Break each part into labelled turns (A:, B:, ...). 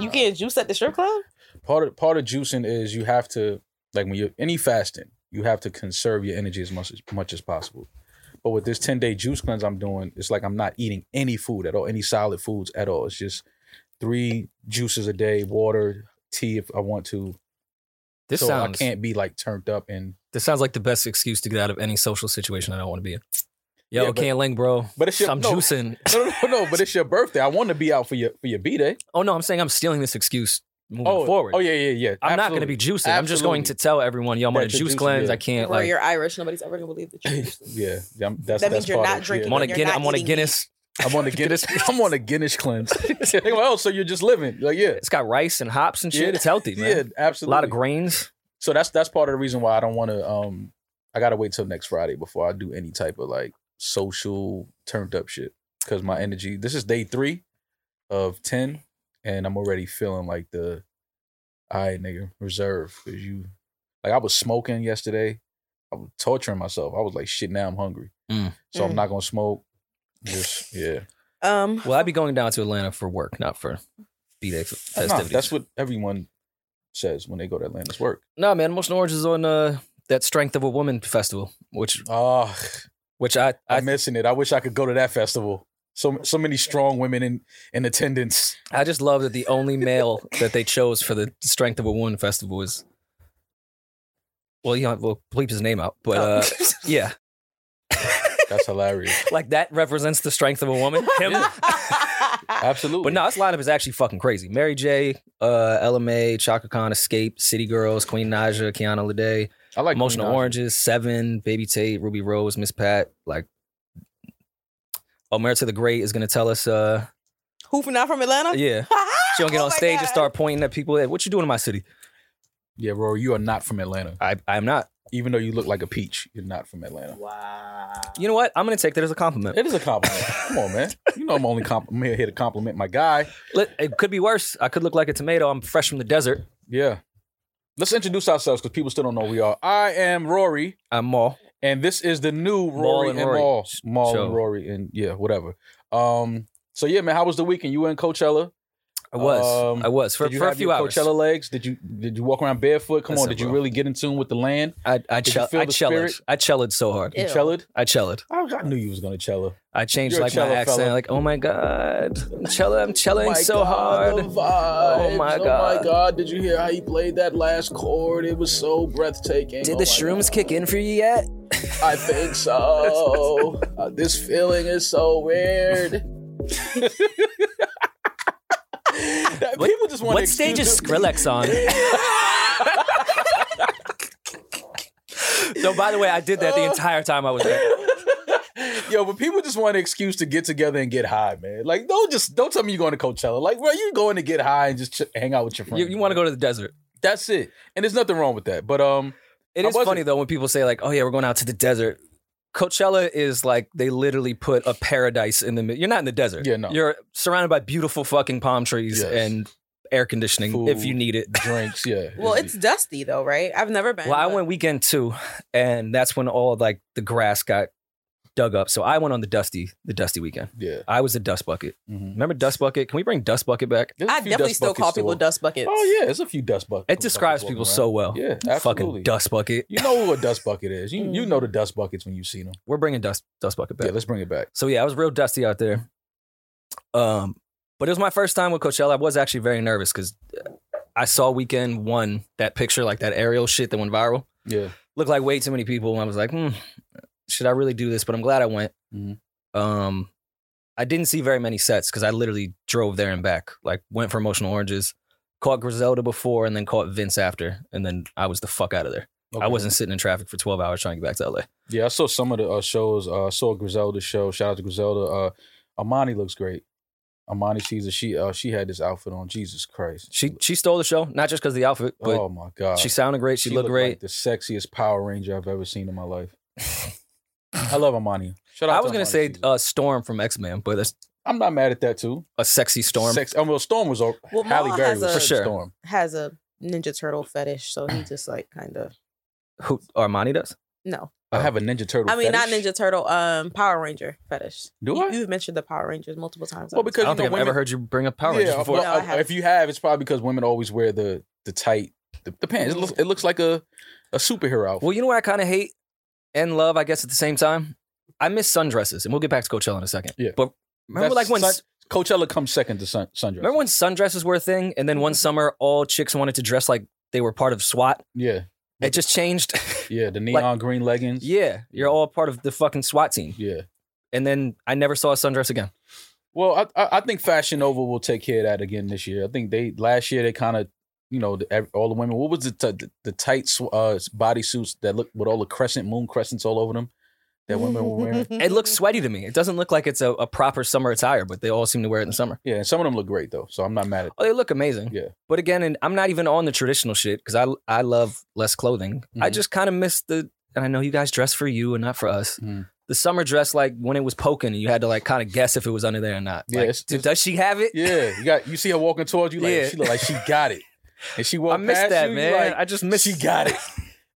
A: You can't juice at the strip club?
B: Part of part of juicing is you have to like when you're any fasting, you have to conserve your energy as much as much as possible. But with this 10 day juice cleanse I'm doing, it's like I'm not eating any food at all, any solid foods at all. It's just three juices a day, water, tea if I want to.
C: This
B: so
C: sounds
B: I can't be like turned up and
C: this sounds like the best excuse to get out of any social situation I don't want to be in. Yo,
B: Yeah, but-
C: can't link, bro.
B: but it's your-
C: I'm
B: no.
C: juicing.
B: no, no, no, no, but it's your birthday. I want to be out for your for your b day.
C: Oh no, I'm saying I'm stealing this excuse moving
B: Oh,
C: forward.
B: oh yeah, yeah, yeah.
C: I'm not going to be juicing. I'm just going to
B: Absolutely.
C: tell everyone, yo, I'm
B: Yeah,
C: on a
B: to
C: juice
B: juice,
C: cleanse.
B: yeah.
C: I can't
A: Or
C: like.
A: you're Irish. Nobody's ever gonna believe that you.
B: yeah, yeah, I'm- that's
A: That
B: that's
A: means you're
B: part
A: not
B: of,
A: drinking.
B: yeah.
C: I'm on a
A: You're
C: Guinness.
A: not
C: I'm on a
A: eating
C: Guinness.
B: I'm on the Guinness. I'm on the Guinness cleanse. Like, well, so you're just living. Like, yeah,
C: It's got rice and hops and shit.
B: Yeah.
C: It's healthy, man.
B: yeah,
C: a
B: absolutely.
C: lot of grains.
B: So that's that's part of the reason why I don't want to. Um, I gotta wait till next Friday before I do any type of like social turned up shit because my energy. This is day three of ten, and I'm already feeling like the, I nigga reserve because you, like I was smoking yesterday. I was torturing myself. I was like, shit. Now I'm hungry,
C: Mm.
B: so
A: Mm.
B: I'm not gonna smoke. Just yeah.
A: Um,
C: Well, I'd be going down to Atlanta for work, not for b-day f-
B: Nah,
C: festivities.
B: that's what everyone says when they go to Atlanta's work.
C: No, man, Emotional Orange is on uh, that Strength of a Woman festival, which
B: Ah,
C: which I I,
B: I'm missing it. I wish I could go to that festival. So so many strong women in in attendance.
C: I just love that the only male that they chose for the Strength of a Woman festival is. Well, you know, we'll bleep his name out, but uh, yeah,
B: That's hilarious.
C: like that represents the strength of a woman. Him.
B: Absolutely.
C: But no, this lineup is actually fucking crazy. Mary J, uh, LMA, Chaka Khan, Escape, City Girls, Queen Naja, Kiana Lede,
B: I like
C: Emotional
B: Queen Naja.
C: Oranges, Seven, Baby Tate, Ruby Rose, Miss Pat, like Omerta the Great is gonna tell us uh
A: who from not from Atlanta?
C: yeah. She gonna get
A: Oh
C: on
A: my
C: stage and
A: God.
C: start pointing at people at what you doing in my city?
B: Yeah, Rory, you are not from Atlanta.
C: I I'm not.
B: Even though you look like a peach, you're not from Atlanta.
C: You know what? I'm gonna take that as a compliment.
B: It is a compliment. Come on, man. You know I'm only compl- I'm here to compliment my guy.
C: It, it could be worse. I could look like a tomato. I'm fresh from the desert.
B: Yeah. Let's introduce ourselves because people still don't know who we are. I am Rory.
C: I'm Maul.
B: And this is the new
C: Maul
B: Rory
C: and
B: and,
C: Rory
B: Maul.
C: sh-
B: Maul
C: show.
B: and Rory and yeah, whatever. Um, so yeah, man, how was the weekend? You were in Coachella.
C: I was.
B: Um,
C: I was for,
B: did you
C: for a
B: have
C: few
B: your
C: hours.
B: Coachella legs? Did you did you walk around barefoot? Come on,
C: Listen,
B: did you
C: bro.
B: really get in tune with the land?
C: I I,
B: Did you
C: chell-
B: feel
C: I
B: the
C: chellaed.
B: spirit?
C: I chellaed so hard.
B: You
A: Ew.
B: chellared?
C: I chellaed.
B: I, I knew you was gonna chella.
C: I changed
B: You're a
C: like my
B: cello
C: accent,
B: fella. Oh
C: like, oh my god, I'm chella, I'm chellaing
B: my
C: so
B: God, the
C: hard.
B: vibes.
C: Oh my
B: my
C: God.
B: god! Did you hear how he played that last chord? It was so breathtaking.
C: Did
B: Oh my
C: the shrooms kick in for you yet?
B: God. I think so. Uh, this feeling is so weird. People just want
C: What stage is Skrillex on? so, by the way, I did that
B: Uh.
C: the entire time I was there.
B: Yo, but people just want an excuse to get together and get high, man. Like, don't just don't tell me you're going to Coachella. Like, bro, you going to get high and just ch- hang out with your friends.
C: You, you want to go to the desert?
B: That's it. And there's nothing wrong with that. But um,
C: It
B: I
C: is
B: wasn't.
C: funny though when people say like, "Oh yeah, we're going out to the desert." Coachella is like they literally put a paradise in the middle. You're not in the desert.
B: Yeah, no.
C: You're surrounded by beautiful fucking palm trees
B: Yes.
C: and air conditioning if
B: Food.
C: you need it.
B: drinks, yeah.
A: Well, it's dusty though, right? I've never been.
C: Well, I
A: but-
C: went weekend two, and that's when all like the grass got dug up. So I went on the dusty, the dusty weekend.
B: yeah.
C: I was a dust bucket.
B: mhm.
C: Remember dust bucket? Can we bring dust bucket back?
B: There's a
A: I
B: few
A: definitely
B: dust
A: still
B: buckets
A: call people dust buckets.
B: Oh yeah, there's a few dust buckets.
C: It describes people so well.
B: Yeah,
C: Fucking
B: absolutely.
C: dust bucket.
B: You know who a dust bucket is. You you know the dust buckets when you see them.
C: We're bringing dust dust bucket back.
B: Yeah, let's bring it back.
C: So yeah, I was real dusty out there. Um, but it was my first time with Coachella. I was actually very nervous because I saw weekend one that picture, like that aerial shit that went viral.
B: Yeah.
C: Looked like way too many people, and I was like, hmm, should I really do this? But I'm glad I went.
B: Mhm.
C: Um, I didn't see very many sets because I literally drove there and back. Like went for emotional oranges, caught Griselda before, and then caught Vince after, and then I was the fuck out of there. I
B: Okay.
C: wasn't sitting in traffic for 12 hours trying to get back to LA.
B: Yeah, I saw some of the uh, shows. Uh, I saw Griselda's show. Shout out to Griselda. Uh, Amani looks great. Amani Caesar. She uh, she had this outfit on. Jesus Christ.
C: She she stole the show, not just because of the outfit, but
B: oh my God.
C: she sounded great. She, looked great.
B: Like the sexiest Power Ranger I've ever seen in my life. I love Amani. Shout out
C: I
B: to
C: was gonna
B: Amani
C: say
B: Caesar.
C: uh, Storm from X Men, but that's
B: I'm not mad at that too.
C: a sexy Storm.
B: Sex. Oh, well, Storm was. Well,
A: Well,
B: Halle
A: Maul
B: Berry
A: has
B: was
A: a-
C: For sure.
B: Storm.
A: Has a Ninja Turtle fetish, so he just like kind of.
C: Who Armani does?
A: No.
C: Oh.
B: I have a Ninja Turtle.
A: I mean, not
B: fetish.
A: Ninja Turtle, um, Power Ranger fetish.
B: Do
A: you,
B: I?
A: You've mentioned the Power Rangers multiple times.
B: Well,
A: on this
B: because
C: I
B: you
C: don't think
B: know,
C: I've
B: women-
C: ever heard you bring up Power
B: yeah,
C: Rangers before.
B: well,
A: No, I
B: uh,
A: haven't.
B: if you have, it's probably because women always wear the the tight the, the pants. It looks, it looks like a a superhero outfit.
C: Well, you know what I kind of hate and love, I guess, at the same time? I miss sundresses, and we'll get back to Coachella in a second.
B: Yeah.
C: But remember,
B: That's
C: like, when.
B: sun- Coachella comes second to sun, sundress.
C: Remember when sundresses were a thing, and then
B: Mm-hmm.
C: one summer all chicks wanted to dress like they were part of SWAT.
B: yeah,
C: It just changed.
B: yeah, the neon green leggings.
C: yeah, you're all part of the fucking SWAT team.
B: yeah.
C: And then I never saw a sundress again.
B: Well, I, I I think Fashion Nova will take care of that again this year. I think they last year they kind of you know the, ev- all the women. What was the t- the, the tight sw- uh, bodysuits that look with all the crescent moon crescents all over them that women were wearing?
C: It looks sweaty to me. It doesn't look like it's a, a proper summer attire, but they all seem to wear it in the summer.
B: Yeah, and some of them look great though, so I'm not mad at.
C: Oh, they look amazing.
B: Yeah.
C: But again, and I'm not even on the traditional shit because I I love less clothing. I
B: Mhm.
C: just kind of miss the and I know you guys dress for you and not for us.
B: Mhm.
C: The summer dress, like when it was poking, and you had to like kind of guess if it was under there or not.
B: Yeah,
C: Like,
B: it's-
C: dude,
B: it's-
C: does she have it?
B: Yeah, you got you see her walking towards you like
C: Yeah.
B: she look like she got it, and she
C: I
B: walked
C: miss
B: past
C: that,
B: you, you
C: man.
B: like,
C: I just miss.
B: she got it.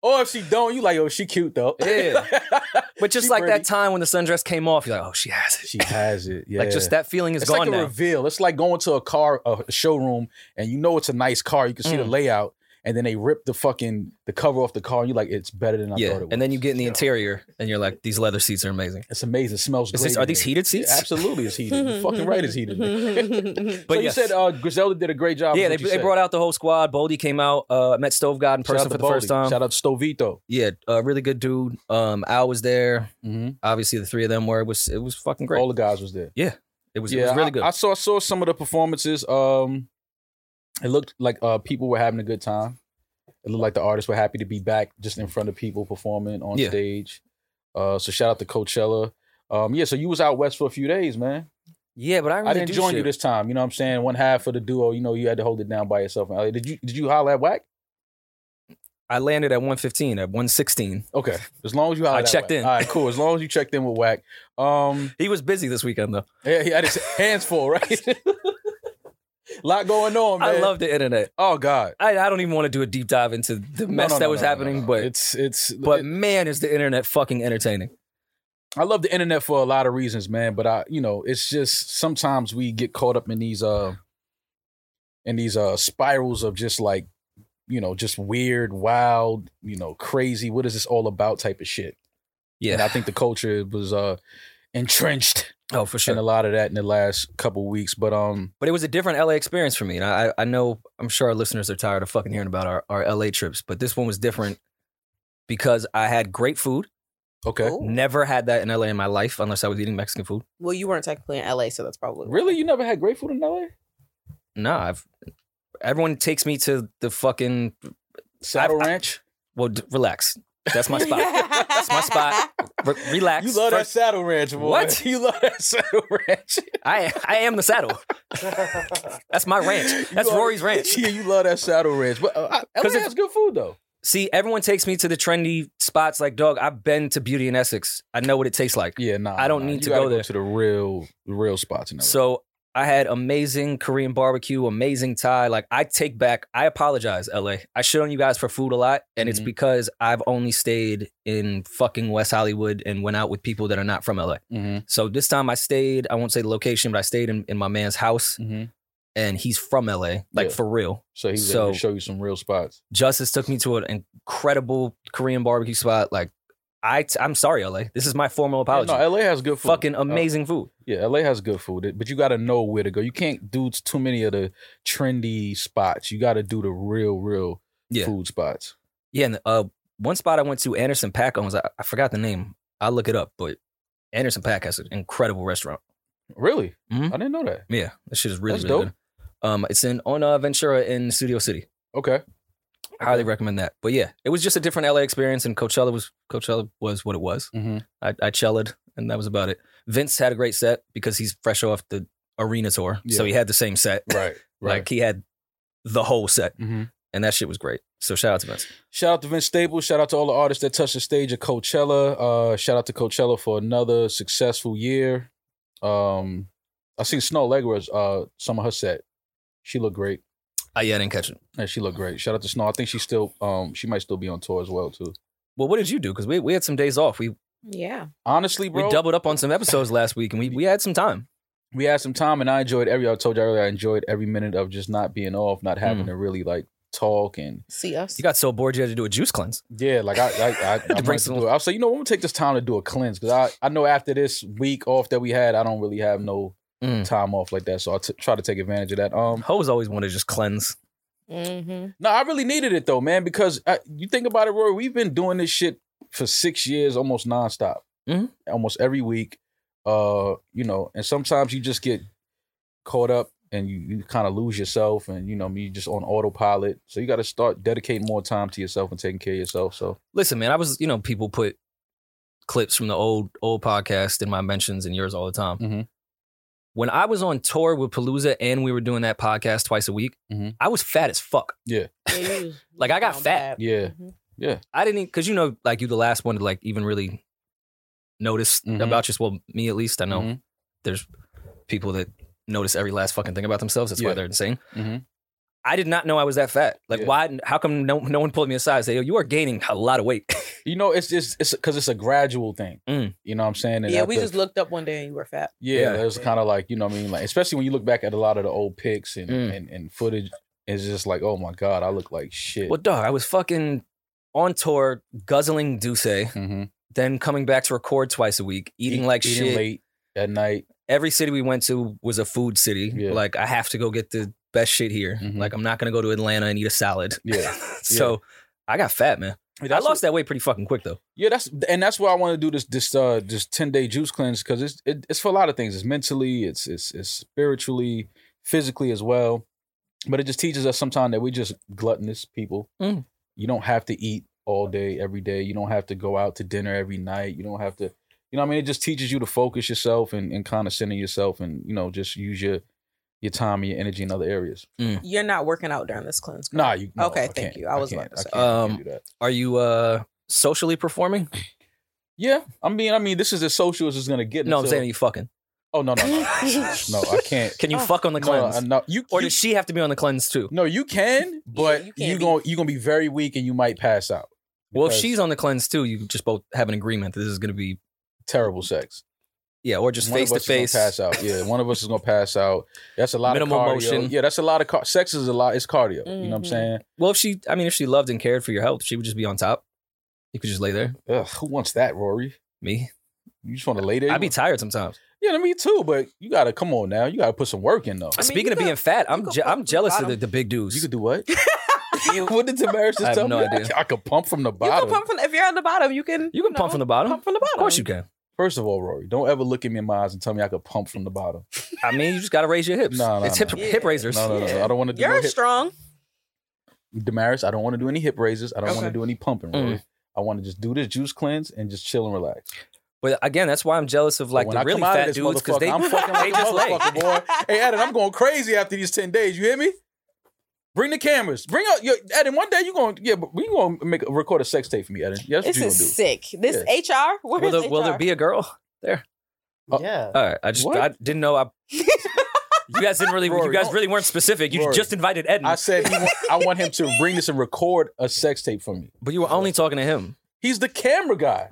B: Or if she don't, you like, oh, she cute though.
C: Yeah. But just
B: She
C: like
B: pretty.
C: that time when the sundress came off, you're like, oh, she has it.
B: she has it. Yeah.
C: Like just that feeling is
B: It's
C: gone
B: like a
C: now.
B: reveal. It's like going to a car, a showroom, and you know it's a nice car. You can see the
C: Mm.
B: layout, and then they rip the fucking the cover off the car, and you're like, it's better than I
C: yeah.
B: thought it was.
C: And then you get in the
B: Yeah.
C: interior, and you're like, these leather seats are amazing.
B: It's amazing. It smells
C: Is
B: great.
C: this, are
B: in
C: these
B: there.
C: heated seats?
B: Yeah, absolutely, it's heated. You're fucking right, it's heated.
A: heated.
B: But
C: But
B: so
C: yes.
B: you said uh, Griselda did a great job.
C: yeah,
B: is
C: they,
B: what you
C: they
B: said.
C: brought out the whole squad. Boldy came out, uh, met Stovegod in
B: Shout out
C: person
B: to
C: for the
B: Boldy.
C: first time.
B: Shout out to Stovito.
C: Yeah, uh, really good dude. Um, Al was there.
B: Mm-hmm.
C: Obviously, the three of them were. It was it was fucking great.
B: All the guys was there.
C: It was, it was really
B: I-
C: good.
B: I, saw saw some of the performances. Um, it looked like uh people were having a good time. It looked like the artists were happy to be back, just in front of people performing on
C: Yeah.
B: stage. Uh, so shout out to Coachella. Um, yeah, so you was out west for a few days, man.
C: yeah, but I, didn't
B: I
C: really
B: didn't
C: do
B: join you
C: shit.
B: this time. You know what I'm saying? One half of the duo, you know, you had to hold it down by yourself. Uh, Did you did you holler at Whack?
C: I landed at 115, at 116.
B: Okay, as long as you holler.
C: I checked in.
B: All right, cool. As long as you checked in with Whack. Um,
C: He was busy this weekend though.
B: yeah, he had his hands full, right? Lot going on, man.
C: I love the internet.
B: Oh God.
C: I, I don't even want to do a deep dive into the
B: No,
C: mess
B: no,
C: that
B: no,
C: was
B: no, no,
C: happening,
B: no, no.
C: but
B: it's it's.
C: but
B: But
C: man, is the internet fucking entertaining.
B: I love the internet for a lot of reasons, man. But I, you know, it's just sometimes we get caught up in these uh, in these uh spirals of just like, you know, just weird, wild, you know, crazy. What is this all about? Type of shit. And I
C: Yeah.
B: think the culture was uh entrenched
C: Oh, for
B: in a
C: sure.
B: lot of that in the last couple weeks. But um,
C: But it was a different LA experience for me. And I, I know I'm sure our listeners are tired of fucking hearing about our, our LA trips, but this one was different because I had great food.
B: okay.
A: Cool.
C: Never had that in LA in my life unless I was eating Mexican food.
A: well, you weren't technically in LA, so that's probably
B: Really, you never had great food in LA?
C: No, I've everyone takes me to the fucking
B: Saddle
C: I- I-
B: Ranch.
C: well, d- relax. That's my spot. That's my spot. Re- relax.
B: You love that
C: First-
B: Saddle Ranch, boy.
C: What?
B: You love that Saddle Ranch.
C: I I am the saddle. That's my ranch. That's
B: You are-
C: Rory's ranch.
B: Yeah, you love that saddle ranch. But uh, I- LA
C: 'Cause if-
B: has good food though.
C: See, everyone takes me to the trendy spots. Like, dog, I've been to Beauty and Essex. I know what it tastes like.
B: Yeah, nah.
C: I don't
B: nah,
C: need
B: you
C: to
B: gotta
C: go there.
B: to the real, the real spots in LA.
C: So I had amazing Korean barbecue, amazing Thai. Like I take back, I apologize, LA. I shit on you guys for food a lot, and it's
B: Mhm.
C: because I've only stayed in fucking West Hollywood and went out with people that are not from LA.
B: mm-hmm,
C: So this time I stayed, I won't say the location, but I stayed in, in my man's house
B: mm-hmm.
C: and he's from LA,
B: Yeah.
C: like for real.
B: so he was
C: So-
B: able to show you some real spots.
C: Justice took me to an incredible Korean barbecue spot. Like I t- I'm sorry, LA. This is my formal apology.
B: Yeah, no, LA has good food.
C: fucking
B: Uh,
C: amazing food.
B: yeah, LA has good food, but you got to know where to go. You can't do t- too many of the trendy spots. You got to do the real, real
C: Yeah.
B: food spots.
C: Yeah, and uh, one spot I went to, Anderson Pack owns. I, I forgot the name. I'll look it up. But Anderson Pack has an incredible restaurant.
B: Really,
C: Mhm.
B: I didn't know that.
C: Yeah, that shit is really
B: That's
C: really
B: dope.
C: good. Um, it's in on uh, Ventura in Studio City.
B: Okay,
C: I highly recommend that. But yeah, it was just a different LA experience, and Coachella was Coachella was what it was.
B: Mhm.
C: I, I chellaed, and that was about it. Vince had a great set because he's fresh off the arena tour, so
B: Yeah.
C: he had the same set.
B: right, right.
C: Like he had the whole set,
B: mm-hmm.
C: and that shit was great. So shout out to Vince.
B: Shout out to Vince Staples. Shout out to all the artists that touched the stage at Coachella. Uh, shout out to Coachella for another successful year. Um, I seen Snow Allegra's uh, some of her set. She looked great.
C: I Uh, yeah, I didn't catch it.
B: Yeah, she looked great. Shout out to Snow. I think she's still um, she might still be on tour as well too.
C: Well, what did you do? Because we, we had some days off. We
A: Yeah.
B: Honestly, bro,
C: we doubled up on some episodes last week, and we, we had some time.
B: we had some time and I enjoyed every I told you earlier, I enjoyed every minute of just not being off, not having to really like talk and
A: See us.
C: You got so bored you had to do a juice cleanse.
B: yeah, like I I I, I
C: bring
B: wanted to
C: some-
B: do it. I'll say, you know, what, I'm gonna take this time to do a cleanse because I, I know after this week off that we had, I don't really have no
C: Mm.
B: time off like that. So I'll t- try to take advantage of that. Um
C: Hoes always want to just cleanse.
A: mm-hmm.
B: no, I really needed it though, man, because I, you think about it, Roy, we've been doing this shit for six years almost nonstop.
C: Mhm.
B: Almost every week. Uh, you know, and sometimes you just get caught up and you, you kind of lose yourself and you know, you just on autopilot. So you gotta start dedicating more time to yourself and taking care of yourself. So
C: Listen, man, I was you know people put clips from the old old podcast in my mentions and yours all the time.
B: Mhm.
C: When I was on tour with Palooza and we were doing that podcast twice a week,
B: Mhm.
C: I was fat as fuck. Like, I got fat.
B: Yeah.
C: I didn't because you know, like you, the last one to like even really notice
B: Mhm.
C: about yourself. Well, me at least, I know
B: Mhm.
C: there's people that notice every last fucking thing about themselves. That's why
B: Yeah.
C: they're insane.
B: Mhm.
C: I did not know I was that fat. Like,
B: Yeah.
C: why? How come no no one pulled me aside? and Say, yo, you are gaining a lot of weight.
B: You know, it's just it's because it's a gradual thing.
C: Mm.
B: You know what I'm saying? And
A: Yeah, we
B: after-
A: just looked up one day and you were fat.
B: Yeah,
C: Yeah.
B: it was kind of like you know what I mean, like especially when you look back at a lot of the old pics and
C: Mm.
B: and, and footage, it's just like, oh my god, I look like shit.
C: well, dog, I was fucking on tour, guzzling Douce,
B: hmm
C: then coming back to record twice a week, eating like shit.
B: E-, late at night.
C: Every city we went to was a food city.
B: Yeah.
C: Like, I have to go get the best shit here.
B: Mhm.
C: Like, I'm not gonna go to Atlanta and eat a salad.
B: Yeah,
C: so I got fat, man. I lost that weight pretty fucking quick though.
B: yeah, that's and that's why I want to do this this uh this ten day juice cleanse because it's it, it's for a lot of things. It's mentally, it's it's it's spiritually, physically as well. But it just teaches us sometimes that we're just gluttonous people.
C: Mm.
B: You don't have to eat all day every day. You don't have to go out to dinner every night. You don't have to. You know, what I mean, it just teaches you to focus yourself and, and kind of center yourself, and you know, just use your your time and your energy in other areas.
A: You're not working out during this cleanse.
B: Nah, you. no,
A: Okay,
B: I
A: thank
B: can't.
A: you. I was
B: can't.
A: about to say.
B: I can't, I can't
C: Um,
B: do that.
C: Are you uh socially performing?
B: Yeah, I mean, I mean, this is as social as it's gonna get.
C: No, I'm
B: until-
C: saying are you fucking.
B: Oh no, no, no, no! I can't.
C: Can you
A: Oh.
C: fuck on the
B: no,
C: cleanse?
B: uh, No, you,
C: or
B: you-
C: does she have to be on the cleanse too?
B: no, you can, but
A: you
B: you
A: can't be-
B: gonna you gonna be very weak and you might pass out.
C: Well, if
B: Because
C: she's on the cleanse too, you just both have an agreement that this is gonna be
B: terrible sex.
C: yeah, or just
B: One
C: face
B: of
C: to
B: us is gonna
C: face.
B: pass out. Yeah, one of us is gonna pass out. That's a lot
C: Minimal
B: of cardio.
C: motion. Mm-hmm.
B: Yeah, that's a lot of car- sex is a lot. It's cardio. You know what I'm
A: Mhm.
B: saying?
C: Well, if she I mean if she loved and cared for your health, she would just be on top. You could just lay there.
B: Ugh, who wants that, Rory?
C: Me.
B: You just want to lay there.
C: I'd be tired sometimes.
B: yeah, me too. But you gotta come on now. You gotta put some work in though.
A: mean,
C: Speaking
A: you
C: of
A: could-
C: being fat, I'm
A: could
C: je-
A: pump
C: I'm
A: from the
C: jealous of the,
A: bottom.
C: the big dudes.
B: You could do what? what did Damaris
C: I have
B: just tell
C: no
B: me?
C: idea.
B: I could pump from the
A: You
B: bottom.
A: can pump from if you're on the bottom, you can
C: You can
A: know,
C: pump from the bottom.
A: Pump from the bottom.
C: Of course you can.
B: First of all, Rory, don't ever look at me in my eyes and tell me I could pump from the bottom.
C: I mean, you just gotta raise your hips.
B: No, no,
C: it's hip
A: no.
C: hip raisers.
B: No, no, no, no.
A: Yeah.
B: I don't want to do
A: You're
B: no hip.
A: strong.
B: Damaris, I don't want to do any hip raises. I don't want to
A: Okay.
B: do any pumping.
C: Mm.
B: Rory. I want to just do this juice cleanse and just chill and relax.
C: But again, that's why I'm jealous of like
B: But when
C: the
B: I
C: really
B: come out of
C: fat
B: this
C: dudes because they
B: motherfucker, I'm fucking like
C: they
B: a
C: just lay.
B: motherfucker, boy. Hey, Adam, I'm going crazy after these ten days. You hear me? Bring the cameras. Bring out your Adam. One day you going to yeah, but we going to make a, record a sex tape for me, Adam. Yeah, that's what
A: This
B: you going
A: is
B: to do.
A: sick. This HR. Where's
C: will, there,
A: HR?
C: will there be a girl? Oh,
B: Uh,
A: yeah.
C: All right, I just
B: What?
C: I didn't know. I you guys didn't really you
B: Rory,
C: guys
B: don't-
C: really weren't specific. You
B: Rory.
C: just invited
B: I
C: Edna,
B: said he want, I want him to bring this and record a sex tape for me.
C: but you were only talking to him. Uh,
B: He's the camera guy.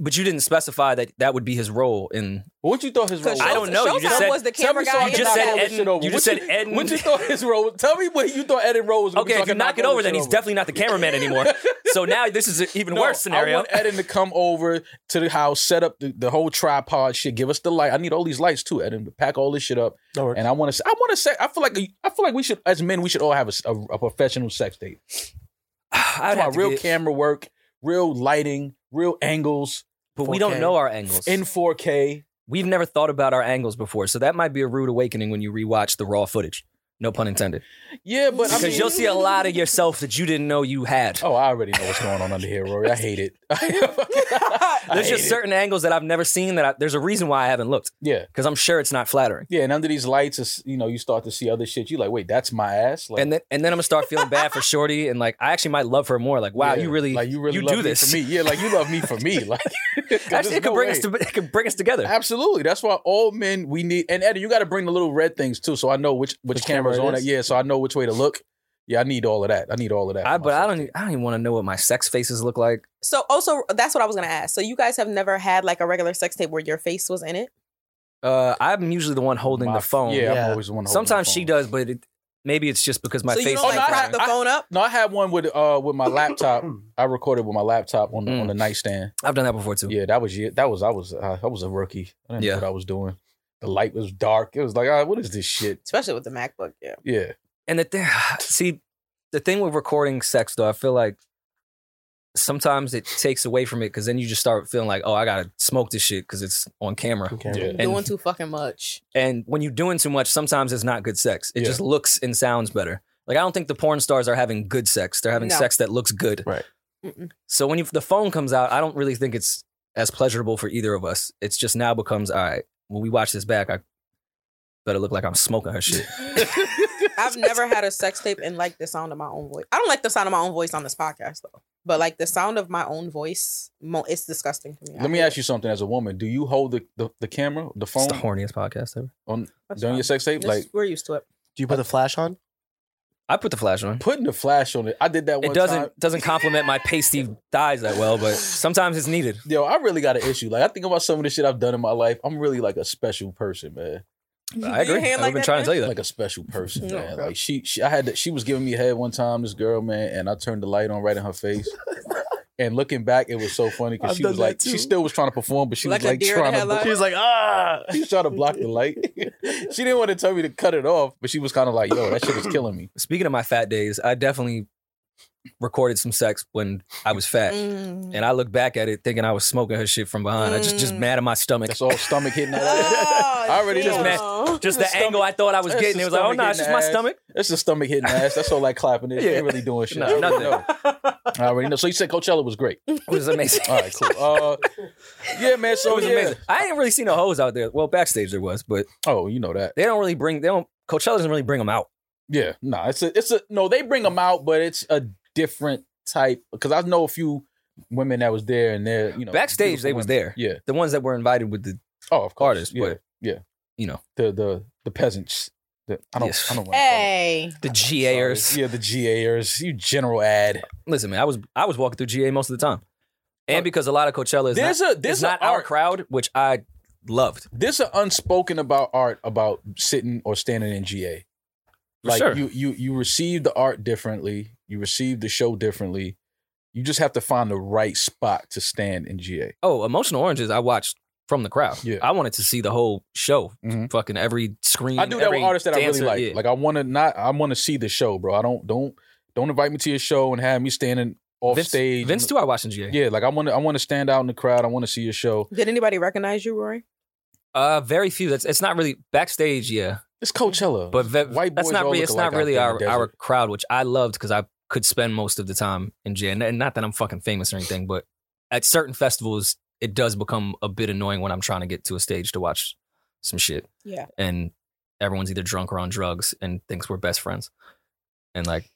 C: But you didn't specify that that would be his role in.
B: What you thought his role?
A: Because
C: I
B: was?
C: don't know. You just
A: Showtime
C: said-
A: was the
B: Tell
A: camera
B: me
A: guy.
B: so I
A: in
B: can
A: the
C: You just said
B: knock all this shit
A: back.
C: Ed-
B: over.
C: you just
B: What
C: said Ed-
B: What you thought his role? was? Tell me what you thought Eden Rose was. gonna be
C: Okay,
B: so I
C: if you
B: can
C: knock it
B: all
C: over,
B: this
C: then
B: shit
C: he's definitely not the cameraman anymore. so now this is an even
B: No,
C: worse
B: I
C: scenario.
B: want Eden to come over to the house, set up the, the whole tripod shit, give us the light. I need all these lights too, Eden, to pack all this shit up. And I want to. I want to say. I feel like. I feel like we should, as men, we should all have a, s- a- a professional sex date.
C: I'd
B: Come on,
C: have to
B: real
C: get-
B: camera work, real lighting, real angles
C: but
B: 4K.
C: we don't know our angles.
B: in 4K.
C: We've never thought about our angles before, so that might be a rude awakening when you rewatch the raw footage. No pun intended.
B: Yeah, but I
C: Because
B: mean,
C: you'll see a lot of yourself that you didn't know you had.
B: oh, I already know what's going on under here, Rory. I hate it. I
C: There's
B: hate
C: just
B: it.
C: certain angles that I've never seen that I, there's a reason why I haven't looked
B: yeah.
C: because I'm sure it's not flattering.
B: Yeah, and under these lights, is you know, you start to see other shit. You like, wait, that's my ass. Like,
C: and then and then I'm gonna start feeling bad for Shorty and like I actually might love her more. Like wow,
B: yeah,
C: you really
B: like you really
C: you
B: love
C: do
B: me
C: this.
B: for me. Yeah, like you love me for me. Like, 'cause there's
C: Actually, it could
B: no
C: bring
B: way.
C: us to it could bring us together.
B: Absolutely, that's why all men we need. And Eddie, you got to bring the little red things too, so I know which which
C: Which camera
B: camera's
C: it
B: on it.
C: is?
B: Yeah, so I know which way to look. Yeah, I need all of that. I need all of that.
C: I,
B: for
C: but I
B: myself.
C: don't. e- I don't even want to know what my sex faces look like.
A: So also that's what I was gonna ask. So you guys have never had like a regular sex tape where your face was in it?
C: Uh, I'm usually the one holding
B: My-
C: the phone.
B: Yeah,
D: Yeah.
B: I'm always the one. holding the
C: Sometimes she
B: phone.
C: does, but it, maybe it's just because my
A: so
C: face.
A: you don't
B: Oh,
C: is
A: like
B: no, I
A: prop
B: had-
A: the
B: I-
A: phone up?
B: No, I had one with uh with my laptop. I recorded with my laptop on the,
C: Mm.
B: on the nightstand.
C: I've done that before too.
B: Yeah, that was yeah, that was I was uh, I was a rookie. I didn't
C: Yeah.
B: know what I was doing. The light was dark. It was like, ah, what is this shit?
A: Especially with the MacBook, yeah.
B: Yeah,
C: And the thing, see, the thing with recording sex though, I feel like sometimes it takes away from it because then you just start feeling like, oh, I gotta smoke this shit because it's on camera.
B: yeah.
C: And-
A: Doing too fucking much.
C: And when you're doing too much, sometimes it's not good sex. It
B: Yeah.
C: just looks and sounds better. Like I don't think the porn stars are having good sex. They're having
A: No.
C: sex that looks good.
B: Right.
A: Mm-mm.
C: So when you, the phone comes out, I don't really think it's as pleasurable for either of us. It's just now becomes all right. When we watch this back, I better look like I'm smoking her shit.
A: I've never had a sex tape and like the sound of my own voice. I don't like the sound of my own voice on this podcast though. But like the sound of my own voice, mo- it's disgusting to me.
B: Let me ask you something. As a woman, do you hold the the, the camera, the
C: it's
B: phone
C: the horniest podcast ever.
B: on during your sex tape? Like
A: we're used to it.
D: Do you put the flash on?
C: I put the flash on.
B: putting the flash on it. I did that one
C: It doesn't
B: time.
C: doesn't complement my pasty thighs that well, but sometimes it's needed.
B: Yo, I really got an issue. Like I think about some of the shit I've done in my life. I'm really like a special person, man.
C: I agree. I've been trying to tell you that.
B: Like a special person,
A: No,
B: man.
A: bro.
B: Like she, she, I had, to, she was giving me head one time. This girl, man, and I turned the light on right in her face. and looking back, it was so funny because
D: I've
B: she
D: done
B: was like,
D: that too.
B: she still was trying to perform, but she
A: Like
B: was
A: a
B: like
A: deer in the
B: trying to,
A: headlight.
B: block-
D: She was like, ah.
B: she was trying to block the light. she didn't want to tell me to cut it off, but she was kind of like, yo, that shit is killing me.
C: Speaking of my fat days, I definitely recorded some sex when I was fat.
A: Mm.
C: And I look back at it thinking I was smoking her shit from behind. I just just
A: Mm.
C: mad at my stomach.
B: That's all stomach hitting. That ass.
A: Oh,
B: uh, I already
C: just met-
A: damn.
C: Just
B: the
C: the angle I thought I was
B: That's
C: getting.
B: the
C: It was like, oh
B: stomach
C: no, it's
B: hitting
C: just my
B: the ass.
C: stomach.
B: That's the stomach hitting the ass. That's all like clapping is.
C: Yeah.
B: Ain't really doing shit.
C: No,
B: I already
C: nothing.
B: know. I already know. So you said Coachella was great.
C: It was amazing.
B: All right, cool. Uh, yeah, man.
C: It
B: So
C: was
B: yeah.
C: amazing. I ain't really seen no hoes out there. Well, backstage there was, but
B: Oh, you know that.
C: they don't really bring. They don't. Coachella doesn't really bring them out.
B: Yeah, no, it's a, it's a, no. They bring them out, but it's a different type. Because I know a few women that was there, and they're you know
C: Backstage, they
B: beautiful
C: was
B: women.
C: there.
B: Yeah.
C: The ones that were invited with the
B: Oh, of course.
C: Artists,
B: yeah,
C: but,
B: yeah.
C: you know.
B: the the the peasants. The, I don't.
C: Yes.
B: I don't. wanna call them.
A: Hey.
C: the
B: Sorry.
C: GAers.
B: Yeah, the GAers. You general ad.
C: Listen, man, I was I was walking through GA most of the time, and because a lot of Coachella is
B: Uh, There's
C: not,
B: a there's
C: is not
B: a
C: our
B: art.
C: crowd, which I loved.
B: There's an unspoken about art about sitting or standing in GA.
C: For
B: Like
C: sure.
B: you you you receive the art differently. You receive the show differently. You just have to find the right spot to stand in GA.
C: Oh, Emotional Oranges, I watched from the crowd.
B: Yeah.
C: I wanted to see the whole show,
B: Mhm.
C: fucking every screen.
B: I do that
C: every
B: with artists that
C: dancer,
B: I really like.
C: yeah.
B: Like I want to not. I want to see the show, bro. I don't don't don't invite me to your show and have me standing off
C: Vince,
B: stage.
C: Vince too, I watched in GA.
B: Yeah, like I want to. I want to stand out in the crowd. I want to see your show.
A: Did anybody recognize you, Rory?
C: Uh, very few. That's it's not really backstage. Yeah,
B: It's Coachella,
C: but ve-
B: White
C: that's
B: boys
C: not
B: all
C: really
B: look
C: it's not
B: alike out
C: really
B: there in
C: our
B: the
C: our
B: desert.
C: crowd, which I loved because I could spend most of the time in GA. And- And not that I'm fucking famous or anything, but at certain festivals, it does become a bit annoying when I'm trying to get to a stage to watch some shit.
A: Yeah.
C: and everyone's either drunk or on drugs and thinks we're best friends. And like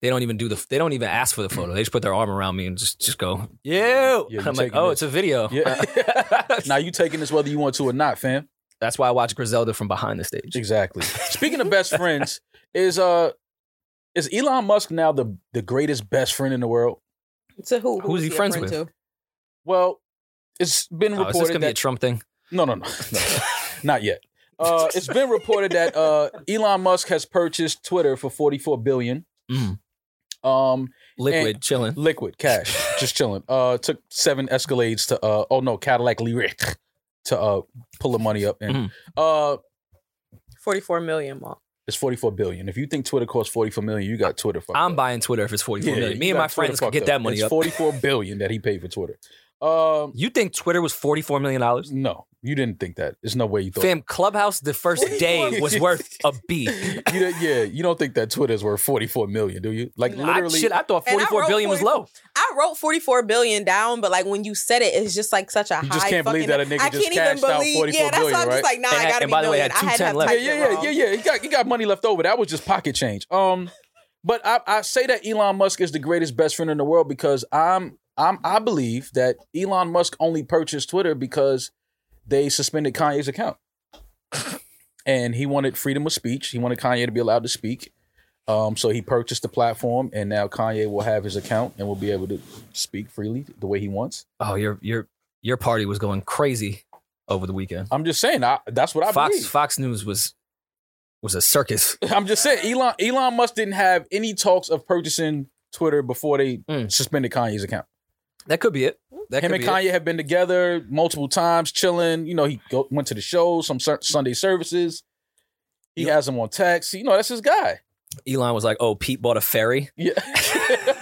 C: they don't even do the they don't even ask for the photo. They just put their arm around me and just just go, yeah.
B: Yeah, you
C: I'm like,
B: taking
C: oh,
B: this."
C: it's a video.
B: Yeah. now you taking this whether you want to or not, fam.
C: That's why I watch Griselda from behind the stage.
B: Exactly. Speaking of best friends, is uh, is Elon Musk now the the greatest best friend in the world?
A: To who?
C: Who's he
A: a
C: friends
A: friend
C: with?
A: to?
B: Well, it's been
C: Oh, is this
B: reported
C: gonna be a
B: that
C: Trump thing?
B: no, no, no, no, not yet. Uh, it's been reported that uh, Elon Musk has purchased Twitter for forty four billion.
C: Mm.
B: Um,
C: Liquid chilling.
B: liquid cash, just chilling. Uh, took seven Escalades to uh, oh no, Cadillac Lyric to uh pull the money up, and
C: Mhm.
B: uh,
A: 44 million mark.
B: it's forty four billion. If you think Twitter costs forty four million, you got Twitter. Fucked
C: I'm
B: up.
C: buying Twitter if it's 44
B: Yeah,
C: million.
B: you
C: Me and
B: got
C: my
B: Twitter
C: friends could
B: fucked
C: get
B: up.
C: that money
B: It's
C: up.
B: forty four billion that he paid for Twitter. Um,
C: you think Twitter was 44 million dollars?
B: no, you didn't think that. There's no way you thought.
C: Fam, Clubhouse the first
B: 44
C: day was worth a B.
B: you don't- yeah, you don't think that Twitter's worth forty four million, do you? Like
A: No.
C: I,
B: literally,
C: shit, I thought
A: And I
C: 44
A: wrote
C: billion was
A: 44
C: low.
A: I wrote 44 billion down, but like when you said it, it's just like such a
B: You
A: high.
B: just can't believe
A: fucking-
B: that a nigga
A: I
B: just
A: can't
B: cashed
A: even
B: out
A: believe.
B: 44
A: yeah, that's why
B: billion,
A: I'm
B: right?
A: just like, nah,
C: And
A: I
C: had-
A: gotta
C: and
A: be
C: by the way,
A: million.
C: had
A: I had
C: 210
A: to
C: left.
A: type
B: yeah,
A: it
B: yeah, yeah,
A: wrong.
B: yeah, yeah. He got he got money left over. That was just pocket change. Um, but I, I say that Elon Musk is the greatest best friend in the world because I'm I'm I believe that Elon Musk only purchased Twitter because they suspended Kanye's account, and he wanted freedom of speech. He wanted Kanye to be allowed to speak. Um, so he purchased the platform, and now Kanye will have his account and will be able to speak freely the way he wants.
C: Oh, your your your party was going crazy over the weekend.
B: I'm just saying, I, that's what I
C: Fox
B: believe.
C: Fox News was was a circus.
B: I'm just saying, Elon Elon Musk didn't have any talks of purchasing Twitter before they
C: Mm.
B: suspended Kanye's account.
C: That could be it. That
B: Him
C: could
B: and
C: be
B: Kanye
C: it.
B: have been together multiple times, chilling. You know, he go, went to the show, some sur- Sunday services. He has him on text. You know, that's his guy.
C: Elon was like, "Oh, Pete bought a ferry."
B: Yeah.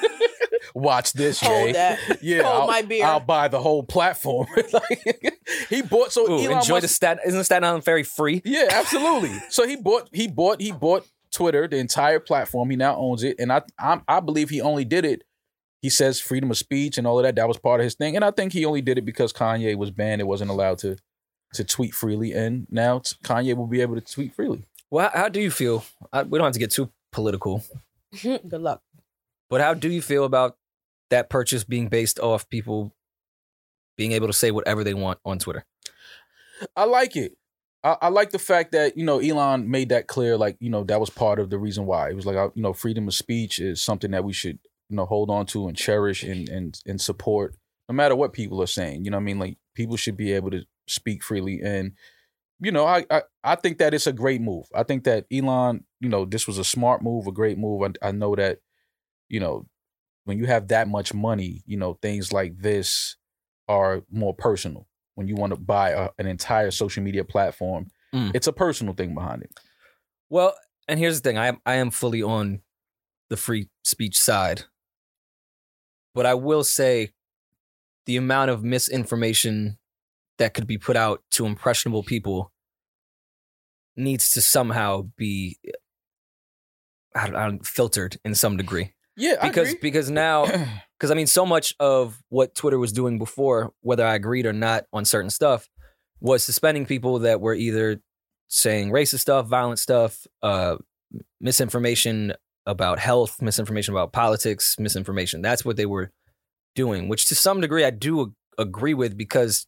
B: Watch this, Jay.
A: Hold that.
B: Yeah,
A: Hold
B: I'll,
A: my beer.
B: I'll buy the whole platform. Like, he bought so
C: Ooh,
B: Elon
C: enjoy
B: Musk-
C: the Staten. Isn't Staten Island ferry free?
B: Yeah, absolutely. so he bought he bought he bought Twitter, the entire platform. He now owns it, and I I'm, I believe he only did it. He says freedom of speech and all of that. That was part of his thing, and I think he only did it because Kanye was banned. It wasn't allowed to to tweet freely, and now t- Kanye will be able to tweet freely.
C: Well, how, how do you feel? I, we don't have to get too political,
A: Good luck.
C: but how do you feel about that purchase being based off people being able to say whatever they want on Twitter?
B: I like it. I, I like the fact that you know Elon made that clear. Like you know that was part of the reason why it was like uh, you know freedom of speech is something that we should you know hold on to and cherish and and and support no matter what people are saying. You know what I mean? Like people should be able to speak freely and you know I I, I think that it's a great move. I think that Elon you know this was a smart move, a great move. I, I know that you know when you have that much money, you know things like this are more personal when you want to buy a, an entire social media platform.
C: Mm.
B: It's a personal thing behind it.
C: Well, and here's the thing: I am I am fully on the free speech side, but I will say the amount of misinformation that could be put out to impressionable people needs to somehow be I don't, I don't filtered in some degree
B: Yeah,
C: because
B: I agree.
C: because now because I mean, so much of what Twitter was doing before, whether I agreed or not on certain stuff, was suspending people that were either saying racist stuff, violent stuff, uh, misinformation about health, misinformation about politics, misinformation. That's what they were doing, which to some degree I do ag- agree with because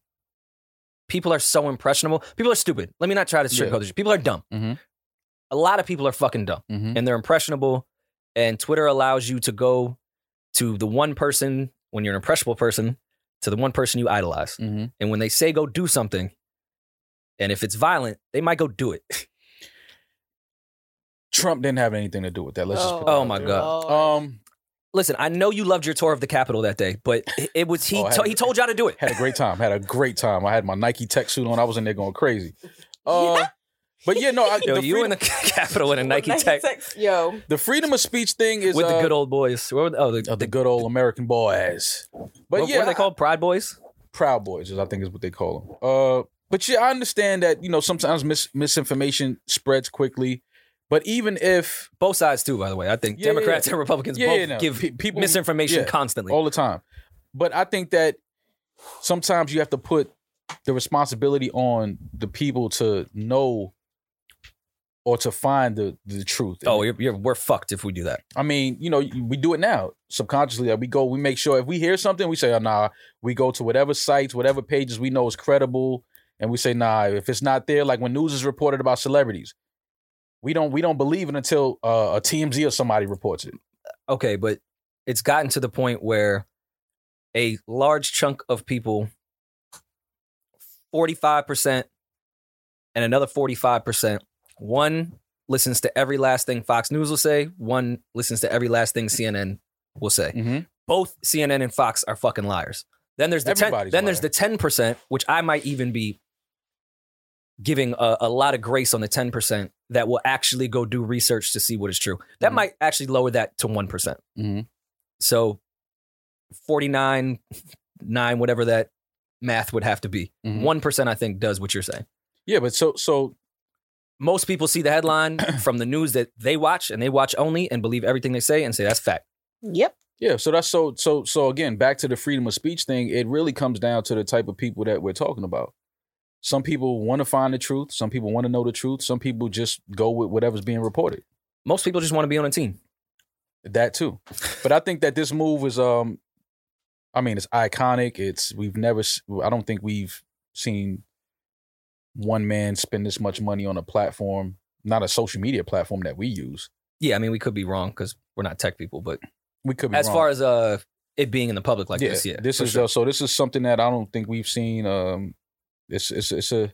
C: people are so impressionable. People are stupid. Let me not try to
B: Yeah.
C: sugarcoat this. People are dumb.
B: Mhm.
C: A lot of people are fucking dumb
B: Mhm.
C: and they're impressionable. And Twitter allows you to go to the one person when you're an impressionable person to the one person you idolize.
B: Mhm.
C: And when they say go do something, and if it's violent, they might go do it. Trump.
B: Trump didn't have anything to do with that. Let's just put that
C: Oh
B: out
C: my
B: there.
C: God.
A: Lord.
B: Um,
C: Listen, I know you loved your tour of the Capitol that day, but it- it was he.
B: Oh, I had
C: to-
B: a-
C: he told y'all to do it.
B: had a great time. Had a great time. I had my Nike tech suit on. I was in there going crazy. Uh, But yeah, no, I,
C: Yo,
B: the,
C: you
B: freedom,
C: in the Capitol in a Nike,
A: Nike
C: tech
A: text- Yo.
B: the freedom of speech thing is
C: with the
B: uh,
C: good old boys. What were the, oh, the,
B: of the
C: the-
B: good old American boys. But
C: what
B: yeah,
C: were they
B: I-
C: called? Pride Boys.
B: Proud Boys, is I think is what they call them. Uh, but yeah, I understand that you know sometimes mis- misinformation spreads quickly. But even if
C: Both sides too, by the way. I think
B: Yeah, yeah,
C: Democrats
B: yeah.
C: and Republicans
B: Yeah,
C: both
B: yeah, no.
C: give
B: Pe- people-
C: misinformation
B: yeah.
C: constantly.
B: all the time. But I think that sometimes you have to put the responsibility on the people to know or to find the the truth.
C: Oh, you're, you're, we're fucked if we do that.
B: I mean, you know, we do it now subconsciously. Like we go, we make sure if we hear something, we say, "Oh, nah." We go to whatever sites, whatever pages we know is credible, and we say, "Nah." If it's not there, like when news is reported about celebrities, we don't we don't believe it until uh, a TMZ or somebody reports it.
C: okay, but it's gotten to the point where a large chunk of people, 45% and another 45%, one listens to every last thing Fox News will say, one listens to every last thing CNN will say. Both CNN and Fox are fucking liars. Then there's the 10, then
B: Everybody's
C: there's the
B: lying.
C: 10%, which I might even be giving a, a lot of grace on the 10% that will actually go do research to see what is true. That
B: Mhm.
C: might actually lower that to 1%.
B: Mm-hmm.
C: So 49, 9, whatever that math would have to be.
B: Mhm.
C: 1% I think does what you're saying.
B: Yeah, but so so
C: Most people see the headline from the news that they watch and they watch only and believe everything they say and say that's fact.
A: Yep.
B: Yeah, so that's so so so again, back to the freedom of speech thing, it really comes down to the type of people that we're talking about. Some people want to find the truth, some people want to know the truth, some people just go with whatever's being reported.
C: Most people just want to be on a team.
B: That too. But I think that this move is um I mean, it's iconic. It's we've never s- I don't think we've seen one man spend this much money on a platform, not a social media platform that we use.
C: yeah, I mean, we could be wrong because we're not tech people, but
B: We could be
C: as
B: wrong.
C: far as uh it being in the public like
B: yeah,
C: this, yeah,
B: this
C: for
B: is
C: sure.
B: uh, so this is something that I don't think we've seen. Um, it's it's it's a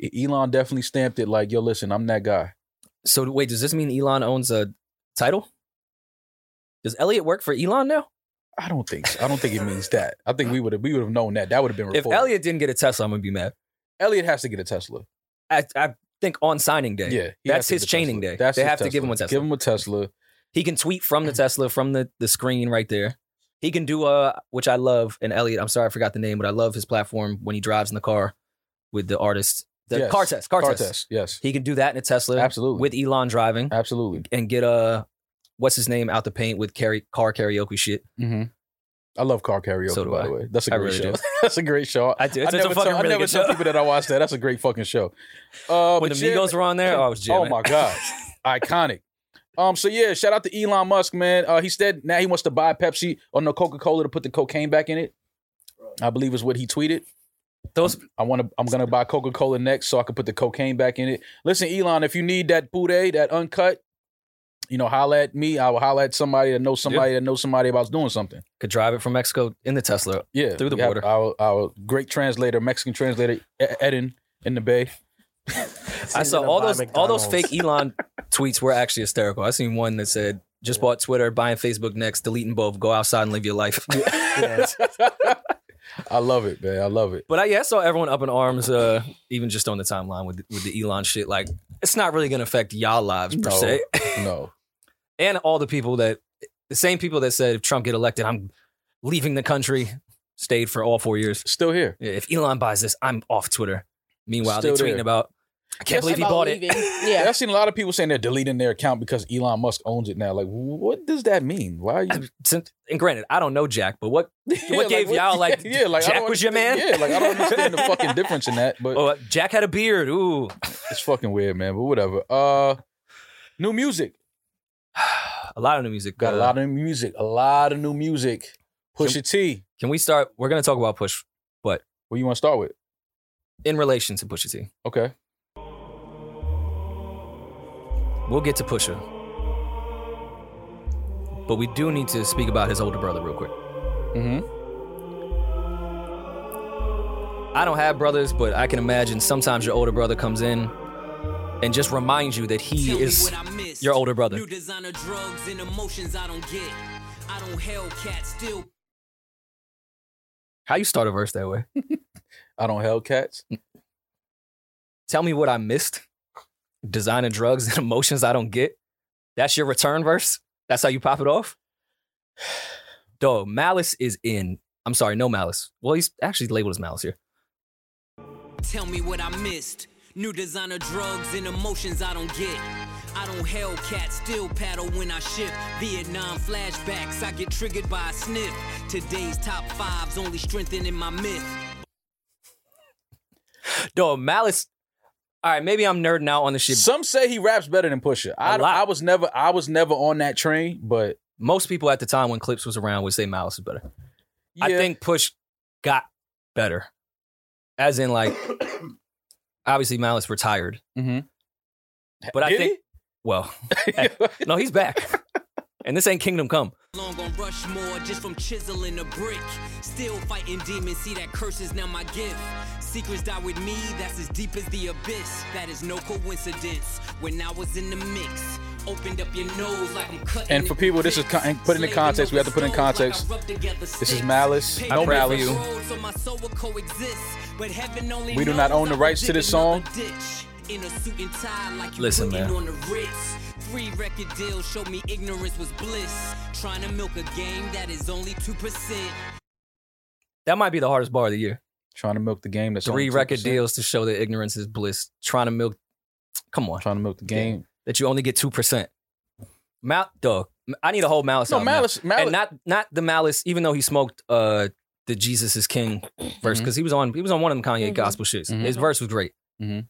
B: E, Elon definitely stamped it like yo, listen, I'm that guy.
C: so. Wait, does this mean Elon owns a title? Does Elliot work for Elon now?
B: I don't think so. I don't think it means that. I think we would have we would have known that. That would have been
C: If
B: reported.
C: Elliot didn't get a Tesla, I'm gonna be mad.
B: Elliot has to get a Tesla.
C: I, I think on signing day,
B: Yeah, he has
C: that's
B: to
C: his
B: get a
C: chaining
B: Tesla.
C: day. They
B: his
C: have to give him a Tesla.
B: Give him a Tesla.
C: he can tweet from
B: Mm-hmm.
C: the Tesla from the the screen right there. He can do uh, which I love. And Elliot, I'm sorry I forgot the name, but I love his platform when he drives in the car with the artist. The
B: Yes.
C: car test, car,
B: Car
C: test.
B: test. Yes,
C: He can do that in a Tesla
B: absolutely.
C: with Elon driving
B: absolutely.
C: and get uh what's his name out the paint with carry, car karaoke shit.
B: Mm-hmm. I love car karaoke.
C: So do
B: by
C: I.
B: the way, that's a
C: I
B: great
C: really
B: show.
C: do.
B: that's a great show.
C: I do.
B: I
C: It's, it's
B: never,
C: a fucking
B: tell, I
C: really
B: never
C: good
B: tell
C: show.
B: people that I watch that. That's a great fucking show. Uh,
C: when
B: but
C: the
B: yeah,
C: Migos were on there, I was jamming.
B: Oh my god, iconic. Um, so yeah, shout out to Elon Musk, man. Uh, he said now he wants to buy Pepsi or no Coca Cola to put the cocaine back in it. I believe is what he tweeted.
C: Those
B: I want to. I'm gonna buy Coca Cola next, so I can put the cocaine back in it. Listen, Elon, if you need that boudet, that uncut, you know, holla at me. I will holla at somebody that knows somebody that knows somebody about doing something.
C: could drive it from Mexico in the Tesla.
B: Yeah,
C: Through the
B: we have
C: border.
B: Our, our great translator, Mexican translator, E- Eden in the Bay.
C: I saw all those all those fake Elon tweets were actually hysterical. I seen one that said, "Just bought Twitter, buying Facebook next, deleting both, go outside and live your life."
D: Yes.
B: I love it, man. I love it.
C: But I, yeah, I saw everyone up in arms, uh, even just on the timeline with with the Elon shit. Like, it's not really gonna affect y'all lives per
B: No.
C: se,
B: No,
C: and all the people that the same people that said if Trump get elected, I'm leaving the country, stayed for all four years.
B: still here.
C: Yeah, If Elon buys this, I'm off Twitter. Meanwhile,
B: Still
C: they're tweeting
B: there.
C: about, I can't
B: Yes,
C: believe he
A: About
C: bought
A: leaving.
C: it.
A: Yeah.
B: I've seen a lot of people saying they're deleting their account because Elon Musk owns it now. Like, what does that mean? Why are you?
C: Since- And granted, I don't know Jack, but what?
B: Yeah,
C: gave y'all, like,
B: I
C: Jack
B: don't
C: was your man?
B: Yeah, like I don't understand the fucking difference in that, but
C: Oh, Jack had a beard. Ooh.
B: it's fucking weird, man. But whatever. Uh, new music.
C: a lot of new music.
B: Got a
C: Uh,
B: lot of new music. A lot of new music. Pusha T.
C: Can we start? We're gonna talk about Push
B: What you want to start with?
C: in relation to Pusha T.
B: Okay.
C: We'll get to Pusha, but we do need to speak about his older brother real quick.
B: Mm-hmm.
C: I don't have brothers, but I can imagine sometimes your older brother comes in and just reminds you that he is your older brother.
E: New designer drugs and emotions I don't get. I don't Hellcat, still
C: How you start a verse that way?
B: I don't Hellcats.
C: Mm-hmm. Tell me what I missed. Designing drugs and emotions I don't get. That's your return verse. That's how you pop it off. Dog, Malice is in. I'm sorry, no Malice. Well, he's actually labeled as Malice here.
E: tell me what I missed. New designer drugs and emotions I don't get. I don't Hellcat, still paddle when I ship. Vietnam flashbacks, I get triggered by a sniff. Today's top fives only strengthening my myth.
C: Dog, Malice. All right, maybe I'm nerding out on this shit.
B: Some say he raps better than Pusha. I,
C: lot.
B: I was never I was never on that train, but
C: Most people at the time when Clips was around would say Malice is better. I
B: yeah.
C: think Push got better. As in, like, obviously Malice retired.
B: Mhm.
C: But I
B: Did
C: think, well,
B: he?
C: no, he's back. and this ain't Kingdom Come.
E: Long on Rushmore, just from chiseling a brick. Still fighting demons, see that curse is now my gift. Secrets die with me, that's as deep as the abyss. That is no coincidence. When I was in the mix, opened up your nose like I'm cutting.
B: And for
E: it
B: people, this is
E: with
B: con-
E: sticks.
B: put into context, we have to put in
E: Slaving over
B: context.
E: stones like I rubbed together
B: This is
E: sticks.
B: Malice.
E: Paper
B: No
C: pray for
B: malice.
C: you.
E: road, so my soul will coexist. But heaven only
B: We do
E: knows
B: not own the
E: I'll
B: rights to
E: dig
B: this
E: another
B: song.
E: ditch. In a suit and tie like you
C: Listen,
E: putting
C: man.
E: on the Ritz. Three record deals showed me ignorance was bliss. Trying to milk a game that is only 2%.
C: That might be the hardest bar of the year.
B: Trying to milk the game. That's
C: Three
B: only
C: record
B: 2%.
C: deals to show that ignorance is bliss. Trying to milk, come on,
B: Trying to milk the game.
C: that you only get 2%. Mal, dog, I need a whole Malice.
B: No
C: album now.
B: malice. Malice.
C: and not not the malice, even though he smoked uh the Jesus is King
B: Mm-hmm.
C: verse because he was on he was on one of them Kanye
A: Mhm.
C: gospel shits.
B: Mhm.
C: His verse was great.
B: Mhm.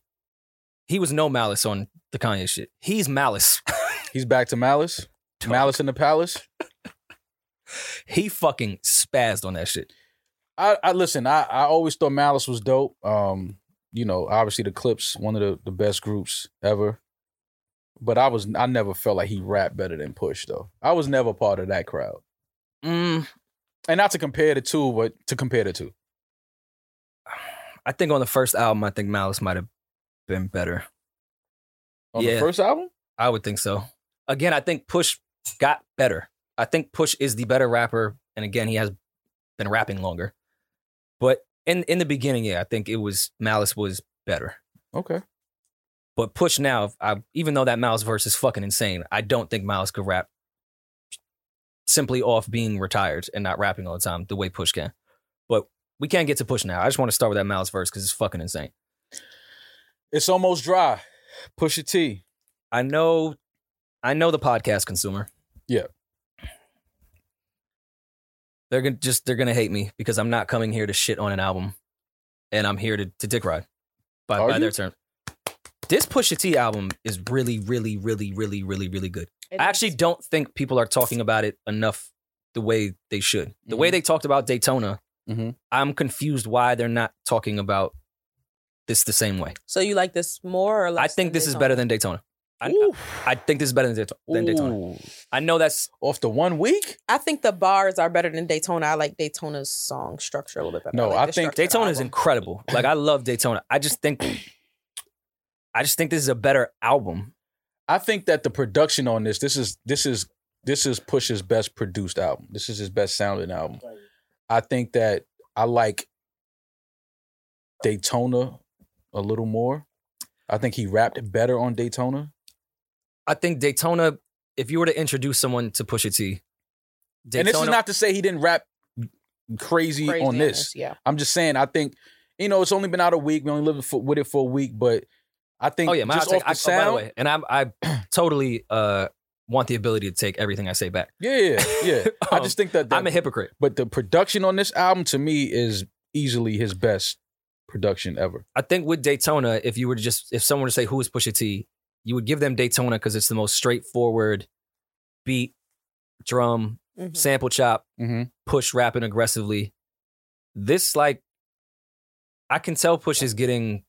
C: He was no malice on the Kanye shit. He's malice.
B: He's back to malice. Malice in the palace.
C: he fucking spazzed on that shit.
B: I, I listen. I, I always thought Malice was dope. Um, you know, obviously the Clips, one of the, the best groups ever. But I was I never felt like he rapped better than Push though. I was never part of that crowd.
C: Mm,
B: And not to compare the two, but to compare the two.
C: I think on the first album, I think Malice might have been better.
B: On
C: Yeah.
B: the first album?
C: I would think so. Again, I think Push got better. I think Push is the better rapper, and again, he has been rapping longer. But in in the beginning, yeah, I think it was Malice was better.
B: Okay.
C: But Push now, I, even though that Malice verse is fucking insane, I don't think Malice could rap simply off being retired and not rapping all the time the way Push can. But we can't get to Push now. I just want to start with that Malice verse because it's fucking insane.
B: It's almost dry. Push a T.
C: I know, I know the podcast consumer.
B: Yeah.
C: They're gonna just they're gonna hate me because I'm not coming here to shit on an album, and I'm here to to dick ride by,
B: Are
C: by their
B: you?
C: term. This Pusha T album is really, really, really, really, really, really good.
A: It
C: I actually
A: is.
C: don't think people are talking about it enough the way they should. The way
B: Mhm.
C: they talked about Daytona,
B: Mhm.
C: I'm confused why they're not talking about this the same way.
A: So you like this more or less?
C: I think
A: than
C: this is
A: Daytona?
C: better than Daytona. I, I think this is better than Daytona. Than Daytona.
B: Ooh.
C: I know that's
B: Off the one week?
A: I think the bars are better than Daytona. I like Daytona's song structure a little bit better.
B: No,
A: like
B: I think
A: the structure of the
C: Daytona is
A: album.
C: incredible. Like I love Daytona. I just think I just think this is a better album.
B: I think that the production on this, this is this is this is Push's best produced album. This is his best sounding album. I think that I like Daytona a little more. I think he rapped better on Daytona.
C: I think Daytona. If you were to introduce someone to Pusha
B: And
C: T, Daytona,
B: this is not to say he didn't rap crazy,
A: Crazy
B: on this.
A: Yeah.
B: I'm just saying, I think, you know, it's only been out a week. We only lived for, with it for a week, but I think
C: oh yeah, my
B: just
C: take,
B: off the
C: I,
B: sound,
C: oh, by the way, and I'm, I totally uh, want the ability to take everything I say back. Um,
B: yeah, yeah, yeah. I just think that, that
C: I'm a hypocrite.
B: but the production on this album to me is easily his best production ever.
C: I think with Daytona, if you were to just if someone were to say who is Pusha T, you would give them Daytona because it's the most straightforward beat, drum,
A: Mhm.
C: sample chop,
B: Mm-hmm.
C: push rapping aggressively. This like I can tell push is getting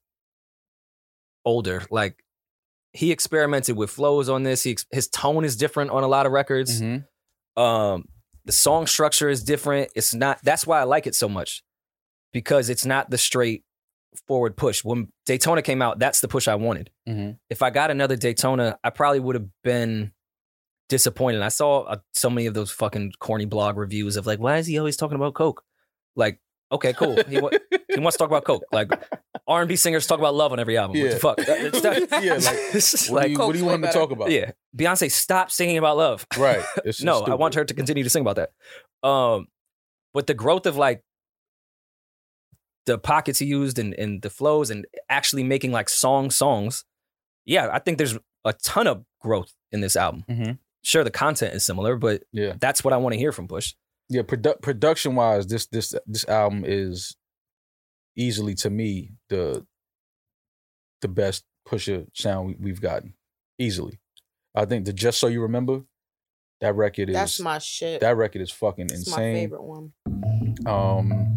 C: older. Like he experimented with flows on this. He ex- his tone is different on a lot of
B: Mm-hmm.
C: records. Um the song structure is different. It's not that's why I like it so much because it's not the straight forward push. When Daytona came out, that's the push I wanted
B: Mm-hmm.
C: if I got another Daytona, I probably would have been disappointed. I saw uh, so many of those fucking corny blog reviews of like, why is he always talking about coke? Like, okay, cool. He, wa- he wants to talk about coke. Like, R and B singers talk about love on every album.
B: Yeah.
C: What the fuck? It's that-
B: yeah, like,
C: it's just
B: what, do
C: like,
B: you, what do you want him to talk about?
C: yeah, Beyonce, stop singing about love.
B: Right. It's just
C: no, I
B: stupid.
C: want her to continue to sing about that. Um, but the growth of like the pockets he used and and the flows and actually making like song songs, yeah, I think there's a ton of growth in this album.
B: Mhm.
C: Sure, the content is similar, but
B: Yeah.
C: that's what I want to hear from Bush.
B: Yeah, produ- production wise, this this this album is easily to me the the best pusher sound we, we've gotten. Easily. I think the Just So You Remember, that record is
A: That's my shit.
B: that record is fucking
A: That's my
B: insane.
A: favorite one.
B: Um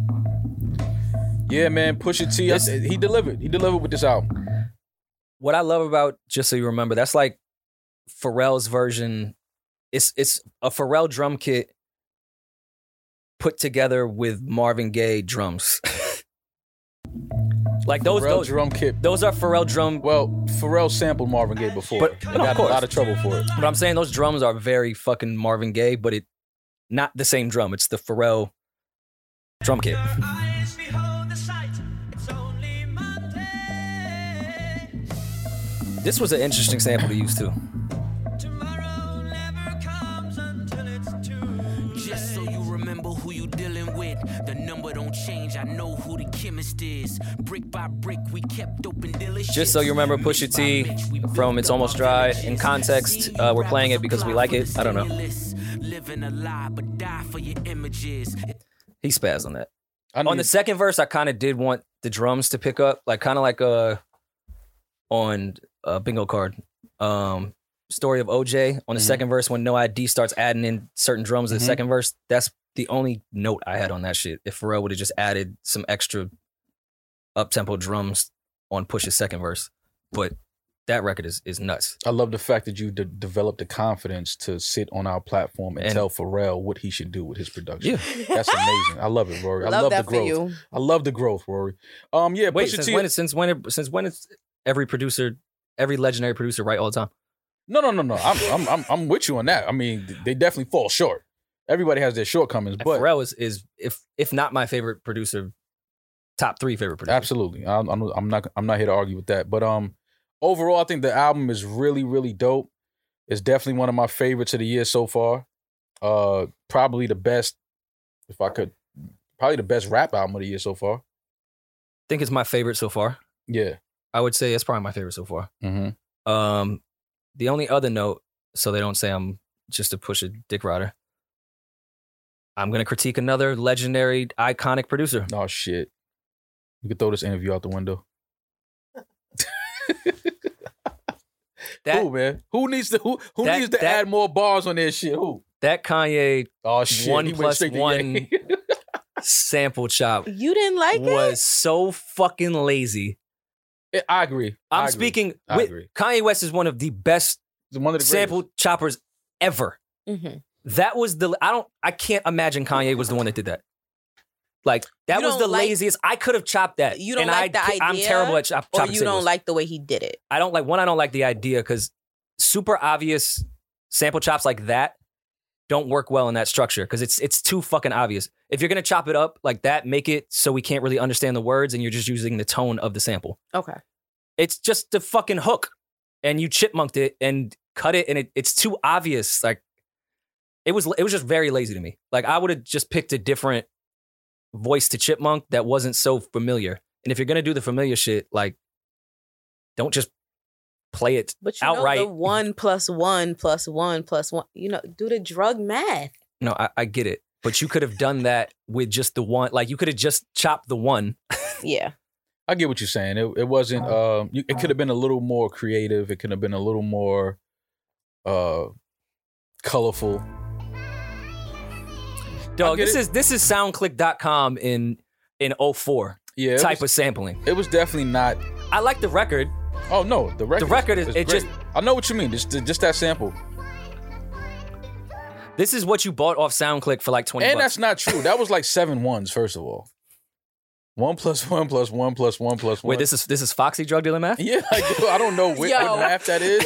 B: Yeah, man, Pusha T. I
C: This-
B: said- he delivered. He delivered with this album.
C: What I love about just so you remember, that's like Pharrell's version. It's it's a Pharrell drum kit put together with Marvin Gaye drums. like
B: Pharrell
C: those those
B: drum kit.
C: Those are Pharrell drum.
B: Well, Pharrell sampled Marvin Gaye before.
C: But-
B: But, and
C: no,
B: got in a
C: of course.
B: lot of trouble for it.
C: But I'm saying those drums are very fucking Marvin Gaye, but it not the same drum. It's the Pharrell drum kit. This was an interesting sample to use too.
E: Just so you remember who you dealing with. The number don't change. I know who the chemist is. Brick by brick, we kept open dealerships.
C: Just so you remember Pusha T from It's Almost Dry. In context, uh, we're playing it because we like it. I don't know.
E: Living a lie, but die for your images.
C: He spazzed on that.
B: I knew
C: On the second verse, I kind of did want the drums to pick up, like kind of like uh on a bingo card. Um, story of OJ on the
B: Mhm.
C: second verse when No ID starts adding in certain drums in the
B: Mhm.
C: second verse. That's the only note I had on that shit. If Pharrell would have just added some extra up tempo drums on Push's second verse, but that record is is nuts.
B: I love the fact that you de- developed the confidence to sit on our platform and,
C: And-
B: tell Pharrell what he should do with his production.
C: Yeah.
B: That's amazing. I love it, Rory. I love the
A: that for
B: growth.
A: you.
B: I love the growth, Rory. Um, yeah,
C: Wait,
B: Pusha
C: since
B: T-
C: when, is- since when? it- Since when is every producer, every legendary producer, right all the time?
B: No, no, no, no. I'm, I'm, I'm, I'm with you on that. I mean, th- they definitely fall short. Everybody has their shortcomings, but
C: Pharrell is is if if not my favorite producer, top three favorite producer.
B: absolutely, I'm, I'm I'm not, I'm not here to argue with that. But um, overall, I think the album is really, really dope. It's definitely one of my favorites of the year so far. Uh, probably the best, if I could, probably the best rap album of the year so far.
C: think it's my favorite so far.
B: Yeah.
C: I would say it's probably my favorite so far.
B: Mm-hmm.
C: Um, the only other note, so they don't say I'm just a push a dick rider. I'm gonna critique another legendary, iconic producer.
B: Oh shit. You could throw this interview out the window.
C: That
B: who man? Who needs to who who
C: that-
B: needs to
C: that-
B: add more bars on their shit? Who?
C: that Kanye
B: Oh shit.
C: One
B: he went
C: plus
B: straight to
C: one
B: Ye.
C: sample chop
A: You didn't like
C: was
A: it?
C: so fucking lazy.
B: Yeah, I agree. I
C: I'm
B: agree.
C: speaking.
B: I
C: with,
B: agree.
C: Kanye West is one of the best
B: It's one of the
C: sample choppers ever.
A: Mm-hmm.
C: That was the. I don't. I can't imagine Kanye was the one that did that. Like that
A: You
C: was
A: don't
C: the
A: like-
C: laziest. I could have chopped that.
A: You don't
C: and
A: like
C: I,
A: the
C: I'm
A: idea,
C: terrible at chop,
A: Or
C: chopping
A: you don't
C: signals.
A: like the way he did it.
C: I don't like one. I don't like the idea because super obvious sample chops like that don't work well in that structure because it's it's too fucking obvious. If you're gonna chop it up like that, make it so we can't really understand the words and you're just using the tone of the sample.
A: Okay.
C: It's just the fucking hook, and you chipmunked it and cut it, and it, it's too obvious. Like it was it was just very lazy to me. Like I would have just picked a different voice to chipmunk that wasn't so familiar. And if you're gonna do the familiar shit, like don't just play it
A: But you know
C: Outright.
A: the one plus one plus one plus one. You know, do the drug math.
C: No, I, I get it. But you could have done that with just the one. Like you could have just chopped the one.
A: Yeah.
B: I get what you're saying. It it wasn't. Um, you, it could have been a little more creative. It could have been a little more, uh, colorful.
C: Dog,
B: get
C: this
B: it.
C: is this is soundclick.com in in 04
B: Yeah. It
C: type
B: was,
C: of sampling.
B: It was definitely not.
C: I like the record.
B: Oh no, the record.
C: record is- it
B: great.
C: just-
B: I know what you mean. Just just that sample.
C: This is what you bought off SoundClick for like 20
B: And
C: bucks.
B: that's not true. That was like seven ones. First of all, one plus one plus one plus one plus one.
C: Wait, this is this is Foxy drug dealer math?
B: Yeah, like, I don't know what,
A: Yo.
B: what math that is.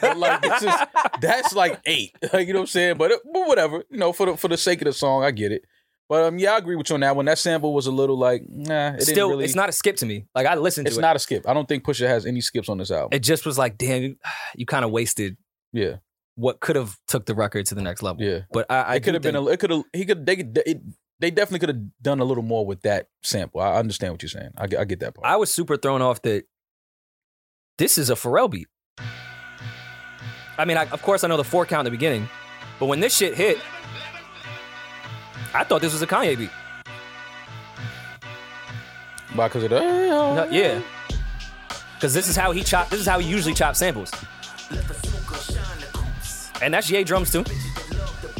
B: but like this is that's like eight. Like, you know what I'm saying? But, it, but whatever. You know, for the for the sake of the song, I get it. But um, yeah, I agree with you on that one. That sample was a little like, nah, it
C: Still,
B: didn't really,
C: it's not a skip to me. Like I listened to
B: It's
C: it.
B: not a skip. I don't think Pusha has any skips on this album.
C: it just was like, damn, you, you kind of wasted
B: yeah,
C: what could have took the record to the next level.
B: yeah.
C: But I, I
B: it could have been. A, it could have. He could. They could. It, they definitely could have done a little more with that sample. I understand what you're saying. I, get- I get that part.
C: I was super thrown off that this is a Pharrell beat. I mean, I, of course, I know the four count in the beginning, but when this shit hit, I thought this was a Kanye beat.
B: Why? Because of the.
C: No, yeah, because this is how he chop. This is how he usually chops samples, and that's Ye drums too.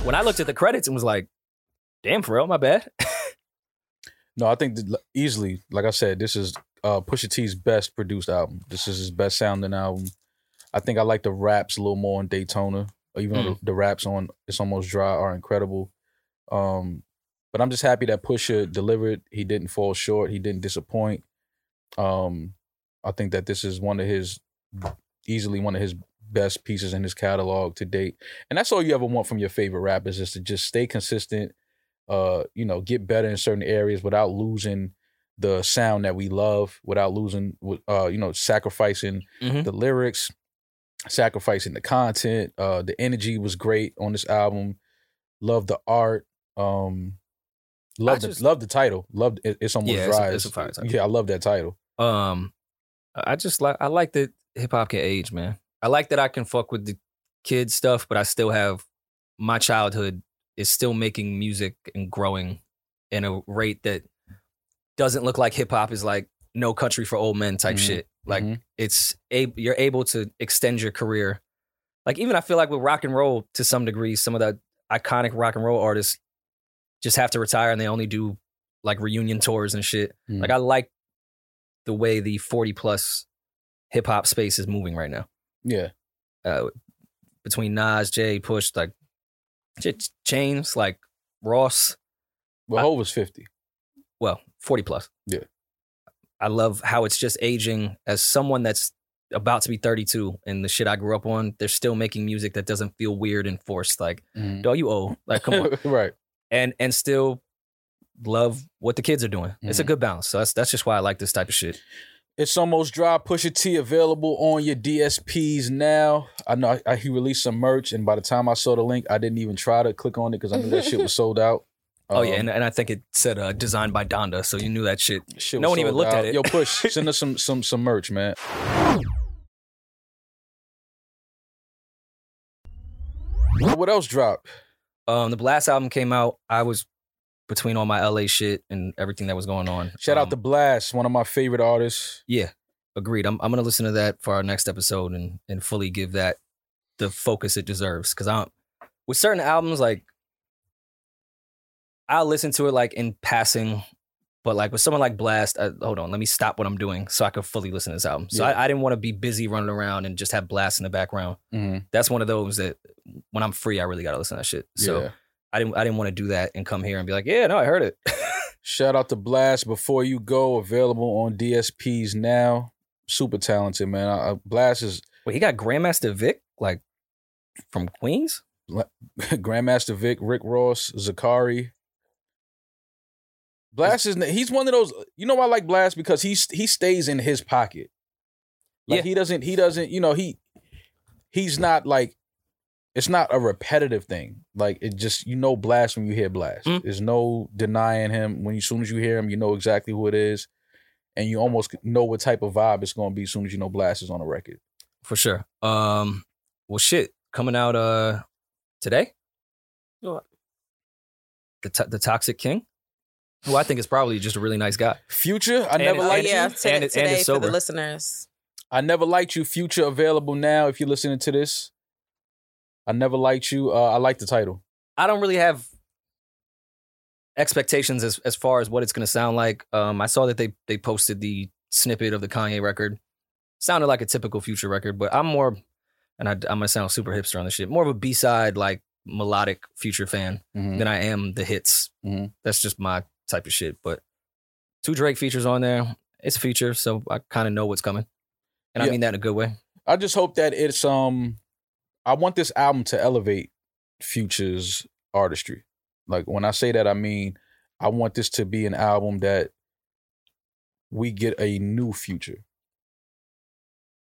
C: When I looked at the credits and was like, "Damn, Pharrell, my bad."
B: No, I think that easily, like I said, this is uh, Pusha T's best produced album. This is his best sounding album. I think I like the raps a little more on Daytona, or even though the, the raps on "It's Almost Dry" are incredible. Um, but I'm just happy that Pusha delivered. He didn't fall short. He didn't disappoint. Um, I think that this is one of his easily one of his best pieces in his catalog to date, and that's all you ever want from your favorite rappers is to just stay consistent uh, you know, get better in certain areas without losing the sound that we love, without losing, wi- uh, you know, sacrificing
C: Mhm.
B: the lyrics, sacrificing the content. Uh, the energy was great on this album. Love the art. Um, love the
C: just-
B: love the title. Loved it, it's almost yeah,
C: Yeah, it's a- it's a fire title.
B: Yeah, I love that title.
C: Um, I just like I like that hip hop can age, man. I like that I can fuck with the kid stuff, but I still have my childhood is still making music and growing in a rate that doesn't look like hip hop is like no country for old men type
B: Mhm.
C: shit. Like
B: Mhm.
C: it's a you're able to extend your career. Like even I feel like with rock and roll to some degree, some of the iconic rock and roll artists just have to retire and they only do like reunion tours and shit.
B: Mm.
C: Like I like the way the 40 plus hip hop space is moving right now.
B: Yeah.
C: Uh, between Nas, Jay, Push, like Ch- Ch- Chains, like Ross,
B: Well,
C: I-
B: Hov was 50.
C: well, 40 plus.
B: Yeah.
C: I love how it's just aging as someone that's about to be 32 and the shit I grew up on, they're still making music that doesn't feel weird and forced. Like,
B: Mm.
C: dog, you old. Like, come on.
B: right.
C: and and still love what the kids are doing. It's a
B: Mhm.
C: good balance. So that's that's just why I like this type of shit.
B: It's almost dry. Pusha T available on your DSPs now. I know I, he released some merch, and by the time I saw the link, I didn't even try to click on it because I knew that shit was sold out.
C: oh yeah,
B: Um,
C: and, and I think it said uh, designed by Donda, so you knew that shit.
B: Shit
C: No
B: was
C: one even
B: sold
C: looked at
B: out.
C: it.
B: Yo, push. Send us some some some merch, man. What else dropped?
C: Um, the Blast album came out. I was between all my LA shit and everything that was going on.
B: Shout
C: Um,
B: out to Blast, one of my favorite artists.
C: yeah, agreed. I'm I'm gonna listen to that for our next episode and and fully give that the focus it deserves because I'm with certain albums like I'll listen to it like in passing, but like with someone like Blast, I, hold on, let me stop what I'm doing so I could fully listen to this album. So
B: Yeah.
C: I, I didn't want to be busy running around and just have Blast in the background.
B: Mhm.
C: That's one of those that when I'm free, I really gotta listen to that shit. So
B: Yeah.
C: I didn't I didn't want to do that and come here and be like, yeah, no, I heard it.
B: Shout out to Blast before you go. Available on DSPs now. Super talented man. I, I- Blast is
C: Wait, he got Grandmaster Vic like from Queens.
B: Grandmaster Vic, Rick Ross, Zakari. Blast is he's one of those. You know I like Blast because he's he stays in his pocket. Like
C: Yeah.
B: he doesn't he doesn't you know he he's not like it's not a repetitive thing. Like it just you know Blast when you hear Blast.
C: Mm.
B: There's no denying him. When you, as soon as you hear him, you know exactly who it is, and you almost know what type of vibe it's going to be as soon as you know Blast is on the record.
C: for sure. Um, well, shit, coming out uh today.
A: What?
C: The to- the Toxic King, who I think is probably just a really nice guy.
B: Future, I
C: And
B: never
C: it's-
A: Oh
B: liked
A: yeah,
B: you.
A: to-
C: and it's- and
A: today
C: it's
A: for
C: sober.
A: the listeners.
B: I never liked you. Future available now. If you're listening to this, I never liked you. Uh, I like the title.
C: I don't really have expectations as as far as what it's gonna sound like. Um, I saw that they they posted the snippet of the Kanye record. Sounded like a typical Future record, but I'm more, and I, I'm gonna sound super hipster on this shit. More of a B side like melodic Future fan.
B: Mm-hmm.
C: than I am the hits.
B: Mhm.
C: That's just my type of shit. But two Drake features on there. It's a feature, so I kind of know what's coming, and I
B: Yeah.
C: mean that in a good way.
B: I just hope that it's um. I want this album to elevate Future's artistry. Like when I say that, I mean I want this to be an album that we get a new Future.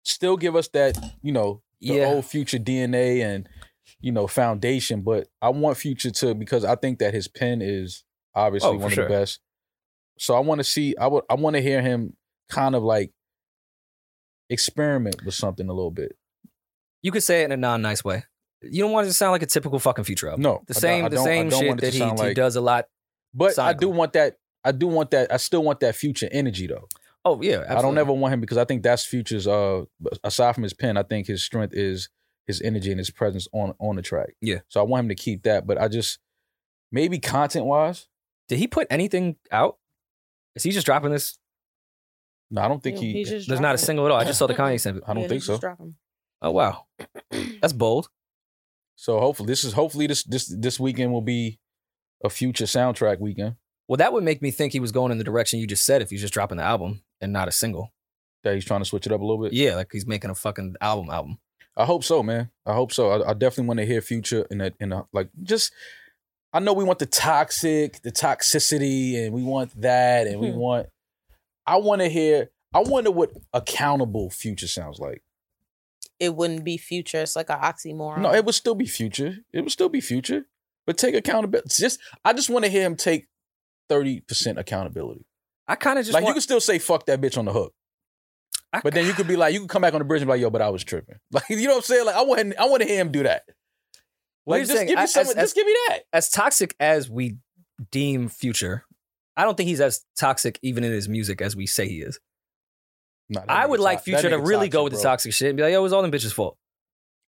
B: Still give us that you know the
C: Yeah.
B: old Future DNA and you know foundation, but I want Future to because I think that his pen is obviously
C: Oh,
B: one
C: for
B: of
C: sure.
B: the best. So I want to see. I would. I want to hear him kind of like experiment with something a little bit.
C: You could say it in a non nice way. You don't want it to sound like a typical fucking future album.
B: No,
C: the
B: I don't-
C: same
B: I
C: the
B: don't- I
C: same
B: don't
C: shit
B: want it to
C: that he,
B: sound
C: he
B: like-
C: but a lot.
B: But I do
C: Sonically.
B: want that. I do want that. I still want that future energy though.
C: Oh yeah,
B: I don't ever want him because I think that's future's. Uh, aside from his pen, I think his strength is his energy and his presence on on the track.
C: Yeah.
B: So I want him to keep that. But I just maybe content wise,
C: Did he put anything out? Is he just dropping this?
B: no, I don't think he.
A: just
C: There's not a single at all. I just saw the Kanye snippet.
B: I don't think so.
C: Oh wow, that's bold.
B: So hopefully this is hopefully this this this weekend will be a future soundtrack weekend.
C: Well, that would make me think he was going in the direction you just said. If he's just dropping the album and not a single,
B: That he's trying to switch it up a little bit.
C: yeah, like he's making a fucking album album.
B: I hope so, man. I hope so. I, I definitely want to hear future in that in a, like just. I know we want the toxic, the toxicity, and we want that, and we
C: Mm-hmm.
A: Mhm.
B: want. I want to hear. I wonder what accountable future sounds like.
A: It wouldn't be future. It's like an oxymoron.
B: No, it would still be future. It would still be future, but take accountability. Just I just want to hear him take thirty percent accountability.
C: I kind of just
B: like you
C: want,
B: can still say "fuck that bitch" on the hook,
C: I-
B: but then you could be like, you could come back on the bridge and be like, "Yo, but I was tripping." Like you know what I'm saying? Like I want, I want to hear him do that. Like
C: What you're
B: just
C: saying,
B: give
C: I-
B: me
C: as-
B: some,
C: as-
B: just give me that.
C: as toxic as we deem Future. I don't think he's as toxic even in his music as we say he is.
B: Nah, that
C: I
B: nigga
C: would like
B: tox-
C: Future
B: that
C: to
B: nigga
C: really go
B: toxic,
C: with the
B: bro.
C: toxic shit and be like, "Yo, it was all them bitches' fault."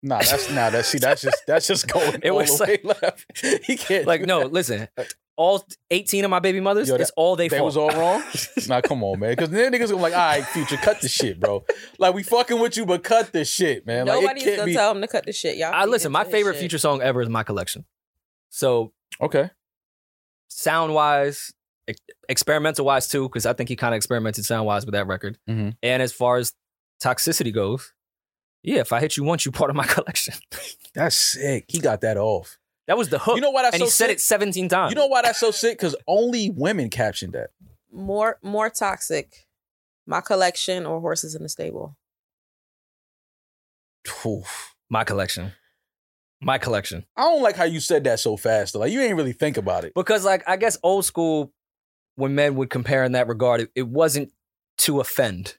B: Nah, that's nah. That's see, that's just that's just going.
C: It
B: It
C: was
B: was the way left. He can't.
C: Like,
B: do
C: no,
B: that.
C: listen, all 18 of my baby mothers,
B: Yo, that-
C: it's all they,
B: That
C: fault.
B: was all wrong. nah, come on, man. Because then niggas gonna be like, all right, future, cut the shit, bro. Like we fucking with you, but cut the shit, man. Like
A: Nobody's
B: it can't
A: gonna
B: be.
A: tell him to cut the shit, y'all.
C: I
A: feed
C: listen, my
A: into his
C: favorite
A: shit.
C: future song ever is my collection. So
B: okay,
C: sound wise, experimental wise e, too, because I think he kind of experimented sound wise with that record.
B: Mhm.
C: And as far as toxicity goes, yeah, if I hit you once, you part of my collection.
B: that's sick. He got that off.
C: that was the hook.
B: You know why that's
C: and
B: so
C: he said
B: sick?
C: it 17 times.
B: You know why that's so sick? Because only women captioned that.
A: More more toxic. My collection or horses in the stable.
B: Oof.
C: my collection. My collection.
B: I don't like how you said that so fast. though. Like you ain't really think about it.
C: Because like I guess old school, when men would compare in that regard, it, it wasn't to offend.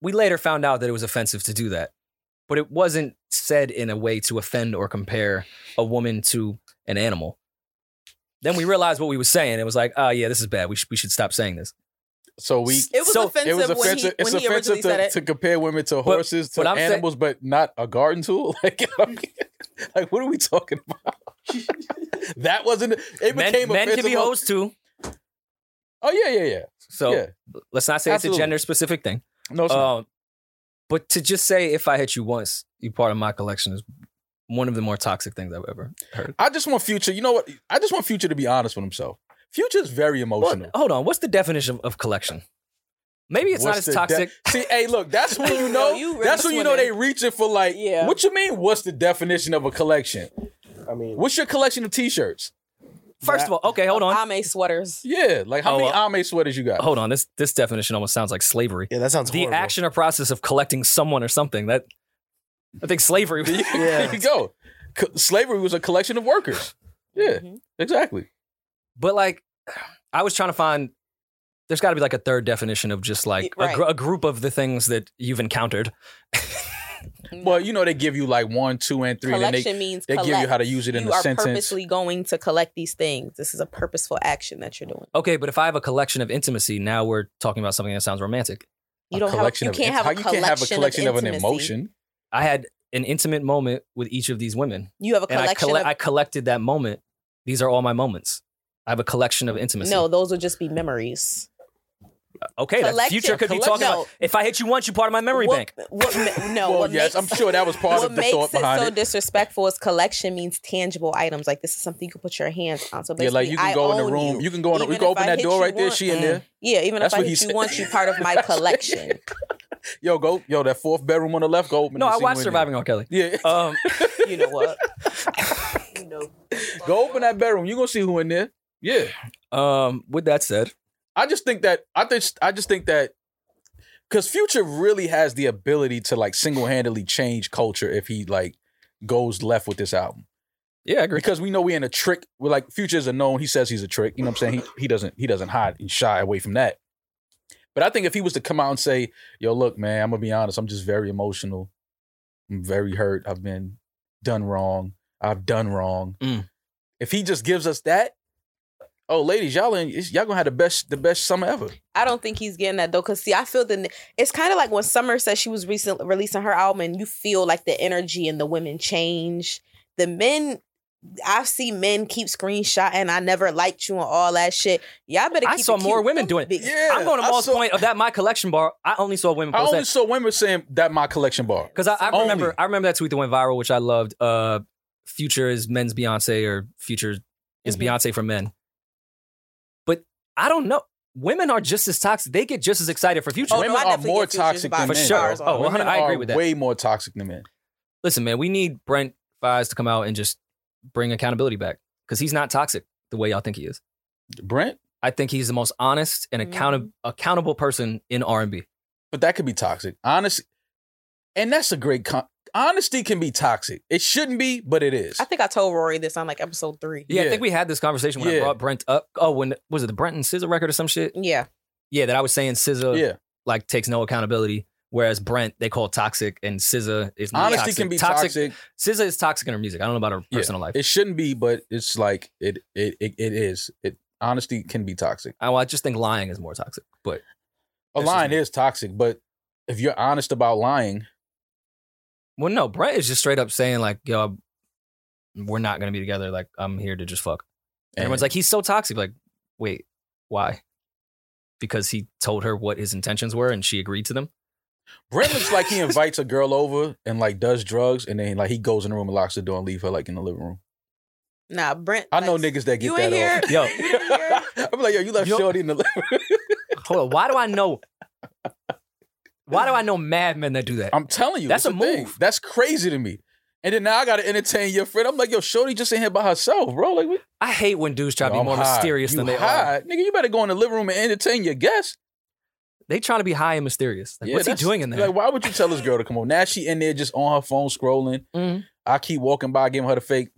C: We later found out that it was offensive to do that, but it wasn't said in a way to offend or compare a woman to an animal. Then we realized what we were saying. It was like, oh yeah, this is bad. We should we should stop saying this.
B: So we.
A: It was
C: So, it
A: offensive
B: It was
A: when
B: offensive.
A: he
B: it's
A: when he
B: offensive
A: originally said
B: to,
A: it.
B: to compare women to horses to
C: but I'm saying-
B: animals, but not a garden tool. Like, I mean, like what are we talking about? that wasn't. It
C: Men,
B: became
C: men can
B: offensive.
C: be hoes too.
B: Oh yeah, yeah, yeah.
C: So
B: yeah.
C: let's not say it's
B: Absolutely.
C: a gender specific thing.
B: No, it's not.
C: Um, but to just say if I hit you once, you part of my collection is one of the more toxic things I've ever heard.
B: I just want Future. You know what? I just want Future to be honest with himself. Future is very emotional.
C: Well, hold on, what's the definition of, of collection? Maybe it's
B: What's
C: not as
B: the de-
C: toxic.
B: See, hey, look, that's when you know.
A: No, you really
B: that's when you know they
A: swimming.
B: reaching for like.
A: Yeah.
B: What you mean? What's the definition of a collection?
D: I mean,
B: What's your collection of T-shirts?
C: First of all, okay, hold on,
A: Ame sweaters.
B: Yeah, like how
C: Oh,
B: many
C: uh,
B: Ame sweaters you got?
C: hold on. This this definition almost sounds like slavery.
D: yeah, that sounds
C: the
D: horrible.
C: action or process of collecting someone or something that I think slavery.
B: There you go. Co- slavery was a collection of workers. Yeah,
A: Mhm.
B: exactly.
C: but like, I was trying to find. There's got to be like a third definition of just like a, gr-
A: Right.
C: a group of the things that you've encountered.
B: Well, you know they give you like one, two, and three, and
A: collection
B: then
A: means
B: they, they give you
A: collect.
B: how to use it in
A: you
B: a
A: are
B: sentence.
A: purposely going to collect these things. This is a purposeful action that you're doing.
C: Okay, but if I have a collection of intimacy, now we're talking about something that sounds romantic.
A: You don't have. You
B: of
A: can't
B: in-
A: have.
B: how
A: A
B: you can't have a collection of, an
A: intimacy.
B: emotion.
C: I had an intimate moment with each of these women,
A: You have a
C: and I,
A: collection
C: colle-
A: of.
C: I collected that moment. These are all my moments. I have a collection of intimacy.
A: no, those would just be memories.
C: okay, that
A: collection-
C: future could be
A: collection-
C: talking about. If I hit you once, you part of my memory
A: what,
C: bank.
A: What, ma- no,
B: well,
A: what
B: yes,
A: makes,
B: I'm sure that was part
A: what
B: of the
A: makes
B: thought
A: it
B: behind
A: so
B: it.
A: disrespectful is collection means tangible items. Like this is something you can put your hands on. So basically,
B: yeah, like you can
A: I
B: go in the
A: own
B: room. You, can go in. The,
A: Even
B: you can
A: if
B: open
A: I
B: that
A: hit
B: door
A: you
B: right there.
A: once-
B: She in
A: Mm.
B: there.
A: Yeah, even
B: That's
A: if I
B: what he
A: hit you
B: said.
A: once, you part of my
B: That's what-
A: collection.
B: Yo, go. Yo, that fourth bedroom on the left. Go open.
C: No,
B: it and
C: I
B: see
C: watched
B: who in
C: Surviving R. Kelly.
B: there. Yeah,
C: Um,
A: you know what? you know.
B: go open that bedroom. You gonna see who in there. Yeah.
C: um, with that said,
B: I just think that I just I just think that because Future really has the ability to like single handedly change culture if he like goes left with this album
C: yeah, I agree.
B: because we know we in a trick. We're like Future is a known. He says he's a trick. You know what I'm saying? He he doesn't he doesn't hide and shy away from that. But I think if he was to come out and say, "Yo, look, man, I'm gonna be honest. I'm just very emotional. I'm very hurt. I've been done wrong. I've done wrong."
C: Mm.
B: If he just gives us that, oh, ladies, y'all in, y'all gonna have the best the best summer ever.
A: I don't think he's getting that though, cause see, I feel the. It's kind of like when Summer said she was recently releasing her album, and you feel like the energy and the women change. The men, I see men keep screenshot, and I never liked you and all that shit. Y'all better. Keep
C: I saw
A: it
C: more
A: cute.
C: women doing it.
B: Yeah,
C: I'm going to
B: I
C: Maul's
B: saw-
C: point of that my collection bar. I only saw women
B: I
C: post
B: only
C: that
B: saw women saying that my collection bar.
C: because I, I
B: Only.
C: remember I remember that tweet that went viral, which I loved. Uh, future is men's Beyonce or future is
A: Mhm.
C: Beyonce for men. But I don't know. Women are just as toxic. They get just as excited for future.
A: Oh, no,
B: women
A: I
B: are
A: definitely
B: more
A: get Future's
B: toxic
A: vibe
B: than
A: for
B: men.
A: sure.
C: Oh,
B: Women
C: 100 I agree
B: are
C: with that.
B: Way more toxic than men.
C: Listen, man, we need Brent Fies to come out and just bring accountability back because he's not toxic the way y'all think he is.
B: Brent,
C: I think he's the most honest and account-
A: Mhm.
C: accountable person in R and B.
B: but that could be toxic. Honest, and that's a great con- honesty can be toxic. It shouldn't be, but it is.
A: I think I told Rory this on like episode three.
C: Yeah,
B: Yeah.
C: I think we had this conversation when
B: Yeah.
C: I brought Brent up. Oh, when was it the Brent and SZA record or some shit?
A: Yeah,
C: Yeah, that I was saying SZA
B: yeah,
C: like takes no accountability, whereas Brent they call toxic and SZA is not
B: honesty
C: toxic.
B: can be toxic.
C: SZA is toxic in her music. I don't know about her
B: Yeah.
C: personal life.
B: It shouldn't be, but it's like it. It it, it is. It honesty can be toxic.
C: I, well, I just think lying is more toxic. But
B: A
C: This is
B: lying
C: me.
B: is toxic, but if you're honest about lying,
C: well, no, Brent is just straight up saying like, "Yo, I'm- we're not gonna be together. Like, I'm here to just fuck." And everyone's like, he's so toxic. Like, wait, why? Because he told her what his intentions were and she agreed to them.
B: Brent looks like he invites a girl over and like does drugs, and then like he goes in the room and locks the door and leave her like in the living room.
A: Nah, Brent.
B: I know
A: like,
B: niggas that get
A: you
B: that
A: ain't here.
B: off.
C: Yo.
A: You ain't here.
B: I'm like, yo, you left
C: You know-
B: Shorty in the living room.
C: Hold on. Why do I know? Why do I know madmen that do that?
B: I'm telling you,
C: That's
B: it's
C: a
B: thing.
C: move.
B: That's crazy to me. And then now I gotta entertain your friend. I'm like, yo, Shorty just in here by herself, bro. Like, we
C: I hate when dudes try to
B: Yo,
C: be
B: I'm
C: more
B: high.
C: mysterious
B: You
C: than they are.
B: high. Nigga, you better go in the living room and entertain your guests.
C: They trying to be high and mysterious. Like,
B: Yeah,
C: what's he
B: that's-
C: doing in there?
B: Like, why would you tell this girl to come over? Now she in there just on her phone scrolling.
A: Mm-hmm.
C: Mhm.
B: I keep walking by, giving her the fake.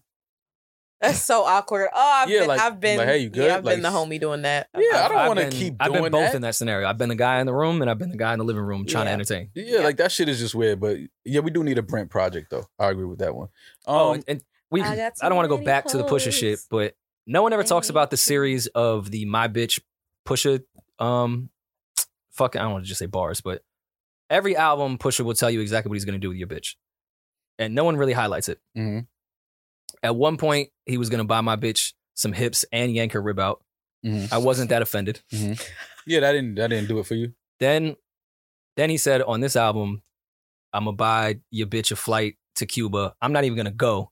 A: That's so awkward. Oh, I've
B: Yeah,
A: been,
B: like-
A: I've been,
B: like, hey, you good?
A: Yeah, I've been the
B: Like,
A: homie doing that.
B: Yeah, I
C: I've-
B: don't
C: I've
B: wanna
C: been-
B: keep
C: I've been
B: doing
C: both
B: that.
C: in that scenario. I've been the guy in the room and I've been the guy in the living room trying to
A: Yeah.
C: entertain.
B: Yeah,
A: Yeah.
B: like that shit is just weird. But yeah, we do need a Brent project though. I agree with that one. Um,
C: oh, and, and we.
A: I
C: I,
A: got
C: don't want to
A: too
C: go
A: many
C: back to the Pusha
A: hoes.
C: shit, but no one ever talks
A: Thank
C: about the
A: you.
C: series of the my bitch Pusha. Um, fuck, I don't want to just say bars, but every album Pusha will tell you exactly what he's going to do with your bitch, and no one really highlights it.
B: mhm,
C: At one point, he was going to buy my bitch some hips and yank her rib out.
B: mhm.
C: I wasn't that offended.
B: yeah, that didn't that didn't do it for you.
C: Then, then he said on this album, I'm gonna buy your bitch a flight to Cuba. I'm not even gonna go.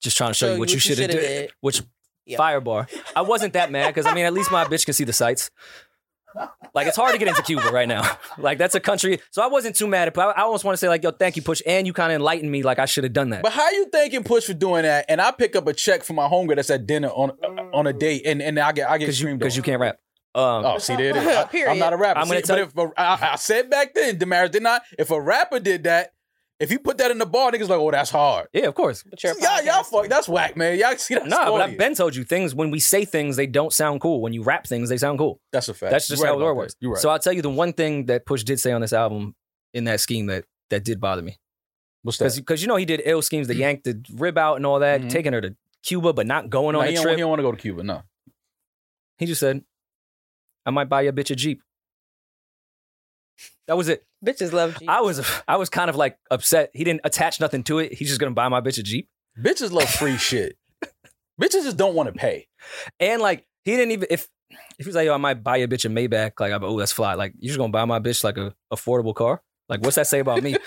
C: Just trying to show, you what you, should have
A: shoulda
C: did.
A: did.
C: Which
A: Yeah.
C: fire bar? I wasn't that mad because I mean, at least my bitch can see the sights. Like it's hard to get into Cuba right now. Like that's a country, so I wasn't too mad. at- But I, I almost want to say like, yo, thank you, Push, and you kind of enlightened me. Like I should have done that.
B: But how you thanking Push for doing that? And I pick up a check for my homegirl that's at dinner on on a date, and and I get I get
C: because you
B: screamed
C: because you
B: on.
C: can't rap. Um,
B: Oh, see, there it is. I,
A: Period.
B: am not a rapper.
C: I'm gonna
B: See,
C: tell
B: but if a, I, I said back then, Damaris did not. If a rapper did that, if you put that in the bar, niggas like, oh, that's hard.
C: yeah, of course.
A: But you're a
B: Y'all, y'all
A: podcaster.
B: fuck. That's whack, man. Y'all see that?
C: No, but I've been told you things when we say things they don't sound cool. When you rap things, they sound cool.
B: That's a fact.
C: That's just
B: You're
C: how
B: right
C: the world
B: about
C: works.
B: that. You're right.
C: So I'll tell you the one thing that Push did say on this album in that scheme that that did bother me
B: What's that?
C: because you know he did ill schemes, the yank the rib out and all that,
B: Mhm.
C: taking her to Cuba but not going
B: No,
C: on
B: he,
C: a
B: don't,
C: trip.
B: he don't want to go to Cuba. No.
C: He just said, "I might buy your bitch a jeep." That was it.
A: Bitches love G.
C: I was I was kind of like upset. He didn't attach nothing to it. He's just gonna buy my bitch a jeep,
B: Bitches love free shit. Bitches just don't want to pay.
C: and like he didn't even if if he was like, "Yo, I might buy your bitch a Maybach," like, "Oh, that's fly." Like you're just gonna buy my bitch like a affordable car. Like, what's that say about me?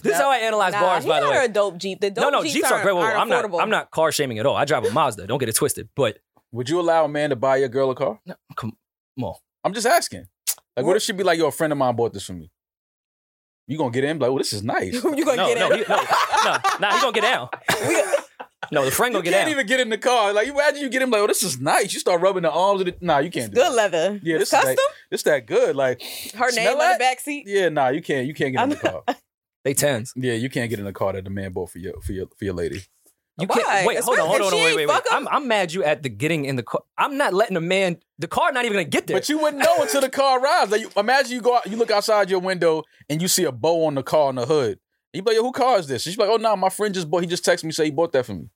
C: This is how I analyze
A: nah,
C: bars,
A: he
C: by the
A: got her
C: way.
A: a dope Jeep. The dope
C: No, no,
A: Jeeps,
C: Jeeps, are great. Whoa, whoa,
A: are
C: I'm
A: affordable.
C: not, I'm not car shaming at all. I drive a Mazda. Don't get it twisted. But
B: Would you allow a man to buy your girl a car?
C: no, come on.
B: I'm just asking. Like, what if she be like, yo, a friend of mine bought this for me? You gonna get in? Like, well, this is nice. You
A: you gonna
C: No,
A: get
C: no,
A: it?
C: he, no, no, nah, he gonna get down. No, the friend gonna get
B: can't
C: down.
B: even get in the car. Like, you imagine you get him like, oh, this is nice. You start rubbing the arms of the. Nah, you can't do
A: Good
B: that.
A: leather.
B: Yeah, this is
A: custom.
B: that, this that good. Like,
A: Her name
B: Smell
A: on the
B: that?
A: back seat.
B: yeah, nah, you can't. You can't get in the car.
C: They tens.
B: Yeah, you can't get in the car that the man bought for your for your for your lady.
C: You
A: Why?
C: can't wait. Hold on, hold
A: Especially if
C: on,
A: she
C: wait, wait, wait.
A: ain't fuck
C: I'm, I'm mad you at the getting in the car. I'm not letting a man. The car not even gonna get there.
B: But you wouldn't know until the car arrives. Like, you, imagine you go out, you look outside your window, and you see a bow on the car in the hood. You be like, yo, who car is this? And she's like, oh no, my friend just bought. He just texted me, say he bought that for me.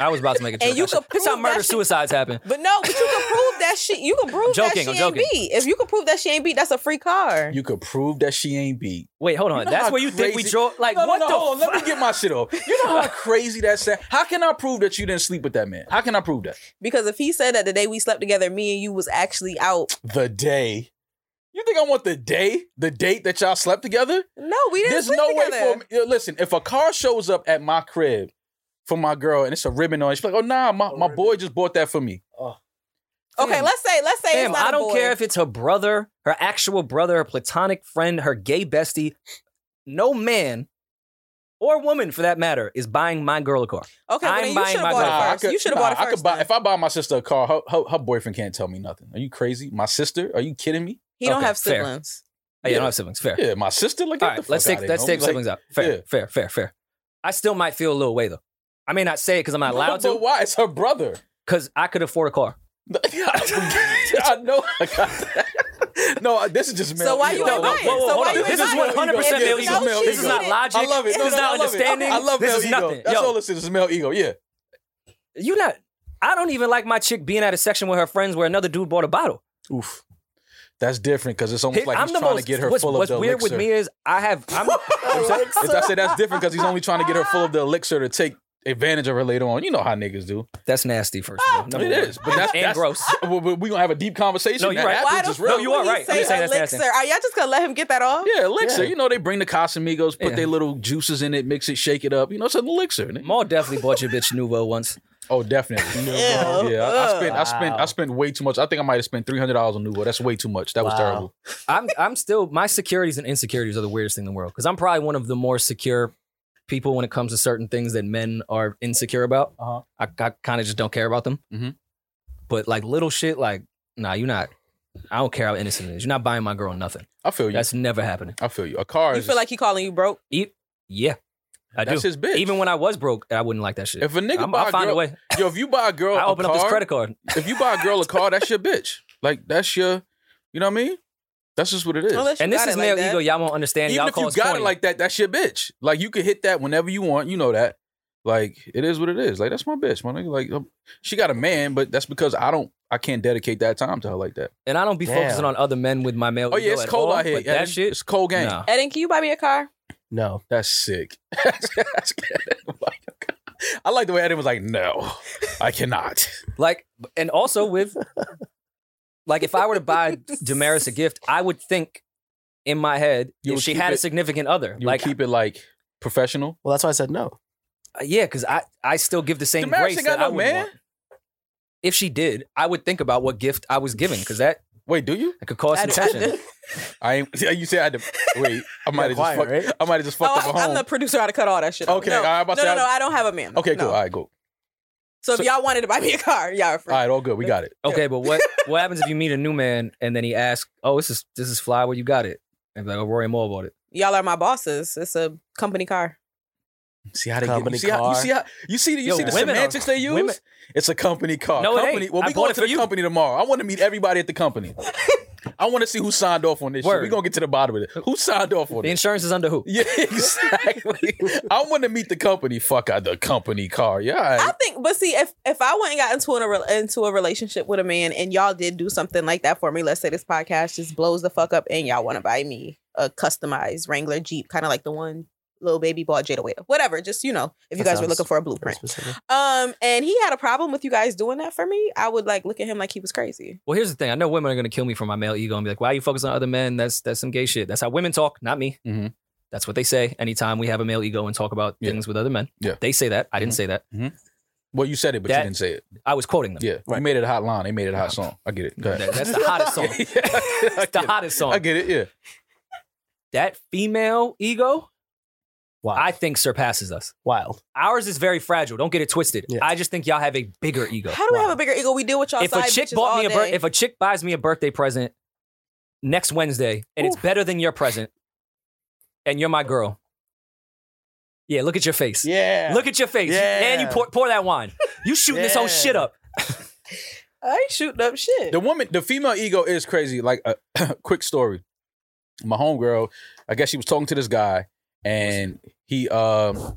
C: I was about to make a joke.
A: And you
C: actually.
A: could
C: That's how
A: prove that
C: murder
A: shit-
C: suicides happen.
A: But no, but you can prove that she. You can prove
C: joking,
A: that
C: I'm
A: she ain't
C: joking.
A: beat. If you can prove that she ain't beat, that's a free car.
B: You could prove that she ain't beat.
C: Wait, hold on.
B: You know
C: That's
B: how
C: where you think we
B: crazy-
C: draw. Like
B: No, no,
C: what
B: no,
C: the?
B: hold on, let me get my shit off. You know how crazy that sounds. How can I prove that you didn't sleep with that man? How can I prove that?
A: because if he said that the day we slept together, me and you was actually out.
B: The day. You think I want the day, the date that y'all slept together?
A: No, we didn't.
B: There's
A: sleep
B: no
A: together.
B: way for me. yeah, Listen, if a car shows up at my crib for my girl and it's a ribbon on, it, she's like, "Oh nah, my, my boy just bought that for me."
A: Okay,
C: Damn.
A: let's say let's say
C: Damn,
A: it's not
C: I
A: a
C: don't
A: boy.
C: care if it's her brother, her actual brother, her platonic friend, her gay bestie. No man or woman, for that matter, is buying my girl a car. Oh,
A: Okay,
C: I'm
A: well, then you
C: buying
A: should
C: my
A: have bought
C: car.
A: it
B: I
A: first. you should have
B: nah,
A: bought it first.
B: I could buy
A: then.
B: if I buy my sister a car, her, her, her boyfriend can't tell me nothing. Are you crazy? My sister? Are you kidding me?
A: he don't
C: Okay,
A: have
C: fair.
A: siblings.
C: Oh, yeah, I
B: Yeah.
C: don't have siblings. Fair.
B: Yeah, my sister. Like, get
C: All
B: the
C: right,
B: fuck
C: let's take
B: outta here,
C: let's take
B: homie. Like,
C: siblings out. Fair,
B: yeah.
C: fair, fair, fair. I still might feel a little way though. I may not say it because I'm not allowed
B: but
C: to,
B: why? It's her brother.
C: because I could afford a car.
B: I know. I got that. no, uh, this is just male.
A: So why you
B: ego.
A: ain't buying? So why you
C: This
A: ain't
C: is
A: buying?
C: 100%
A: If
C: male
A: you
C: ego.
A: know she
C: This is not
A: did-
C: logic.
B: I love it.
C: This
B: No,
C: is
B: no,
C: not
B: I love it.
C: understanding.
B: I love
C: this
B: male
C: is
B: ego.
C: nothing.
B: That's
C: Yo,
B: all this is. It's male ego. Yeah.
C: you not. I don't even like my chick being at a section with her friends where another dude bought a bottle.
B: Oof. That's different because it's almost like
C: I'm
B: he's
C: the
B: trying
C: most.
B: to get her
C: what's
B: full of
C: what's
B: the
C: weird
B: elixir.
C: with me is I have. I'm,
B: If I say that's different because he's only trying to get her full of the elixir to take advantage of her later on. You know how niggas do.
C: that's nasty. First of all, Number
B: it
C: one.
B: is, but that's
C: and
B: that's-
C: gross.
B: Well, but we gonna have a deep conversation.
C: No, you're
B: That
C: right.
B: apple
A: Why
B: just
A: the
B: real.
C: No,
A: fuck
C: you are
A: would he
C: right. I'm
A: say
C: just saying that's
A: elixir?
C: nasty.
A: Are y'all just gonna let him get that off?
B: Yeah, elixir.
C: Yeah.
B: You know they bring the Casamigos, put
C: Yeah.
B: their little juices in it, mix it, shake it up. You know it's an elixir. nigga.
C: Maul definitely bought your bitch Nouveau once.
B: Oh, definitely.
A: Ew.
B: Yeah, I, I
A: Ugh.
B: spent, I spent, I
D: Wow.
B: spent way too much. I think I might have spent three hundred dollars on Nuvo. That's way too much. That was
D: Wow.
B: terrible.
C: I'm I'm still my securities and insecurities are the weirdest thing in the world because I'm probably one of the more secure people when it comes to certain things that men are insecure about.
B: Uh-huh.
C: I, I kind of just don't care about them.
B: Mhm.
C: But like little shit, like nah, you're not. I don't care how innocent it is. You're not buying my girl nothing.
B: I feel you.
C: That's never happening.
B: I feel you. A car.
A: You
B: is
A: feel like he calling you broke?
C: Yeah, I
B: that's
C: do.
B: his bitch.
C: Even when I was broke, I wouldn't like that shit.
B: if a nigga
C: I'm,
B: buy
C: I'll
B: a
C: find
B: girl,
C: a way.
B: yo, if you buy a girl,
C: I
B: a
C: open up this
B: car-
C: credit card.
B: if you buy a girl a car, that's your bitch. Like that's your, you know what I mean? That's just what it is.
A: Unless you
C: And this
A: got
C: is
A: it like
C: male
A: that.
C: ego. Y'all won't understand.
B: Even
C: y'all
B: if
C: call
B: you
C: us
B: got
C: corny.
B: it like that, that's your bitch. Like you can hit that whenever you want. You know that. Like it is what it is. Like that's my bitch, my nigga. Like um, she got a man, but that's because I don't. I can't dedicate that time to her like that.
C: and I don't be
D: Damn.
C: focusing on other men with my male
B: Oh yeah,
C: ego
B: it's
C: at
B: cold
C: all,
B: out here.
C: But
B: Yeah,
C: that shit,
B: It's cold game.
C: nah.
A: Eden, can you buy me a car?
D: No.
B: That's sick. That's good. I like the way Adam was like, no, I cannot.
C: Like, and also with, like, if I were to buy Damaris a gift, I would think in my head
B: You
C: if
B: would
C: she
B: keep
C: had a
B: it-
C: significant other.
B: You
C: like,
B: keep it like professional.
D: Well, that's why I said no.
C: uh, yeah, because I I still give the same
B: Damaris
C: grace
B: ain't
C: that
B: got
C: I
B: no
C: would
B: man.
C: want. If she did, I would think about what gift I was giving because that,
B: Wait, do you?
C: that could cause some
A: I- I-
C: tension.
B: I ain't. You said I had to. Wait, I might have just.
D: quiet,
B: Fucked,
D: right?
B: I might have just fucked
A: Oh,
B: up a
A: I,
B: home.
A: am the producer. I had to cut all that shit. out.
B: Okay,
A: no,
B: all right, I'm about
A: no,
B: to
A: no,
B: say-
A: no, I don't have a man.
B: okay, cool.
A: No.
B: All right, cool.
A: So if
B: So-
A: y'all wanted to buy me a car, y'all are free.
B: All right, all good. We got it.
C: Okay, but what what happens if you meet a new man and then he asks, "Oh, this is this is fly where you got it?" And be like, "Oh, Rory Moore bought it."
A: Y'all are my bosses. It's a company car.
B: See how they get,
D: Company
B: you see how, you
D: car.
B: see how you see the, you
C: Yo,
B: see the
C: women are-
B: semantics they use.
C: women-
B: It's a company car.
C: No, it
B: company.
C: ain't.
B: Well,
C: I
B: we
C: bought
B: going
C: it
B: to
C: for
B: the
C: you.
B: company tomorrow. I want to meet everybody at the company. I want to see who signed off on this. shit.
C: Word.
B: We gonna get to the bottom of it. Who signed off on
C: The
B: this?
C: insurance is under who?
B: Yeah, exactly. I want to meet the company. Fuck out the company car. Yeah, all
A: I
B: right.
A: think, but see, if if I wouldn't got into a re- into a relationship with a man, and y'all did do something like that for me, let's say this podcast just blows the fuck up, and y'all want to buy me a customized Wrangler Jeep, kind of like the one little baby bought Jada Waiter, whatever. Just you know, if you
D: That
A: guys were
D: sounds
A: looking for a
D: Very
A: blueprint,
D: specific.
A: um, and he had a problem with you guys doing that for me, I would like look at him like he was crazy.
C: Well, here's the thing. I know women are gonna kill me for my male ego and be like, "Why you focus on other men? That's that's some gay shit." That's how women talk, not me.
B: Mhm.
C: That's what they say. Anytime we have a male ego and talk about
B: Yeah.
C: things with other men,
B: Yeah.
C: they say that. I didn't
B: Mhm.
C: say that.
B: well, you said it, but
C: That-
B: you didn't say it.
C: I was quoting them.
B: Yeah, we
D: Right.
B: made it a hot line. They made it a hot song. I get it. Go ahead.
C: That- that's the hottest song.
B: Yeah, I
C: That's the
B: get it.
C: hottest song.
B: I get it. Yeah.
C: That female ego,
D: Wow.
C: I think, surpasses us.
D: Wild.
C: Ours is very fragile. Don't get it twisted.
D: Yeah.
C: I just think y'all have a bigger ego.
A: How do we
D: Wow.
A: have a bigger ego? We deal with y'all.
C: If a
A: side
C: chick
A: bitches
C: bought
A: all
C: me a bir-
A: day.
C: if a chick buys me a birthday present next Wednesday and it's better than your present, and you're my girl, yeah, look at your face.
D: Yeah.
C: Look at your face.
D: Yeah.
C: And you pour, pour that wine. You shooting this whole
D: Yeah.
C: shit up.
A: I ain't shooting up shit.
B: The woman, the female ego is crazy. Like a quick story. My homegirl, I guess she was talking to this guy, and he, um,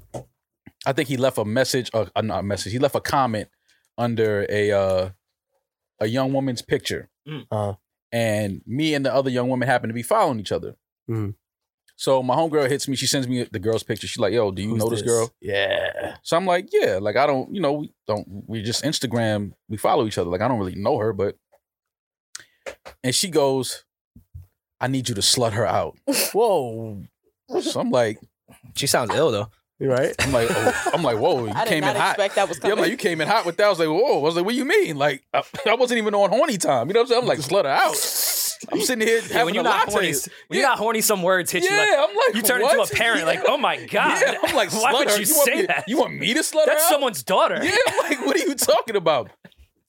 B: I think he left a message, uh, uh, not a message. He left a comment under a uh, a young woman's picture,
D: Uh,
B: and me and the other young woman happened to be following each other.
D: Mhm.
B: So my homegirl hits me. She sends me the girl's picture. She's like, "Yo, do you
D: who's
B: know this girl?"
D: Yeah.
B: So I'm like, yeah, like I don't, you know, we don't, we just Instagram, we follow each other. Like I don't really know her, but. And she goes, I need you to slut her out.
D: Whoa.
B: So I'm like,
C: She sounds ill though.
D: You right?
B: I'm like, oh, I'm like, whoa, you
A: I did
B: came
A: not
B: in hot.
A: expect that was
B: Yeah, I'm
A: coming.
B: like, you came in hot with that. I was like, whoa. I was like, what do you mean? Like, I, I wasn't even on horny time. You know what I'm saying? I'm like, slut her out. I'm sitting here having
C: Yeah, when you're
B: a
C: not
B: latte.
C: horny, when you're
B: Yeah.
C: not horny, some words hit
B: yeah,
C: you. Like,
B: I'm like,
C: you turn
B: what?
C: into a parent. Like, oh my god,
B: yeah, I'm like,
C: why
B: slut
C: would
B: her.
C: you,
B: want
C: say
B: me-
C: that?
B: You want me to slut her
C: That's
B: out?
C: someone's daughter.
B: Yeah, I'm like, what are you talking about?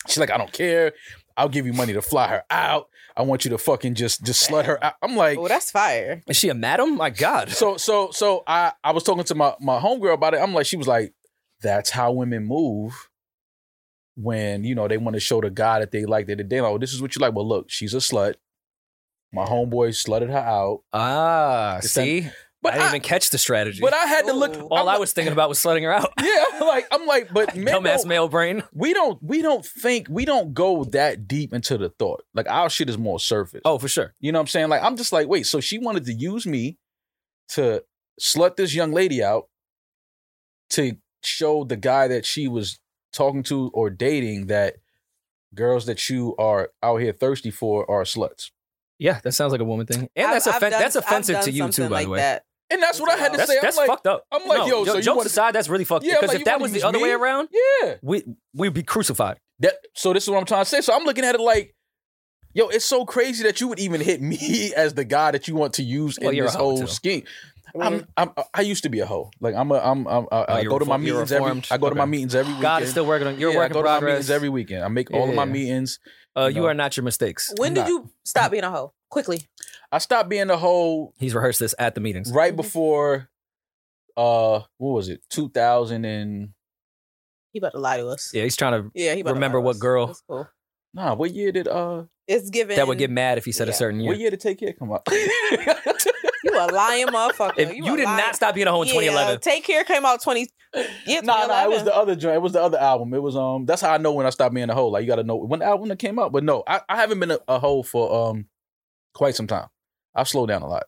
B: She's like, I don't care. I'll give you money to fly her out. I want you to fucking just just slut her out. I'm like,
A: oh, that's fire.
C: Is she a madam? My god.
B: so so so I I was talking to my my homegirl about it. I'm like, she was like, that's how women move when you know they want to show the guy that they like that they like. Oh, this is what you like. Well, look, she's a slut. My homeboy slutted her out.
C: Ah,
B: It's
C: see, I
B: But
C: didn't
B: I,
C: even catch the strategy.
B: but I had to look.
A: Ooh.
C: All
B: I'm
C: I
B: like-
C: was thinking about was slutting her out.
B: Yeah, I'm like I'm like, but men
C: Dumbass
B: don't-
C: male brain.
B: we don't we don't think we don't go that deep into the thought. Like our shit is more surface.
C: Oh, for sure.
B: You know what I'm saying? Like I'm just like, wait, so she wanted to use me to slut this young lady out to show the guy that she was talking to or dating that girls that you are out here thirsty for are sluts.
C: Yeah, that sounds like a woman thing, and
A: I've-
C: that's
A: I've
C: offen-
A: done-
C: that's
A: I've
C: offensive
A: done
C: to you too,
A: something
C: by
A: like
C: the way.
A: That.
B: And that's what I had to
C: That's
B: say.
C: that's
B: I'm like,
C: fucked up.
B: I'm like,
C: No,
B: yo, so
C: jo-
B: you
C: jokes
B: wanna-
C: aside, that's really fucked
B: Yeah,
C: up.
B: I'm
C: Because
B: like,
C: if
B: you
C: that
B: wanna
C: was the
B: use
C: other way
B: me?
C: around,
B: yeah.
C: we we'd be crucified.
B: That so this is what I'm trying to say. So I'm looking at it like, yo, it's so crazy that you would even hit me as the guy that you want to use
C: Well,
B: in
C: you're a
B: this
C: hoe,
B: whole
C: too.
B: scheme. I'm, I'm, I used to be a hoe. Like I'm a, I'm, I'm I, I
C: Oh, you're
B: go to my
C: reform- you're
B: meetings every.
C: reformed?
B: I go to my
C: Okay.
B: meetings every weekend.
C: God is still working on your
B: Yeah,
C: work
B: I
C: in
B: go to my meetings
C: progress.
B: every weekend. I make all of my
C: Yeah.
B: meetings.
C: uh, you
B: No.
C: are not your mistakes.
A: When did
B: Nah.
A: you stop being a hoe? Quickly.
B: I stopped being a hoe
C: He's rehearsed this at the meetings.
B: right before, uh, what was it? 2000 and
A: He about to lie to us.
C: Yeah, he's trying to.
A: Yeah, he about to
C: Remember
A: lie to
C: what
A: us.
C: girl-
A: That's cool.
B: nah. What year did uh?
A: It's given.
C: That would get mad if he said a
A: Yeah.
C: certain year.
B: What year did Take Care come out?
A: You a lying motherfucker.
C: If
A: you
C: you,
A: a
C: did
A: lying-
C: not stop being a hoe in
A: Yeah,
C: 2011.
A: Take Care came out 20. Yeah,
B: No, no, it was
A: 2011.
B: the other joint. It was the other album. It was um. That's how I know when I stopped being a hoe. Like you got to know when the album that came out. But no, I, I haven't been a, a hoe for um quite some time. I've slowed down a lot.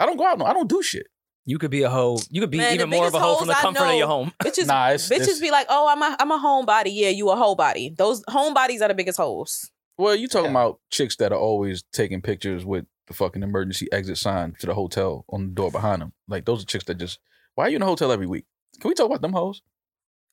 B: I don't go out. No, I don't do shit.
C: You could be a hoe. You could be
A: Man, the
C: even more of a
A: biggest
C: hoe from the
A: hoes I
C: comfort of
A: know-
C: your home.
A: Bitches,
B: nah, it's,
A: bitches
B: it's-
A: be like, oh, I'm a, I'm a homebody. Yeah, you a homebody. Those homebodies are the biggest hoes.
B: Well, you talking
D: Yeah.
B: about chicks that are always taking pictures with the fucking emergency exit sign to the hotel on the door behind them. Like those are chicks that just. Why are you in a hotel every week? Can we talk about them hoes?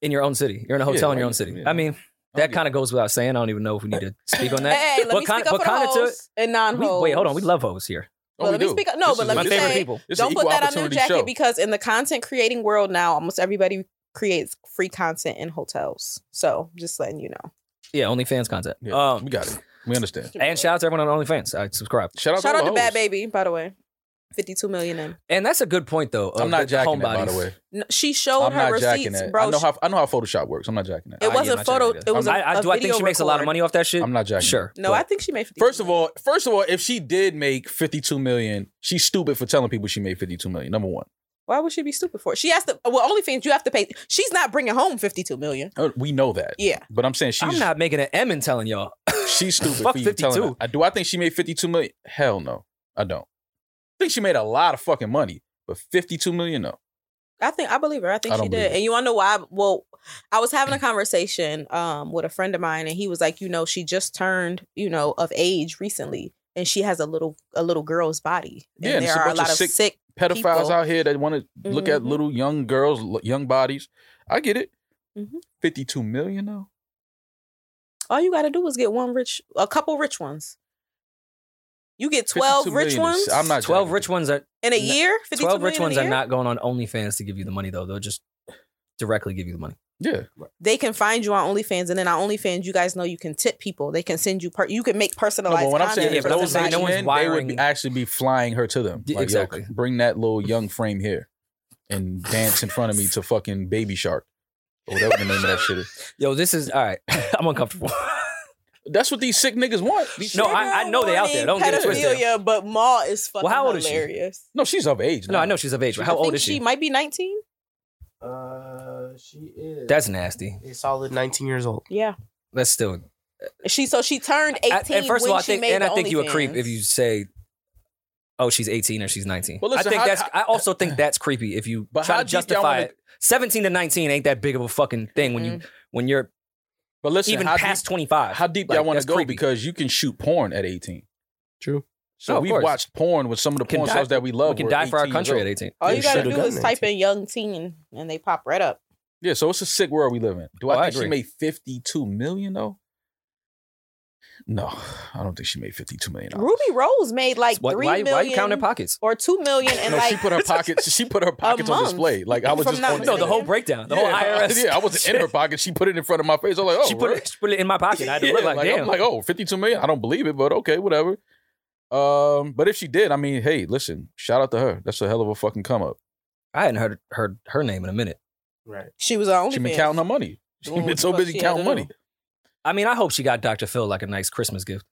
C: in your own city. You're in a hotel
B: Yeah,
C: in your own
B: like,
C: city.
B: yeah.
C: I mean,
B: I don't
C: that
B: get
C: kind of goes without saying. I don't even know if we need to speak on that.
A: Hey, let
C: But
A: me
C: kinda-
A: speak up
C: but
A: for the
C: kinda to-
A: hoes and non
C: We-
A: hoes.
C: wait, hold on. We love hoes here.
B: Oh,
A: Well,
B: we
A: let me
B: do.
A: speak up- no,
B: This
A: but
B: is
A: let
B: a-
C: My
A: me
C: favorite
A: say-
C: people.
B: this is an
A: Don't put
B: equal
A: that on your
B: opportunity
A: jacket
B: show.
A: because in the content creating world now, almost everybody creates free content in hotels. So just letting you know.
C: Yeah, OnlyFans content.
B: Yeah,
C: Um,
B: we got it. We understand.
C: and shout out to everyone on OnlyFans. I subscribe.
B: Shout out
A: Shout
B: to, all
A: out
B: the
A: to
B: hoes.
A: Bad Baby, by the way. 52 million in.
C: And that's a good point though. of
B: I'm not
C: Uh, the- the
B: jacking that, by
C: homebodies.
B: the way.
A: No, She showed
B: I'm
A: her
B: not jacking
A: receipts,
B: that.
A: bro.
B: I know how I know how Photoshop works. I'm not jacking that.
A: it
C: I am
A: wasn't
C: not jacking
A: photo.
C: that.
A: It was a
C: I, I-
A: a
C: do I think
A: video
C: she makes a lot of
A: record.
C: money off that shit?
B: I'm not jacking. it.
C: sure.
A: No,
C: but
A: I think she made 50.
B: First of all, first of all, if she did make 52 million, she's stupid for telling people she made 52 million. Number one,
A: why would she be stupid for it? She has to. Well, OnlyFans, you have to pay. She's not bringing home 52 million.
B: Uh, we know that.
A: Yeah.
B: But I'm saying she's
C: I'm not making an M and telling y'all.
B: she's stupid
C: Fuck
B: for even telling.
C: 52.
B: that. I- Do I think she made 52 million? Hell no, I don't. I think she made a lot of fucking money, but 52 million, no.
A: I think I believe her. I think
B: I
A: she
B: don't believe
A: did.
B: it. Mm.
A: And you want to know why? I- Well, I was having a conversation um with a friend of mine, and he was like, you know, she just turned, you know, of age recently, and she has a little a little girl's body. And
B: Yeah, and
A: there
B: it's a
A: are a
B: bunch
A: lot
B: of
A: of sick.
B: sick- Pedophiles
A: People.
B: out here that want to look at
A: Mhm.
C: Mm-hmm.
B: little young girls, l- young bodies. I get it.
C: Mm-hmm.
A: Mhm.
B: 52 million, though.
A: all you got to do is get one rich, a couple rich ones. You get twelve
B: 52
A: rich
B: million
A: ones
B: is- I'm not
C: Uh, Twelve
B: jacking
C: rich
B: it.
C: ones are
A: in a
C: n-
A: year. 52
C: twelve rich
A: million
C: ones
A: a
C: are
A: year?
C: not going on OnlyFans to give you the money though. They'll just directly give you the money.
B: Yeah.
A: They can find you on OnlyFans, and then on OnlyFans, you guys know you can tip people. They can send you. Per- you can make
B: No,
A: personalized.
B: but what I'm saying
A: content
C: Yeah,
B: is
A: for
C: but I'm
B: those
C: saying
A: somebody.
B: men,
C: no one's
B: they would be,
C: wiring-
B: actually be flying her to them.
C: Yeah,
B: Like, yo,
C: exactly.
B: bring that little young frame here and dance in front of me to fucking Baby Shark or whatever the name of that shit is.
C: Yo, this is all right. I'm uncomfortable.
B: That's what these sick niggas want. These
C: No,
B: sick-
C: I- I know they out there. Don't get it twisted.
A: Pedophilia, but Ma is fucking
C: Well, how old is she?
A: hilarious.
B: no, she's of age.
C: no,
B: now.
C: I know she's of age, but how
A: I think
C: old is she?
A: might be 19.
D: Uh, she is.
C: That's nasty.
D: a solid 19 years old.
A: Yeah.
C: That's still
A: She so she turned 18
C: I- and first
A: when
C: of all, I
A: she
C: think,
A: made
C: and
A: the
C: I think you a creep
A: OnlyFans.
C: if you say, "Oh, she's 18 or she's 19."
B: But
C: I
B: listen,
C: think
B: how-
C: that's.
B: how-
C: I also think that's creepy if you
B: But
C: try
B: how
C: to
B: deep y'all
C: justify
B: wanna-
C: it. 17 to 19 ain't that big of a fucking thing when you when you're
B: But listen,
C: even
B: how
C: past
B: deep,
C: 25.
B: how deep
C: Like,
B: y'all want to
C: that's
B: go
C: creepy.
B: because you can shoot porn at 18.
D: True.
B: So
C: No, of
B: we've
C: course.
B: watched porn with some of the
C: Can
B: porn
C: die-
B: stars that we love.
C: we can
B: were
C: die for our
B: 18 years
C: country at
B: old.
C: 18.
A: All
D: They
A: you gotta
D: should've
A: do is
D: gotten
A: type
D: 19.
A: in young teen and they pop right up.
B: Yeah, so it's a sick world we live in. Do
C: Oh, I
B: I think she
C: agree.
B: made 52 million though? No, I don't think she made 52 million. dollars.
A: Ruby Rose made like
C: Why-
A: three
C: why,
A: million
C: why you counting pockets?
A: or two million and
B: no,
A: like
B: she put her pockets. She put her pockets on
A: month,
B: display. Like I was
A: if I'm
B: just
A: not
B: on
C: No, the whole
A: Yeah.
C: breakdown, the
B: yeah,
C: whole IRS.
B: Yeah, I wasn't in her pocket. She put it in front of my face. I was like, oh,
C: she put
B: really?
C: it, she put it in my pocket. I had to
B: Yeah,
C: look like, damn.
B: I'm like, oh, 52 million. I don't believe it, but okay, whatever. Um, but if she did, I mean, hey, listen, shout out to her. That's a hell of a fucking come up.
C: I hadn't heard heard her name in a minute.
D: Right.
A: she was on OnlyFans.
B: She been counting her money. She
A: Doing
B: been
A: what
B: so
A: the fuck
B: busy
A: she had
B: counting
A: to
B: money.
A: do.
C: I mean, I hope she got Dr. Phil like a nice Christmas gift.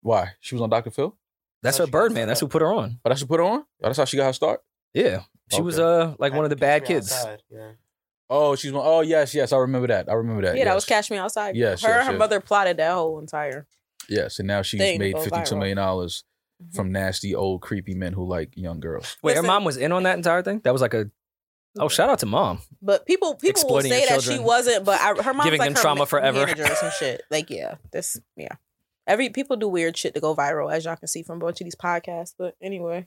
B: Why? She was on Dr. Phil?
C: That's
D: how
C: her
D: she got
C: Birdman. That's who
D: started.
C: put her on.
B: Oh, that's what put her on. Oh, that's how she got her start.
C: Yeah, she was uh like one of the bad kids.
D: Outside, yeah.
B: Oh, she's one oh yes, yes, I remember that. I remember that.
A: Yeah, that
B: yes.
A: was Cash Me Outside.
B: Yes,
A: her
B: yes,
A: and her
B: yes.
A: mother plotted that whole entire.
B: Yes, and now she's
A: Thing
B: made
A: goes
B: fifty two
A: viral. Mm-hmm.
B: million dollars from nasty old creepy men who like young girls.
C: Wait, her
A: Listen-
C: mom was in on that entire thing. That was like a oh shout out to mom.
A: But people people will
C: Exploiting your
A: say that she
C: children.
A: wasn't, but I, her mom's
C: Giving
A: like
C: them
A: her
C: trauma
A: ma-
C: forever.
A: manager or some shit. Like yeah, this yeah. Every people do weird shit to go viral, as y'all can see from a bunch of these podcasts. But anyway,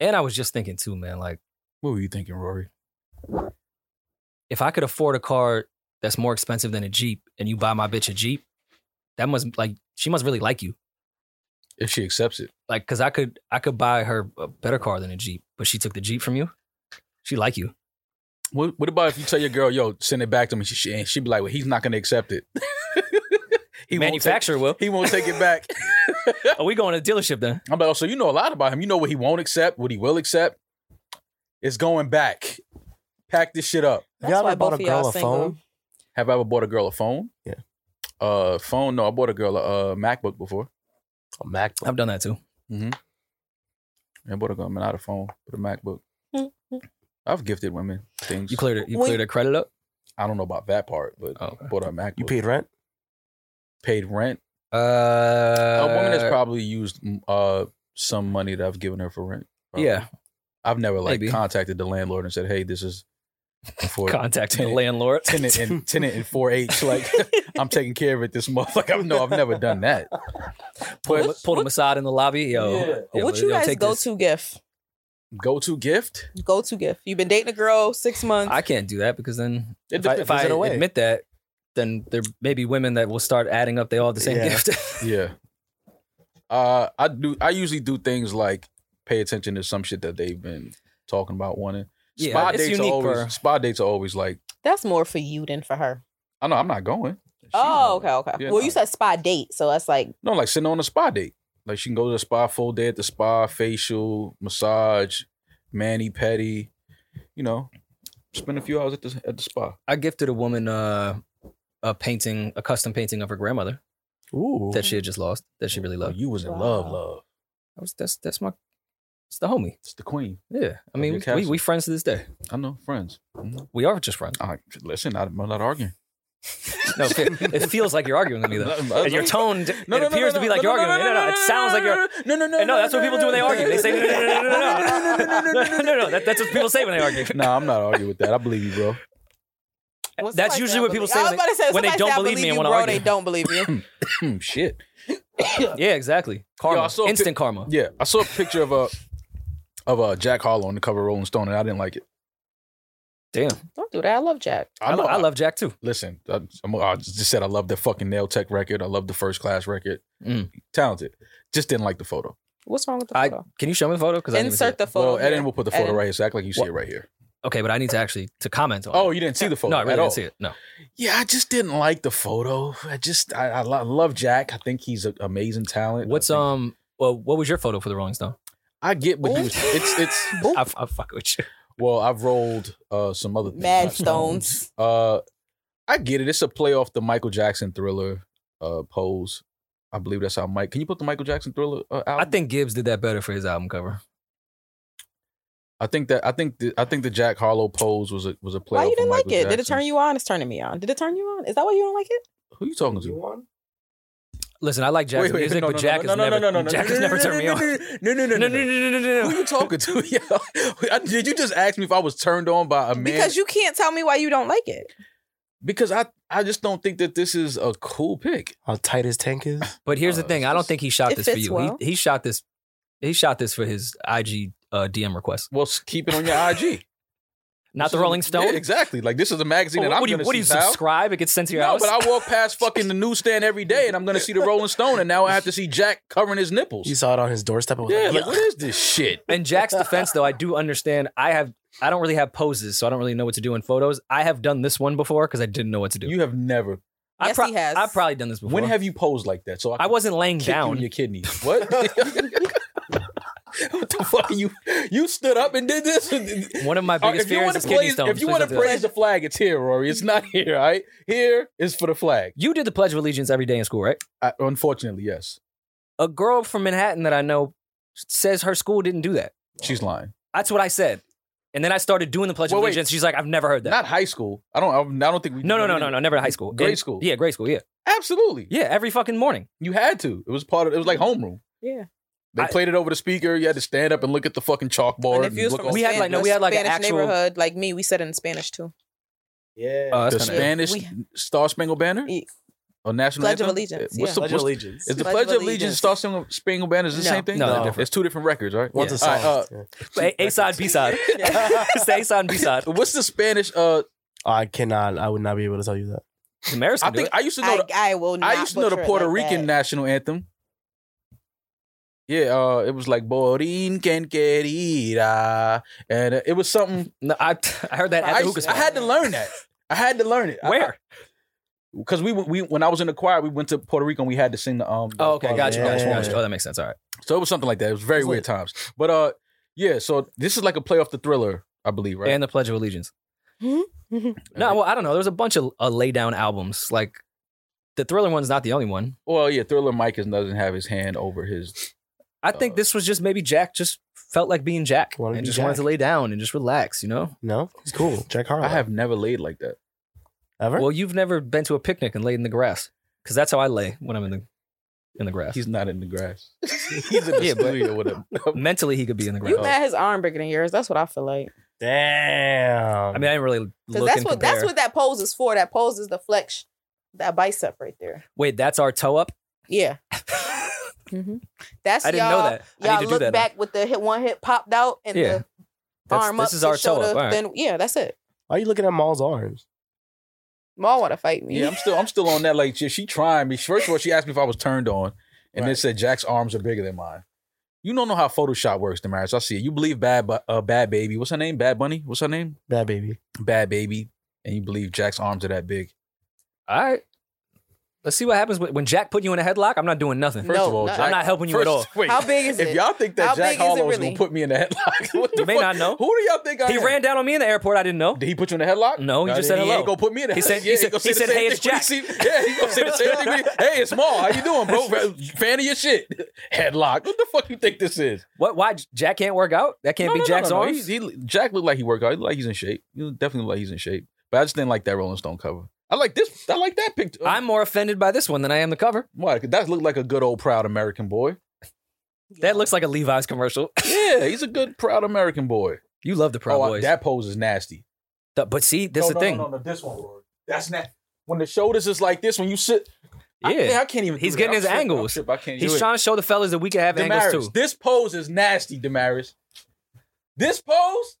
C: And I was just thinking too, man. Like
B: What were you thinking, Rory?
C: if I could afford a car that's more expensive than a Jeep, and you buy my bitch a Jeep, that must like she must really like you.
B: If she accepts it.
C: Like because I could I could buy her a better car than a Jeep, but she took the Jeep from you. She like you.
B: What what about if you tell your girl, yo, send it back to me? She, she and she'd be like, Well, he's not gonna accept it. he
C: Manufacturer will.
B: won't take, he won't take it back.
C: Are we going to the dealership then?
B: I'm like, oh, so you know a lot about him. You know what he won't accept, what he will accept. It's going back. Pack this shit up.
A: That's
D: Have y'all
A: why
D: ever bought a
A: both of y'all
D: girl a
A: single.
D: phone?
B: Have I ever bought a girl a phone?
D: Yeah.
B: Uh, phone? No, I bought a girl a uh, MacBook before.
D: A MacBook.
C: I've done that too.
B: I bought a girl, I mean, not a phone, but a MacBook. I've gifted women things.
C: You cleared it. You
A: When-
C: cleared her credit up.
B: I don't know about that part, but
C: Oh, okay.
B: bought her a MacBook.
D: Uh, You paid rent?
B: paid rent.
C: Uh,
B: a woman has probably used mm, uh some money that I've given her for rent. probably.
C: yeah.
B: I've never like
C: Maybe.
B: contacted the landlord and said, "Hey, this is for
C: Contacting the
B: tenant-
C: landlord.
B: tenant and tenant in four H. Like I'm taking care of it this month. Like I've no, I've never done that.
C: pull, pull them aside in the lobby. Yo,
B: Yeah.
C: yo,
A: what you
C: yo,
A: guys
C: take
A: go
C: this.
A: to gift?
B: Go to gift.
A: Go to gift. You've been dating a girl six months.
C: I can't do that because then
B: It
C: if I,
B: depends.
C: if I
B: Is it a way?
C: admit that, then there may be women that will start adding up. They all have the same
D: Yeah.
C: gift.
B: Yeah. Uh, I do. I usually do things like pay attention to some shit that they've been talking about wanting.
C: Yeah,
B: spa
C: it's
B: dates are
C: unique
B: always
C: for-
B: spa dates are always like.
A: That's more for you than for her.
B: I know I'm not going. She's
A: oh,
B: going.
A: okay, okay.
B: Yeah,
A: well,
B: no.
A: you said spa date, so that's like
B: No, like sitting on a spa date. Like she can go to the spa full day at the spa, facial, massage, mani pedi. You know, spend a few hours at the at the spa.
C: I gifted a woman uh, a painting, a custom painting of her grandmother
D: Ooh.
C: that she had just lost that she really
B: Oh,
C: loved.
B: you was in
A: Wow.
B: love, love.
C: I was, that's that's my, it's the homie.
B: It's the queen.
C: Yeah, I
B: Of
C: mean
B: your
C: we,
B: castle.
C: we friends to this day.
B: I know, friends. Mhm.
C: We are just friends.
B: I listen. I, am not arguing.
C: No, it, it feels like you're arguing with me though.
B: No,
C: And your tone, d- it appears to be like you're
B: no, no,
C: arguing. No, no, it sounds like you're.
B: No, no, no.
C: And no, that's what people do when they argue. They say no, no, no, no, no, no, no, no, no, no, no. That, that's what people say when they argue.
B: No, I'm not arguing with that. I believe you, bro.
A: well,
C: That's
A: somebody
C: usually
A: said I
C: what people
A: believe-
C: say
A: I was
C: when
A: about to say,
C: when they
A: somebody
C: don't
A: said I
C: believe me and
A: you,
C: wanna
A: bro,
C: argue.
A: They don't believe you.
B: Hmm, Shit.
C: Yeah, exactly. Karma,
B: I saw a pic-
C: instant karma.
B: Yeah, I saw a picture of a of a Jack Harlow on the cover of Rolling Stone, and I didn't like it.
C: Damn,
A: Don't do that. I love Jack.
C: I,
B: know-
C: lo- I love Jack too.
B: listen, I, I'm, I just said I love the fucking Nail Tech record. I love the First Class record.
C: Mm.
B: Talented. Just didn't like the photo.
A: What's wrong with the
C: I
A: photo?
C: can you show me the photo? Because I didn't even see
A: Insert
C: it.
A: the photo.
B: well, Eden
A: here.
B: will put the photo
A: Eden.
B: right here. So act like you see
C: What?
B: it right here.
C: Okay, but I need to actually to comment on.
B: Oh,
C: it.
B: you didn't see the photo.
C: no, I
B: at
C: really
B: all.
C: didn't see it. No,
B: Yeah, I just didn't like the photo. I just I, I lo- love Jack. I think he's an amazing talent.
C: what's
B: I think-
C: um? Well, what was your photo for the Rolling Stone?
B: I get what he was. It's it's.
C: I, f- I fuck with you.
B: Well, I've rolled uh some other things.
A: Mad
B: not
A: Stones.
B: Uh, I get it. It's a play off the Michael Jackson Thriller uh pose. I believe that's how Mike. Can you put the Michael Jackson Thriller uh,
C: I
B: album?
C: think Gibbs did that better for his album cover.
B: I think that I think the, I think the Jack Harlow pose was a was a play.
A: Why
B: off
A: you
B: of
A: didn't like it?
B: Michael
A: Did it
B: Jackson.
A: turn you on? It's turning me on. Did it turn you on? Is that why you don't like it?
B: Who you talking to?
D: one?
C: Listen, I like Jack's
B: Wait, wait,
C: music,
B: no,
C: but
B: no,
C: Jack
B: no,
C: has
B: no,
C: never
B: no, no, no,
C: Jack
B: no,
C: has
B: no,
C: never
B: no,
C: turned me
B: no,
C: on.
B: No, no, no, no, no.
C: no,
B: Who you talking to? Yo, I- Did you just ask me if I was turned on by a man?
A: Because you can't tell me why you don't like it.
B: because I I just don't think that this is a cool pick.
D: How tight his tank is?
C: But here's the
B: Uh,
C: thing: I don't think he shot
A: it
C: this for
A: fits
C: you.
A: well.
C: He, he shot this. He shot this for his IG uh, DM request,
B: Well, s- keep it on your IG.
C: not
B: This
C: the
B: is-
C: Rolling Stone.
B: Yeah, exactly. Like this is a magazine
C: Oh,
B: that I'm
C: what do you,
B: gonna
C: what do you
B: see. pal.
C: subscribe? It gets sent to your
B: No,
C: house.
B: but I walk past fucking the newsstand every day, and I'm gonna see the Rolling Stone, and now I have to see Jack covering his nipples.
D: You saw it on his doorstep. It was
B: yeah,
D: like,
B: like
D: "Yuck."
B: what is this shit?
C: In Jack's defense, though, I do understand. I have I don't really have poses, so I don't really know what to do in photos. I have done this one before because I didn't know what to do.
B: You have never.
C: I
A: Yes, he has.
C: I've probably done this before.
B: When have you posed like that? So I,
C: I wasn't laying
B: kick you in
C: down.
B: your kidney. What? what the fuck you you stood up and did this?
C: One of my
B: Uh,
C: biggest
B: if you
C: fears
B: want
C: is
B: to
C: kidney
B: praise,
C: stones.
B: if you
C: Please
B: want
C: don't
B: to
C: do that.
B: praise the flag, it's here, Rory. It's not here, all right? Here is for the flag.
C: you did the Pledge of Allegiance every day in school, right?
B: I, unfortunately, yes,
C: A girl from Manhattan that I know says her school didn't do that.
B: she's lying.
C: That's what I said, and then I started doing the Pledge
B: Well,
C: of
B: wait.
C: Allegiance. She's like, I've never heard that.
B: Not high school. I don't. I don't think we.
C: no, no, no, no, no, never high school.
B: Grade
C: And-
B: school.
C: Yeah, grade school. Yeah,
B: Absolutely,
C: yeah. Every fucking morning.
B: you had to. It was part of. It was like homeroom.
A: Yeah.
B: They
C: I-
B: played it over the speaker. You had to stand up and look at the fucking chalkboard.
A: And
B: And
A: if you was
B: look
A: from
B: all-
A: a
C: We had,
A: Span-
C: like, no,
A: a
C: we had, like, an
A: Spanish
C: actual-
A: neighborhood like me. We said it in Spanish too.
D: Yeah.
C: Uh,
B: the
C: that's kinda-
B: Spanish
A: We-
B: Star-Spangled Banner
A: E-
B: or National
A: Pledge of
B: Anthem?
A: Allegiance,
B: What's the
D: Pledge of
B: what's-
D: Allegiance.
B: Is the
A: Pledge
B: Pledge
A: of
B: of Allegiance
A: Allegiance.
B: Star Spangled Banner is the
A: No.
B: same thing?
C: No,
D: they're different.
B: it's two different records, right?
D: One's a
B: All
D: song.
B: right, uh,
D: Yeah.
C: A A side, B side. It's the A side and B side.
B: What's the Spanish? Uh,
D: Oh, I cannot. I would not be able to tell you that.
C: Damaris
B: I
C: can do
B: think
C: it.
B: I used to know.
A: I,
B: the,
A: I will. Not
B: I used to know the
A: butcher it
B: Puerto
A: like
B: Rican
A: that.
B: national anthem. Yeah, uh, it was like Borinquen querida, and uh, it was something.
C: No, I, I heard that at
B: I,
C: the hookah
B: used- I
C: spot.
B: had to learn that. I had to learn it.
C: Where?
B: Because we we when I was in the choir, we went to Puerto Rico and we had to sing the um. the
C: Oh, okay,
B: choir
C: gotcha,
B: song.
C: gotcha,
D: Yeah.
C: gotcha. Oh, that makes sense. All right.
B: So it was something like that. It was very
D: It's
B: weird times. But uh, yeah. So this is like a play off the thriller, I believe, right?
C: And the Pledge of Allegiance.
B: Okay.
C: No, well, I don't know. There was a bunch of uh, lay down albums. Like the Thriller one's not the only one.
B: Well, yeah, Thriller Mike is, doesn't have his hand over his.
C: I think
B: Uh,
C: this was just maybe Jack just felt like being Jack
D: Oh. Wanted to
C: and
D: be
C: just wanted
D: Jack.
C: to lay down and just relax, you know?
D: No, it's cool. Jack Harlow.
B: I have never laid like that.
D: ever.
C: Well, you've never been to a picnic and laid in the grass because that's how I lay when I'm in the in the grass.
B: He's not in the grass. He's in the
C: Yeah, but-
B: studio with him.
C: Mentally, he could be in the grass.
A: You mad his arm bigger than yours? That's what I feel like.
D: Damn.
C: I mean, I didn't really
A: Because
C: look
A: that's
C: and
A: what
C: compare.
A: that's what that pose is for. That pose is the flex, that bicep right there.
C: Wait, that's our toe up.
A: Yeah, that's
C: I didn't
A: y'all,
C: know that. I
A: Y'all
C: need to do
A: look
C: that now.
A: back with the hit one hip popped out and
C: Yeah.
A: the
C: That's-
A: arm
C: this
A: up.
C: is
A: to
C: our toe up.
A: shoulder,
C: All right.
A: Then yeah, that's it.
D: Why are you looking at Maul's arms?
A: Maul want to fight me.
B: Yeah, I'm still, I'm still on that. Like, she, she trying me. First of all, she asked me if I was turned on, and then
D: Right.
B: said Jack's arms are bigger than mine. You don't know how Photoshop works, Damaris. I see it. You believe bad, Bu- uh, bad baby. What's her name? Bad bunny. What's her name?
D: Bad baby.
B: Bad baby. And you believe Jack's arms are that big.
C: All right. Let's see what happens when when Jack put you in a headlock. I'm not doing nothing.
A: No,
B: First of all,
A: no,
B: Jack,
C: I'm not helping you
B: first,
C: at all.
B: Wait,
A: How big is
B: if
A: it?
B: y'all think that
A: How
B: Jack
A: big is it
B: Harlow is
A: really?
B: gonna put me in the headlock, what the
C: You may
B: fuck?
C: not know.
B: Who do y'all think I
C: He
B: am?
C: ran down on me in the airport. I didn't know.
B: Did he put you in the headlock?
C: No, he just said
B: He
C: hello.
B: ain't gonna put me in the
C: He
B: headlock.
C: said- he said-
B: gonna say
C: he said,
B: the same
C: "Hey, it's
B: thing when he see- yeah, he gonna say the same thing. when he- Hey, it's Maul. How you doing, bro? Fan of your shit. Headlock. What the fuck you think this is?
C: What? Why Jack can't work out? That can't
B: No,
C: be
B: no, no,
C: Jack's
B: no, no.
C: arms.
B: He, he, Jack looked like he worked out. He looked like he's in shape. He looked- definitely looked like he's in shape. But I just didn't like that Rolling Stone cover. I like this. I like that picture.
C: I'm more offended by this one than I am the cover.
B: why? 'Cause That looked like a good old proud American boy.
C: That looks like a Levi's commercial.
B: Yeah, he's a good proud American boy.
C: You love the Proud
B: oh, I-
C: Boys.
B: that pose is nasty.
C: Th- but see, this is the thing.
B: no, this one, Rory. That's not when the shoulders is like this. When you sit, I,
C: Yeah.
B: man, I can't even.
C: He's
B: do that.
C: getting
B: I'm
C: his
B: tripping. I'm
C: angles.
B: tripping. I can't. do
C: He's
B: it.
C: trying to show the fellas that we can have
B: Damaris,
C: angles too.
B: this pose is nasty, Damaris. This pose,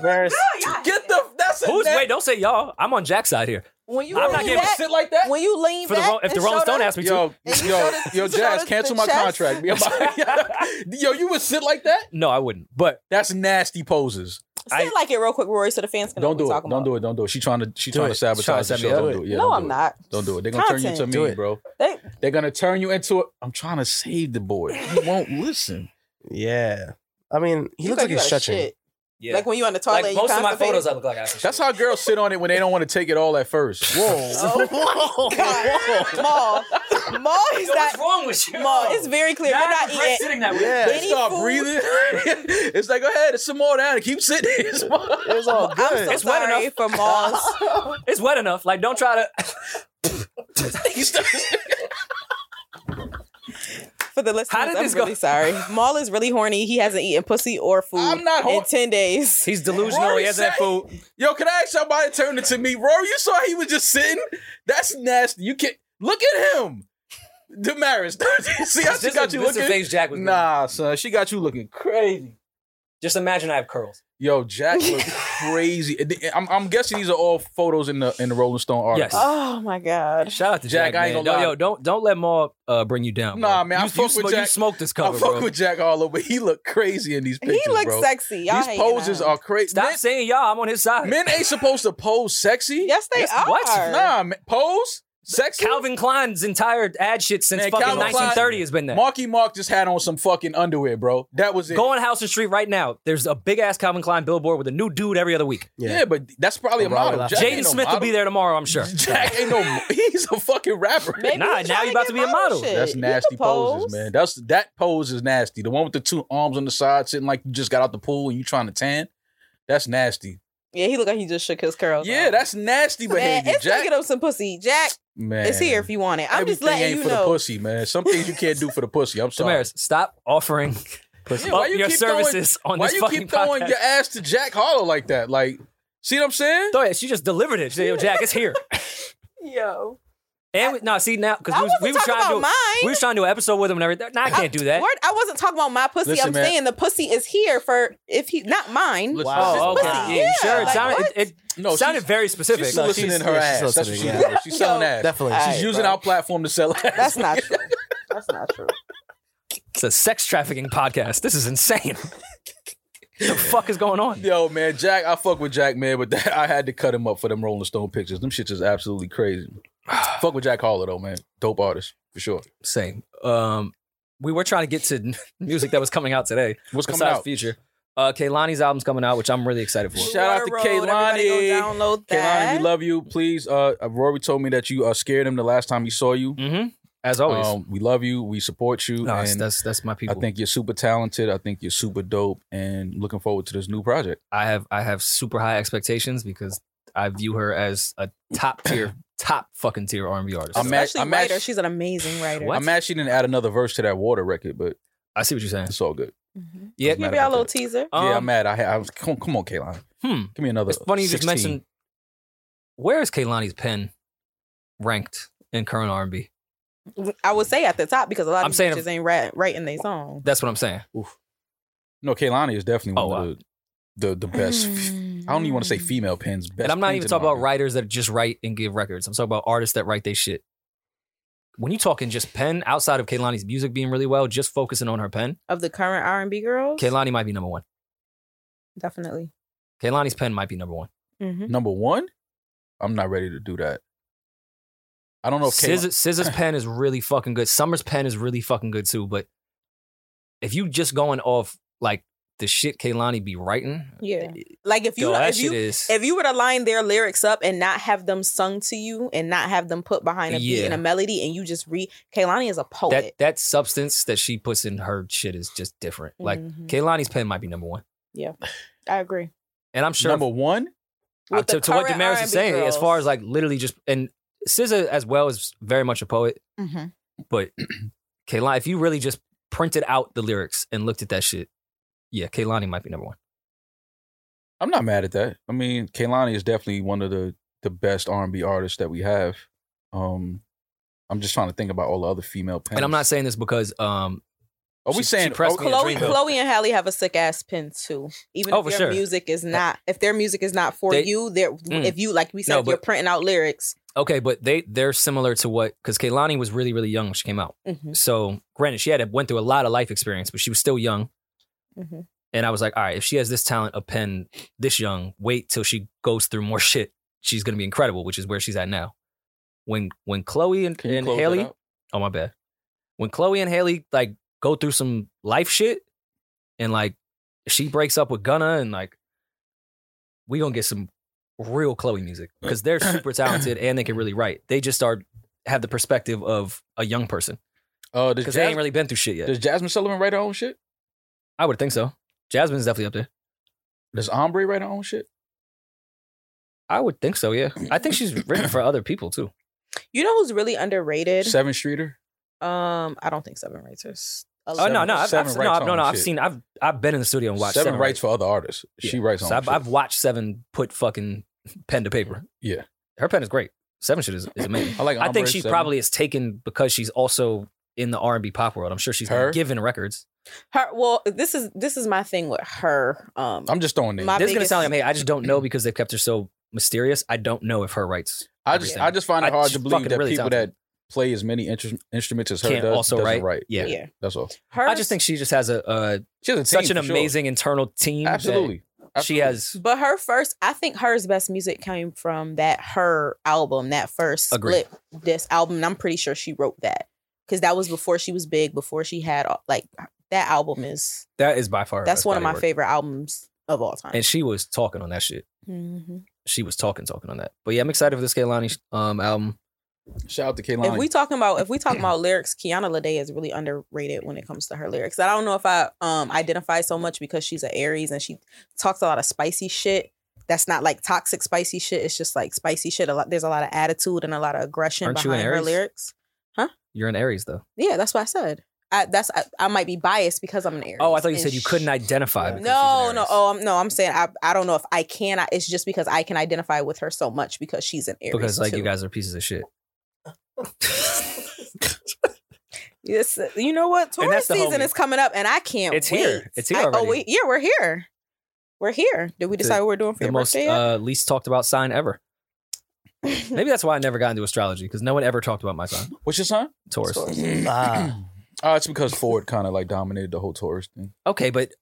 D: Where's
B: get the that's a
C: Who's
B: na-
C: wait? Don't say y'all. I'm on Jack's side here.
A: when you
C: I'm
A: lean
C: not getting-
B: You
A: back,
B: sit like that.
A: when you lean
C: For the
A: back
C: Ro- if the
A: and
C: Rolling Stone
A: shoulder-
C: asked me to,
B: Yo,
A: And you
B: yo,
A: showed us-
B: yo,
A: you showed
B: Jazz,
A: us
B: cancel
A: the
B: my
A: chest.
B: contract. Me and my- yo, you would sit like that?
C: no, I wouldn't. But
B: That's nasty poses.
A: Say
C: I-
A: like it real quick, Rory, so the fans can know
B: Don't
A: what
B: do
A: we're
B: it.
A: talking
B: Don't
A: about.
B: do it. Don't do it. She's trying to. She's
C: Do
B: trying
C: it.
B: to
C: She's trying to
B: sabotage the
C: set me
B: show.
C: up.
B: Don't do it. Yeah,
A: no,
B: don't
A: I'm
B: do it.
A: not.
B: Don't do it. They're gonna turn you into
A: Content.
D: Do
B: me,
D: it.
B: bro.
A: They,
B: They're gonna turn you into a. I'm trying to save the boy. He won't listen.
D: Yeah. I mean, he
A: you
D: looks
A: got-
D: like
A: you
D: he's
A: got
D: stretching.
A: shit.
C: yeah,
A: Like when you on the toilet,
C: Like,
A: and you
C: most of my
A: constipated.
C: photos, I look like I have
B: That's how girls sit on it when they don't want to take it all at first.
D: Whoa.
A: Oh, God. Maul, Maul, he's
C: What's
A: not.
C: wrong with you?
A: Maul, it's very clear.
C: Now
A: You're
C: I
A: not
C: regret
A: eating.
C: sitting that way.
D: Yeah.
B: They
A: Any
B: stop
A: food-
B: breathing. it's like, go ahead, it's some more down. Keep sitting. It's more-
D: It's all good.
A: I'm so
C: It's wet
A: sorry
C: enough.
A: for Maul's.
C: It's wet enough. Like, don't try to.
B: You stop-
A: For the listeners,
C: How did
A: I'm
C: this go?
A: really sorry. Maul is really horny. He hasn't eaten pussy or food
B: I'm not hor-
A: in 10 days.
C: He's delusional.
B: Rory
C: He has that
B: said-
C: food.
B: Yo, can I ask somebody to turn it to me? Rory, you saw he was just sitting? That's nasty. You can't look at him. Damaris. See, I she
C: This
B: got
C: is
B: you
C: this is the
B: looking.
C: face Jack was. Nah.
B: Nah, son. She got you looking crazy.
C: Just imagine I have curls.
B: Yo, Jack looked crazy. And th- I'm, I'm guessing these are all photos in the in the Rolling Stone article.
C: Yes.
A: Oh my God.
C: Shout out to Jack.
B: Jack, I ain't
C: man.
B: gonna
C: Yo,
B: lie.
C: yo, don't don't let Maul uh, bring you down.
B: Nah,
C: bro.
B: man, I
C: you,
B: fuck
C: you
B: with
C: smoke- You
B: Jack.
C: smoked this
B: I
C: cover,
B: fuck
C: bro.
B: with Jack all over. He looked crazy in these pictures.
A: He looks
B: bro.
A: sexy. Y'all
B: These
A: hating
B: poses
A: on him.
B: are crazy.
C: Stop
B: Men-
C: saying y'all. I'm on his side.
B: Men ain't supposed to pose sexy.
A: Yes, they
C: Yes,
A: are.
C: what?
B: Nah, man. pose. Sexy.
C: Calvin Klein's entire ad shit since
B: Man,
C: fucking
B: Calvin Klein-
C: 1930 has been there.
B: Marky Mark just had on some fucking underwear, bro. That was it.
C: Go on House and Street right now. There's a big ass Calvin Klein billboard with a new dude every other week.
B: yeah. but that's probably a
D: Rob
B: model.
D: Laugh-
B: Jack
C: Jaden
B: ain't no
C: Smith will
B: model.
C: be there tomorrow, I'm sure.
B: Jack ain't no. He's a fucking rapper.
A: Maybe
C: Nah,
A: he's
C: now
A: trying
C: you about to be a
A: get
C: model.
A: shit.
B: That's
A: You
B: nasty
A: can pose.
B: poses, man. That's that pose is nasty. The one with the two arms on the side, sitting like you just got out the pool and you trying to tan. That's nasty.
A: Yeah, he looked like he just shook his curls.
B: Yeah,
A: off.
B: that's nasty
A: man.
B: behavior,
A: It's gonna
B: Jack.
A: get him some pussy. Jack,
B: Man,
A: it's here if you want it. I'm just
B: Everything
A: letting
B: ain't
A: you
B: for the
A: know.
B: pussy, man. Some things you can't do for the pussy. I'm sorry.
C: Damaris, stop offering
B: Yeah,
C: up
A: Oh,
B: why you
C: your
B: keep throwing-
C: services on
B: why
C: this
B: you
C: fucking
B: keep throwing
C: podcast.
B: your ass to Jack Harlow like that? Like, see what I'm saying?
C: Throw it. She just delivered it. She said, Yo, Jack, it's here.
A: Yo,
C: And we, no, see now because
A: I
C: we, was-
A: wasn't
C: we was
A: talking
C: trying
A: about
C: to do,
A: mine.
C: we was trying to do an episode with him and everything. Nah, I can't do that.
A: Word, I wasn't talking about my pussy.
B: Listen,
A: I'm
B: man.
A: saying the pussy is here for if he not mine.
B: Listen,
C: Oh,
B: this-
C: okay.
A: pussy.
C: Yeah, you
A: Yeah,
C: sure. It
A: like,
C: sounded,
A: what?
C: it, it
B: No,
C: sounded
B: she's,
C: very specific.
B: she's
D: No,
B: soliciting
D: she's-
B: her
D: yeah, she's
B: ass. That's what
D: soliciting,
B: she's
D: yeah.
B: doing. She's selling ass.
D: Definitely.
A: All
B: She's
A: right,
B: using
A: bro.
B: our platform to sell ass.
A: That's not true. That's not true.
C: It's a sex trafficking podcast. This is insane. the fuck is going on?
B: Yo, man, Jack, I fuck with Jack, man, but that, I had to cut him up for them Rolling Stone pictures. Them shits is absolutely crazy. fuck with Jack Harlow, though, man. Dope artist, for sure.
C: Same. Um, we were trying to get to music that was coming out today.
B: What's coming
C: besides
B: out?
C: Future. Uh, Kaylani's album's coming out, which I'm really excited for.
B: Shout out to
A: Water Road, everybody go
B: Kehlani.
A: Download that.
B: Kaylani, we love you. Please, uh, Rory told me that you uh, scared him the last time he saw you.
C: Mm-hmm. As always,
B: Um, we love you. We support you.
C: No, that's,
B: and
C: that's that's my
B: I
C: people. I think
B: think you're super talented. I think you're super dope, and looking forward to this new project.
C: I have I have super high expectations because I view her as a top tier, top fucking tier R&B artist.
B: I'm
C: So
B: at-
A: Especially
B: I'm
A: writer.
B: act-
A: She's an amazing writer.
C: What?
B: I'm actually gonna add another verse to that Water record, but
C: I see what you're saying.
B: it's all good.
A: Mhm.
C: Yeah.
B: Mad
A: Give y'all a
B: about
A: little
B: that.
A: teaser.
B: yeah,
C: Um,
B: I'm mad. I, ha- I was, come, come on, Kaylani.
C: Hmm.
B: Give me another.
C: It's funny you
B: 16.
C: just mentioned. Where is Kaylani's pen ranked in current R&B?
A: I would say at the top because a lot of
C: I'm
A: these
C: saying
A: bitches ain't ra- writing their song.
C: That's what I'm saying.
B: No, Kaylani is definitely
C: Oh,
B: one of the, the the best. I don't even want to say
A: Mm.
B: female pins. Best
C: and I'm not
B: pins
C: even
B: in
C: talking about
B: R&B.
C: writers that just write and give records. I'm talking about artists that write their shit. When you talking just pen, outside of Kaylani's music being really well, just focusing on her pen,
A: of the current R and B girls.
C: Kaylani might be number one.
A: Definitely.
C: Kaylani's pen might be number one.
A: Mm-hmm.
B: Number one, I'm not ready to do that. I don't know if
C: SZA
B: Kaylani,
C: SZA's pen is really fucking good. Summer's pen is really fucking good too. But if you just going off like the shit Kaylani be writing, eh,
A: Yeah. Like if you
C: yo, that
A: if
C: shit
A: you
C: is.
A: if you were to line their lyrics up and not have them sung to you and not have them put behind a beat
C: Yeah.
A: and a melody and you just read, Kaylani is a
C: that
A: poet.
C: that substance that she puts in her shit is just different. Like
A: Mhm.
C: Kaylani's pen might be number one,
A: I agree.
C: and I'm sure
B: number one,
C: Uh,
A: With
C: to,
A: the
C: to what
A: current
C: Damaris
A: R&B
C: is saying, as
A: girls.
C: far as like literally just and SZA as well is very much a poet,
A: Mhm.
C: but Kaylani, if you really just printed out the lyrics and looked at that shit, yeah, Kaylani might be number one.
B: I'm not mad at that. I mean, Kaylani is definitely one of the the best R&B artists that we have. Um, I'm just trying to think about all the other female pins.
C: And I'm not saying this because um
B: Are we
C: she- she
B: saying
C: pressed
B: are-
C: me in
A: Chloe,
C: Dreamville.
A: Chloe and Halle have a sick ass pen too. Even
C: Oh,
A: if
C: for
A: their
C: sure.
A: music is not, if their music is not for
C: They-
A: you, they're,
C: Mm.
A: if you like we said,
C: No,
A: if you're
C: but-
A: printing out lyrics.
C: okay, but they they're similar to what because Kaylani was really really young when she came out.
A: Mhm.
C: So granted, she had went through a lot of life experience, but she was still young.
A: Mhm.
C: And I was like, all right, if she has this talent of pen this young, wait till she goes through more shit. She's gonna be incredible, which is where she's at now. When when Chloe and,
B: Can you
C: and
B: close that
C: Haley,
B: out?
C: Oh my bad. When Chloe and Haley like go through some life shit, and like she breaks up with Gunna, and like we gonna get some real Chloe music
B: Uh,
C: because they're super talented and they can really write. They just are have the perspective of a young person
B: Uh, does,
C: because they ain't
B: Jas-
C: really been through shit yet.
B: does Jasmine Sullivan write her own shit?
C: I would think so. Jasmine's definitely up there. Mm-hmm.
B: Does Ombre write her own shit?
C: I would think so. Yeah, I think she's written for other people too.
A: You know who's really underrated?
B: Seven Streeter.
A: Um, I I don't think Seven Writers. A
C: Oh
A: lot.
C: no, no, I've,
B: Seven
C: I've,
B: writes
C: no, I've-
B: her
C: no,
B: own
C: no, I've
B: shit.
C: seen. I've I've been in the studio and watched
B: Seven,
C: Seven
B: writes
C: write.
B: for other artists. She
C: Yeah.
B: writes her
C: So
B: own
C: I've,
B: shit.
C: I've watched Seven put fucking pen to paper.
B: Yeah.
C: her pen is great. Seven shit is, is amazing.
B: I like.
C: I think
B: Ombre,
C: she
B: Seven.
C: probably is taken because she's also in the R and B pop world. I'm sure she's
B: Her?
C: been given records.
A: Her well, this is this is my thing with her. Um
B: I'm just throwing names.
A: My
C: this is gonna
A: biggest-
C: sound like me. I just don't know because they've kept her so mysterious. I don't know if her rights
B: I just I
C: understand.
B: just find it
C: I-
B: hard to
C: she's
B: believe
C: fucking
B: that
C: really
B: people
C: talented.
B: that play as many intru- instruments as her
C: Can't
B: does
C: also
B: doesn't
C: write.
B: write.
C: Yeah.
A: yeah.
B: that's all.
A: Hers,
C: I just think she just has a, a
B: She has a team
C: such an
B: for sure.
C: amazing internal team. that
B: Absolutely.
C: she has
A: But her first, I think hers best music came from that her album, that first
C: Agreed.
A: split this album. And I'm pretty sure she wrote that because that was before she was big, before she had all- like that album is
C: that is by far her
A: that's
C: best
A: one of my
C: bodywork.
A: favorite albums of all time.
C: And she was talking on that shit.
A: Mhm.
C: She was talking, talking on that. But yeah, I'm excited for this Kehlani um album.
B: Shout out to Kaylani.
A: If we talking about if we talking about lyrics, Kiana Lede is really underrated when it comes to her lyrics. I don't know if I um identify so much because she's an Aries and she talks a lot of spicy shit. That's not like toxic spicy shit. It's just like spicy shit. A lot there's a lot of attitude and a lot of aggression
C: Aren't you an
A: behind her
C: Aries?
A: lyrics.
C: You're an Aries though.
A: Yeah, that's what I said. I, that's I, I might be biased because I'm an Aries.
C: Oh, I thought you
A: and
C: said you
A: sh-
C: couldn't identify. because she's
A: No,
C: an
A: no.
C: Aries.
A: Oh, I'm, no. I'm saying I, I don't know if I can. I, it's just because I can identify with her so much because she's an Aries.
C: because like
A: too.
C: you guys are pieces of shit.
A: Yes, uh, you know what?
C: And
A: Tourist
C: that's the
A: season
C: homie.
A: is coming up, and I can't.
C: It's
A: wait.
C: here. It's here
A: I-
C: already.
A: Oh, we, yeah, we're here. We're here. Did we
C: The-
A: decide what we're doing for
C: the
A: your
C: most
A: birthday? yet?
C: uh, least talked about sign ever. Maybe that's why I never got into astrology because no one ever talked about my sign,
B: What's your sign?
C: Taurus.
D: Ah.
B: Uh, it's because Ford kind of like dominated the whole Taurus thing.
C: Okay, but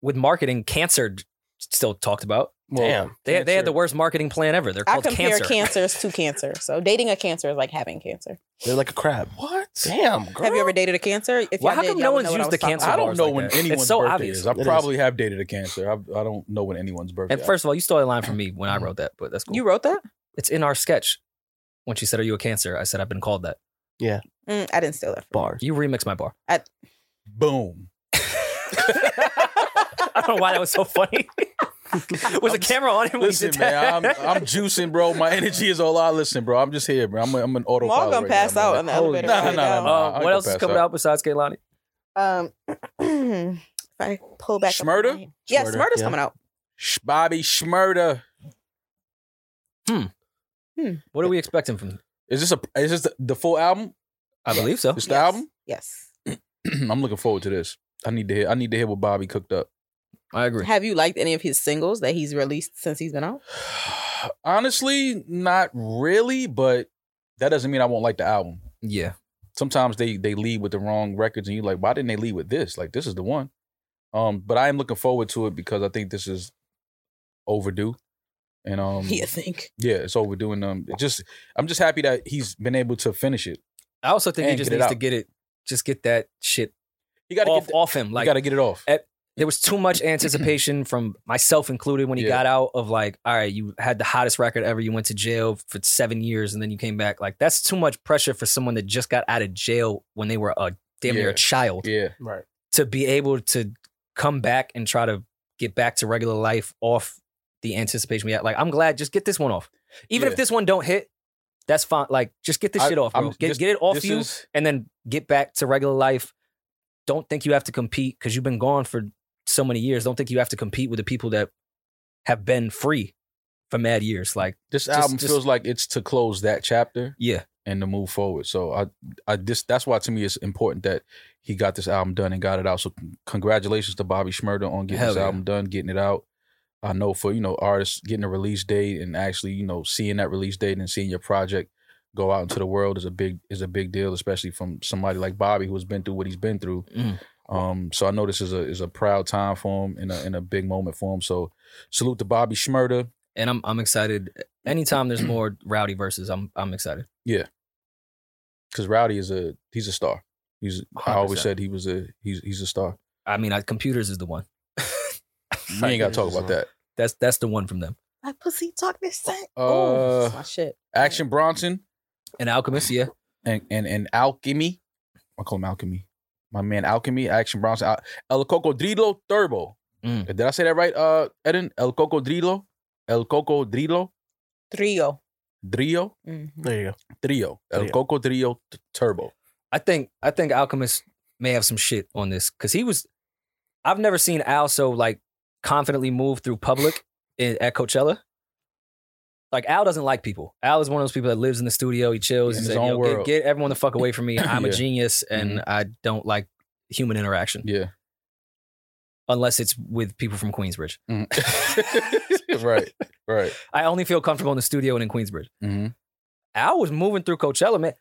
C: with marketing, Cancer d- still talked about.
D: Damn.
C: They they had the
B: Cancer-
C: worst marketing plan ever. They're
A: I
C: called
A: compare
C: Cancer.
A: cancers to cancer. So dating a cancer is like having cancer.
D: They're like a crab.
B: What?
D: Damn, girl.
A: Have you ever dated a cancer? If y'all
C: Well, how
A: did,
C: come
A: y'all
C: no
A: would
C: one's
A: know what
C: used
A: was
C: the
A: talking
C: cancer
A: about.
B: I
C: bars
B: don't know
C: like
B: when
C: that. It's
B: anyone's
C: so
B: birthday
C: obvious.
B: is. I
D: It is.
B: probably have dated a cancer. I, I don't know when anyone's birthday.
C: And first of all, you stole a line from me when I wrote that, but that's cool.
A: You wrote that?
C: it's in our sketch. When she said, "Are you a Cancer?" I said, "I've been called that."
A: Mm, I didn't steal that. From
D: Bars.
C: You remix my bar.
B: boom.
C: I don't know why that was so funny. was the camera on him when
B: Listen,
C: he did that?
B: man, I'm, I'm juicing, bro. My energy is all I listen, bro. I'm just here, bro. I'm, I'm an
A: you.
B: autopilot.
A: Morgan gonna
B: right
A: passed
B: now,
A: out
B: man.
A: on the
D: Holy-
A: elevator.
B: Nah,
A: right
B: nah, nah,
A: now.
B: nah.
C: Uh,
B: I
C: what
B: go
C: else is
B: pass
C: coming
B: out.
C: out besides Kehlani?
A: Um, if I pull back, up
B: Schmurda?
A: my- Yeah,
B: Schmurda,
A: Smurder's
D: yeah.
A: coming out.
B: Sh- Bobby Schmurda.
C: What are we expecting from?
B: Is this a? Is this the, the full album?
C: I believe so.
B: This the
A: Yes.
B: album?
A: Yes.
B: I'm looking forward to this. I need to hear. I need to hear what Bobby cooked up.
C: I agree.
A: Have you liked any of his singles that he's released since he's been out?
B: Honestly, not really, but that doesn't mean I won't like the album.
C: Yeah.
B: Sometimes they they lead with the wrong records, and you're like, why didn't they lead with this? Like this is the one. Um, but I am looking forward to it because I think this is overdue, and um,
A: You think?
B: yeah, it's overdue, and um, it just I'm just happy that he's been able to finish it.
C: I also think he
B: And
C: just
B: get it
C: needs to
B: out.
C: get it, just get that shit
B: You gotta
C: off
B: get the,
C: off him.
B: you
C: Like
B: gotta get it off.
C: there was too much anticipation from myself included when he
B: Yeah.
C: got out of like, all right, you had the hottest record ever. You went to jail for seven years and then you came back. Like that's too much pressure for someone that just got out of jail when they were a damn near
B: Yeah.
C: a child
B: Yeah,
D: Right.
C: to be able to come back and try to get back to regular life off the anticipation we had. Like I'm glad, just get this one off. Even
B: Yeah.
C: if this one don't hit, that's fine. Like just get this
B: I-
C: shit off, bro.
B: I'm-
C: get
B: this-
C: get it off
B: this
C: you
B: is-
C: and then get back to regular life. Don't think you have to compete because you've been gone for so many years. Don't think you have to compete with the people that have been free for mad years. Like,
B: this
C: just-
B: album
C: just-
B: feels like it's to close that chapter.
C: yeah,
B: and to move forward. So I, I this that's why to me it's important that he got this album done and got it out. So con- congratulations to Bobby Schmurda on getting
C: Hell
B: this
C: yeah.
B: album done, getting it out. I know for you know artists getting a release date and actually you know seeing that release date and seeing your project go out into the world is a big is a big deal, especially from somebody like Bobby who's been through what he's been through.
C: Mm.
B: Um, so I know this is a is a proud time for him and a, and a big moment for him. So salute to Bobby Schmurda.
C: and I'm I'm excited. Anytime there's more rowdy verses, I'm I'm excited.
B: because Rowdy is a he's a star. He's I always
C: 100%.
B: said he was a he's he's a star.
C: I mean, I, computers is the one.
B: We ain't got to talk about that.
C: That's that's the one from them.
A: My pussy talk this time.
B: Uh,
A: oh, that's my shit.
B: Action Bronson
C: And Alchemist, yeah,
B: and and and Alchemy. I call him Alchemy. My man Alchemy, Action Bronson, Al- El Cocodrilo Turbo.
C: Mm.
B: Did I say that right? Uh, Eden El Cocodrilo, El Cocodrilo,
A: Trio.
B: Drio,
A: Mhm.
D: There you go.
B: Trio, El
D: Trio.
B: Cocodrilo t- Turbo.
C: I think I think Alchemist may have some shit on this because he was. I've never seen Al so like confidently move through public in, at Coachella. Like Al doesn't like people. Al is one of those people that lives in the studio. He chills.
B: In
C: He's
B: his
C: like,
B: own
C: "Yo, get-
B: world."
C: Get, everyone the fuck away from me. I'm a
B: Yeah. Mm-hmm.
C: genius and I don't like human interaction
B: Yeah,
C: unless it's with people from Queensbridge.
B: Mhm. Mm. right, right.
C: I only feel comfortable in the studio and in Queensbridge.
B: Mhm.
C: Al was moving through Coachella, man.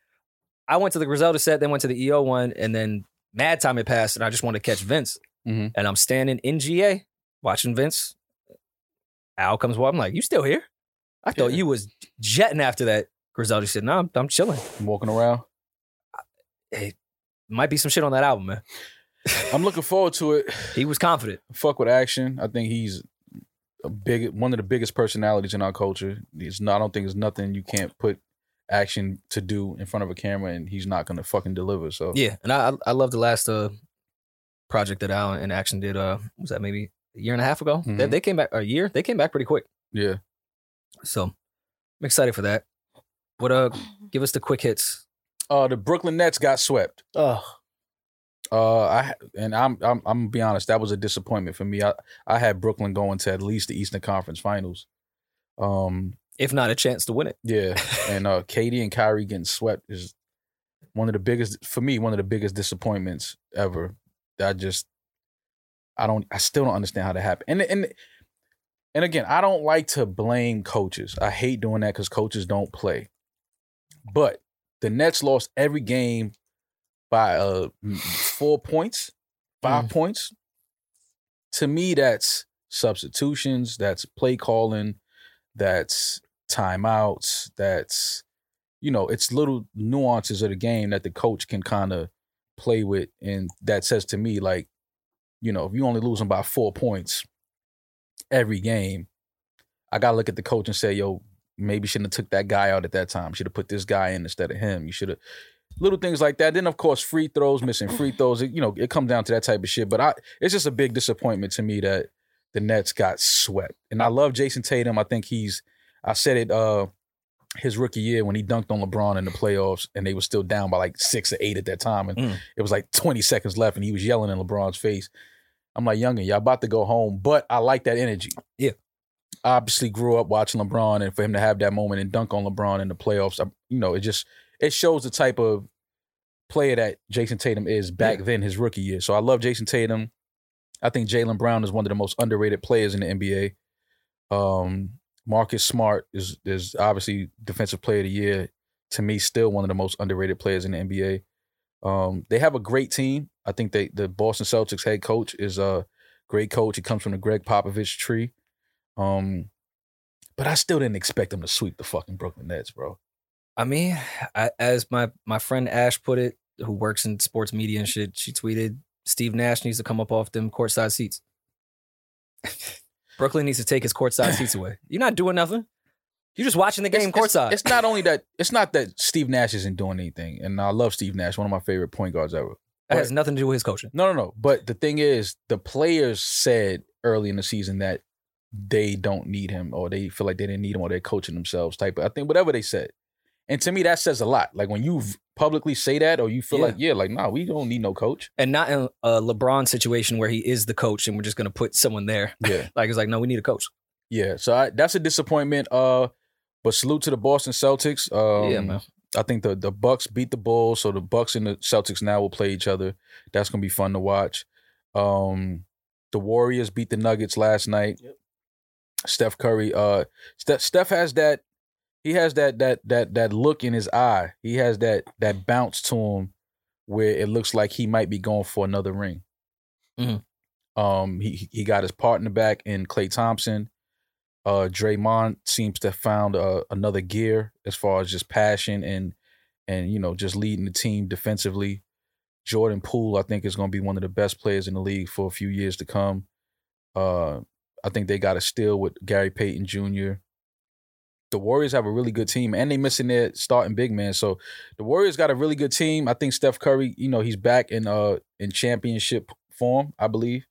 C: I went to the Griselda set, then went to the EO one, and then mad time had passed, and I just wanted to catch Vince.
B: Mhm.
C: And I'm standing in GA watching Vince Al comes walking. I'm like, you still here? I thought
B: Yeah.
C: you was jetting after that. Griselda said, nah, I'm, I'm chilling.
B: I'm walking around.
C: Might be some shit on that album, man.
B: I'm looking forward to it.
C: He was confident.
B: Fuck with action. I think he's a big one of the biggest personalities in our culture. It's not. I don't think it's nothing you can't put action to do in front of a camera, and he's not gonna fucking deliver. So
C: Yeah, and I I- I love the last uh project that Al and Action did. Uh, what was that maybe a year and a half ago? They,
B: Mhm.
C: they came back a year. They came back pretty quick.
B: yeah.
C: So I'm excited for that. What uh,
B: Mm-hmm.
C: give us the quick hits.
B: Uh, the Brooklyn Nets got swept.
D: Ugh.
B: Uh, I and I'm I'm I'm gonna be honest. That was a disappointment for me. I I had Brooklyn going to at least the Eastern Conference Finals. Um,
C: If not a chance to win it,
B: yeah, and uh, Katie and Kyrie getting swept is one of the biggest for me. One of the biggest disappointments ever. I just I don't I still don't understand how that happened. And and and again, I don't like to blame coaches. I hate doing that because coaches don't play. But the Nets lost every game by uh m- four points, five points. To me, that's substitutions, that's play calling, that's timeouts, that's you know, it's little nuances of the game that the coach can kind of play with, and that says to me like, you know, if you only losing by four points every game, I gotta look at the coach and say, yo, maybe shouldn't have took that guy out at that time. Should have put this guy in instead of him. You should have little things like that. Then of course free throws, missing free throws. It, you know, it comes down to that type of shit. But I, it's just a big disappointment to me that the Nets got swept. And I love Jason Tatum. I think he's. I said it. uh his rookie year when he dunked on LeBron in the playoffs and they were still down by like six or eight at that time and
C: Mm.
B: it was like 20 seconds left and he was yelling in LeBron's face. I'm like, youngin, y'all about to go home, but I like that energy.
C: Yeah.
B: I obviously grew up watching LeBron and for him to have that moment and dunk on LeBron in the playoffs, I, you know, it just it shows the type of player that Jason Tatum is back then his rookie year. So I love Jason Tatum. I think Jalen Brown is one of the most underrated players in the NBA. Um, Marcus Smart is is obviously defensive player of the year. To me, still one of the most underrated players in the NBA. Um, they have a great team. I think they the Boston Celtics head coach is a great coach. He comes from the Greg Popovich tree. Um, but I still didn't expect them to sweep the fucking Brooklyn Nets, bro.
C: I mean, I, as my my friend Ash put it, who works in sports media and shit, she tweeted, Steve Nash needs to come up off them courtside seats. Brooklyn needs to take his courtside seats away. You're not doing nothing. You're just watching the
B: It's-
C: game
B: it's-
C: courtside.
B: It's, not only that. It's not that Steve Nash isn't doing anything, and I love Steve Nash, one of my favorite point guards ever.
C: that has nothing to do with his coaching.
B: No, no, no. But the thing is, the players said early in the season that they don't need him or they feel like they didn't need him or they're coaching themselves type of I think whatever they said. And to me that says a lot. Like when you v- publicly say that or you feel
C: Yeah.
B: like, yeah, like nah, we don't need no coach.
C: and not in a LeBron situation where he is the coach and we're just going to put someone there.
B: Yeah.
C: Like it's like, no, we need a coach.
B: yeah. So I, that's a disappointment. Uh but salute to the Boston Celtics. Um,
C: yeah, man.
B: I think the the Bucks beat the Bulls, so the Bucks and the Celtics now will play each other. That's gonna be fun to watch. Um, the Warriors beat the Nuggets last night. Steph Curry, uh, Steph, Steph has that he has that that that that look in his eye. He has that that bounce to him where it looks like he might be going for another ring.
C: Mhm.
B: Um, he he got his partner back in Clay Thompson. Uh, Draymond seems to have found uh, another gear as far as just passion and and you know just leading the team defensively. Jordan Poole, I think, is going to be one of the best players in the league for a few years to come. Uh, I think they got a steal with Gary Payton Jr the Warriors have a really good team, and they missing their starting big man. So the Warriors got a really good team. I think Steph Curry, you know, he's back in uh in championship form, I believe.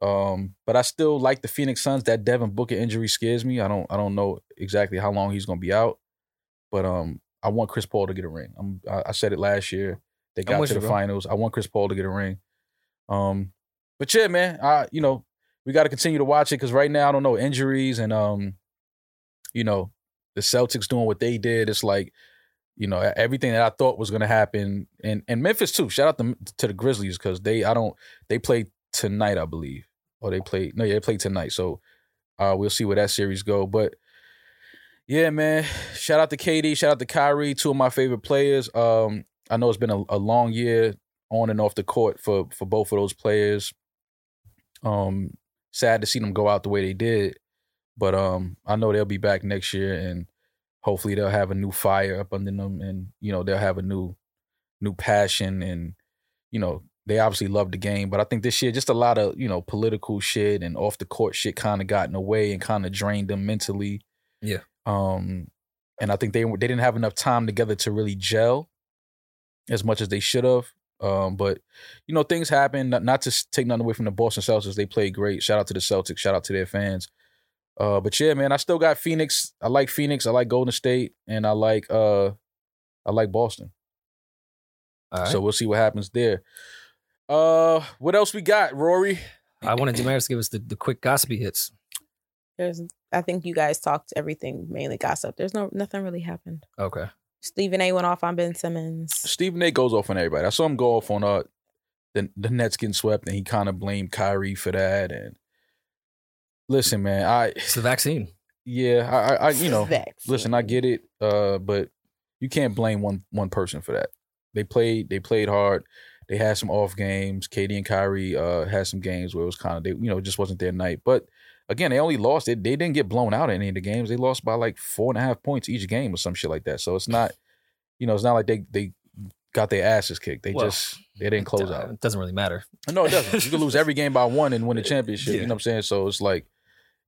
B: Um, but I still like the Phoenix Suns. That Devin Booker injury scares me. I don't I don't know exactly how long he's gonna be out, but um, I want Chris Paul to get a ring. I'm, I, I said it last year. They got
C: with
B: to
C: you,
B: the
C: bro.
B: finals. I want Chris Paul to get a ring. Um, but yeah, man, I you know we got to continue to watch it because right now I don't know injuries and um, you know the Celtics doing what they did. It's like, you know, e, everything that I thought was going to happen, and and Memphis too. Shout out to to the Grizzlies because they I don't they play tonight I believe, or they play no yeah they play tonight. So uh, we'll see where that series go, but. Yeah, man. Shout out to KD. Shout out to Kyrie. Two of my favorite players. Um, I know it's been a, a long year on and off the court for for both of those players. Um, sad to see them go out the way they did, But um, I know they'll be back next year, and hopefully they'll have a new fire up under them, and you know they'll have a new, new passion, and you know they obviously love the game. But I think this year, just a lot of you know political shit and off the court shit kind of got in the way and kind of drained them mentally.
C: Yeah.
B: Um, and I think they they didn't have enough time together to really gel as much as they should have. Um, but you know, things happen. Not, not to s- take nothing away from the Boston Celtics, they played great. Shout out to the Celtics. Shout out to their fans. Uh, but yeah, man, I still got Phoenix. I like Phoenix. I like Golden State, and I like uh, I like Boston.
C: All right.
B: So we'll see what happens there. Uh, what else we got, Rory?
C: I wanted Damaris to give us the, the quick gossipy hits.
A: There's, I think you guys talked everything mainly gossip. There's no nothing really happened.
C: Okay.
A: Stephen A. went off on Ben Simmons.
B: Stephen A. goes off on everybody. I saw him go off on uh the the Nets getting swept, and he kind of blamed Kyrie for that. And listen, man, I
C: It's the vaccine.
B: yeah, I I, I you know
A: Facts.
B: listen, I get it, uh, but you can't blame one one person for that. They played they played hard. They had some off games. Katie and Kyrie uh, had some games where it was kind of they you know it just wasn't their night. But again, they only lost. They, they didn't get blown out in any of the games. They lost by like four and a half points each game or some shit like that. So it's not you know it's not like they they got their asses kicked. They
C: Well,
B: just they didn't close
C: Uh,
B: out.
C: It doesn't really matter.
B: No, it doesn't. You can lose every game by one and win the championship.
C: Yeah.
B: You know what I'm saying? So it's like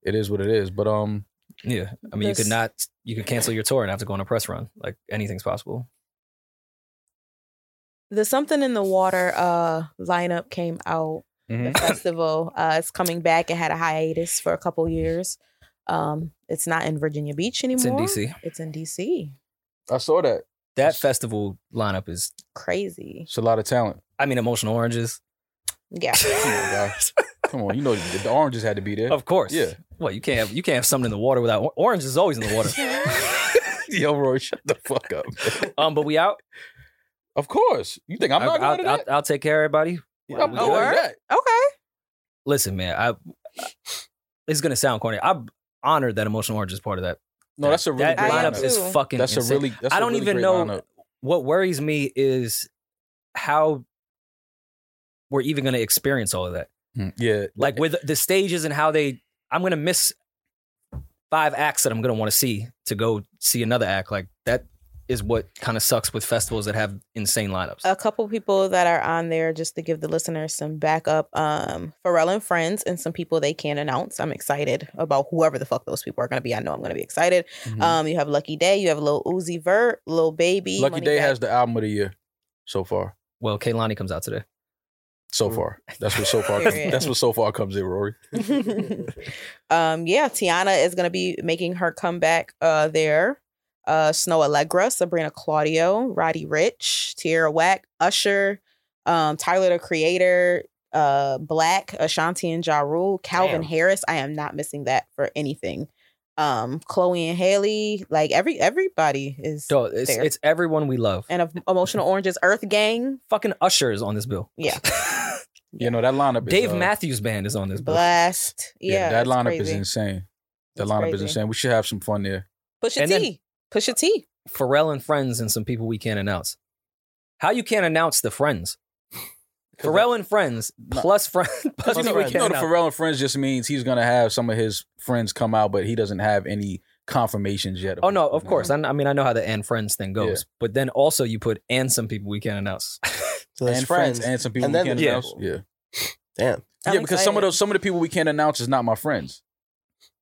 B: it is what it is. But um,
C: Yeah. I mean, you
A: This-
C: could not, you could cancel your tour and have to go on a press run. Like anything's possible.
A: The something in the water uh lineup came out.
B: mhm.
A: The festival uh it's coming back. It had a hiatus for a couple years. Um, it's not in Virginia Beach
C: It's in
A: anymore.
C: DC.
A: It's in DC.
B: I saw that.
C: That festival lineup is,
A: Crazy.
B: It's a lot of talent.
C: I mean, emotional oranges.
A: Yeah.
B: Come on, you know the the oranges had to be there.
C: Of course.
B: Yeah.
C: Well, you can't have you can't have something in the water without or- orange is always in the water.
B: Yo, Roy, shut the fuck up.
C: um, but we out.
B: Of course, you think I'm not
C: I,
B: going to
C: will
B: that?
C: I'll take care of everybody.
B: Yeah, I'm
C: Oh,
B: going to
A: word?
B: that.
A: Okay.
C: Listen, man, I, it's gonna sound corny. I'm honored that emotional orange is part of that.
B: No, that's a really
C: that
B: great
A: I am
C: lineup
B: lineup.
C: is
A: too.
C: fucking.
B: That's a
C: insane.
B: really. That's
C: I
B: a
C: don't
B: really
C: even
B: great
C: know-
B: lineup.
C: What worries me is how we're even gonna experience all of that.
B: Mm, Yeah,
C: Like with the stages and how they. I'm gonna miss five acts that I'm gonna want to see to go see another act. Like that is what kind of sucks with festivals that have insane lineups.
A: A couple people that are on there just to give the listeners some backup. Um, Pharrell and friends and some people they can't announce. I'm excited about whoever the fuck those people are gonna be. I know I'm gonna be excited.
B: Mhm.
A: Um, you have Lucky Day, you have Lil Uzi Vert, Lil Baby.
B: Lucky
A: Money
B: Day
A: Bag-
B: has the album of the year so far.
C: Well, Kaylani comes out today.
B: So far, that's what so far.
A: Period.
B: that's what so far comes in, Rory.
A: um, yeah, Tiana is gonna be making her comeback uh there. Uh Snow Allegra, Sabrina Claudio, Roddy Rich, Tierra Whack, Usher, um, Tyler the Creator, uh Black, Ashanti and Ja Rule, Calvin
C: Damn.
A: Harris. I am not missing that for anything. Um, Chloe and Haley, like every everybody is
C: So it's
A: there.
C: it's everyone we love.
A: and of emotional oranges, Earth Gang,
C: fucking Usher is on this bill.
A: Yeah.
B: You know that lineup.
C: Dave
B: is, uh,
C: Matthews Band is on this bill.
A: Blast. Yeah,
B: that
A: it's
B: lineup is
A: crazy.
B: insane. That
A: It's
B: lineup is
A: crazy.
B: insane. We should have some fun there.
A: Pusha
C: And then-
A: T. Pusha T.
C: Pharrell and Friends and some people we can't announce. How you can't announce the Friends?
B: 'Cause
C: Pharrell and Friends
B: No.
C: plus friend plus
B: you know,
C: we
B: you
C: can't
B: know the
C: announce.
B: Pharrell and Friends just means he's gonna have some of his friends come out, but he doesn't have any confirmations yet.
C: Oh no,
B: who's
C: of
B: coming
C: course.
B: out.
C: I, I mean, I know how the and friends thing goes,
B: Yeah.
C: but then also you put and some people we can't announce.
D: So that's
B: and friends.
D: friends.
B: and some people
D: And
B: we
D: then
B: can't
D: the
B: announce.
D: people.
B: Yeah,
D: Damn.
A: I'm
B: yeah, because some
A: excited.
B: of those some of the people we can't announce is not my friends.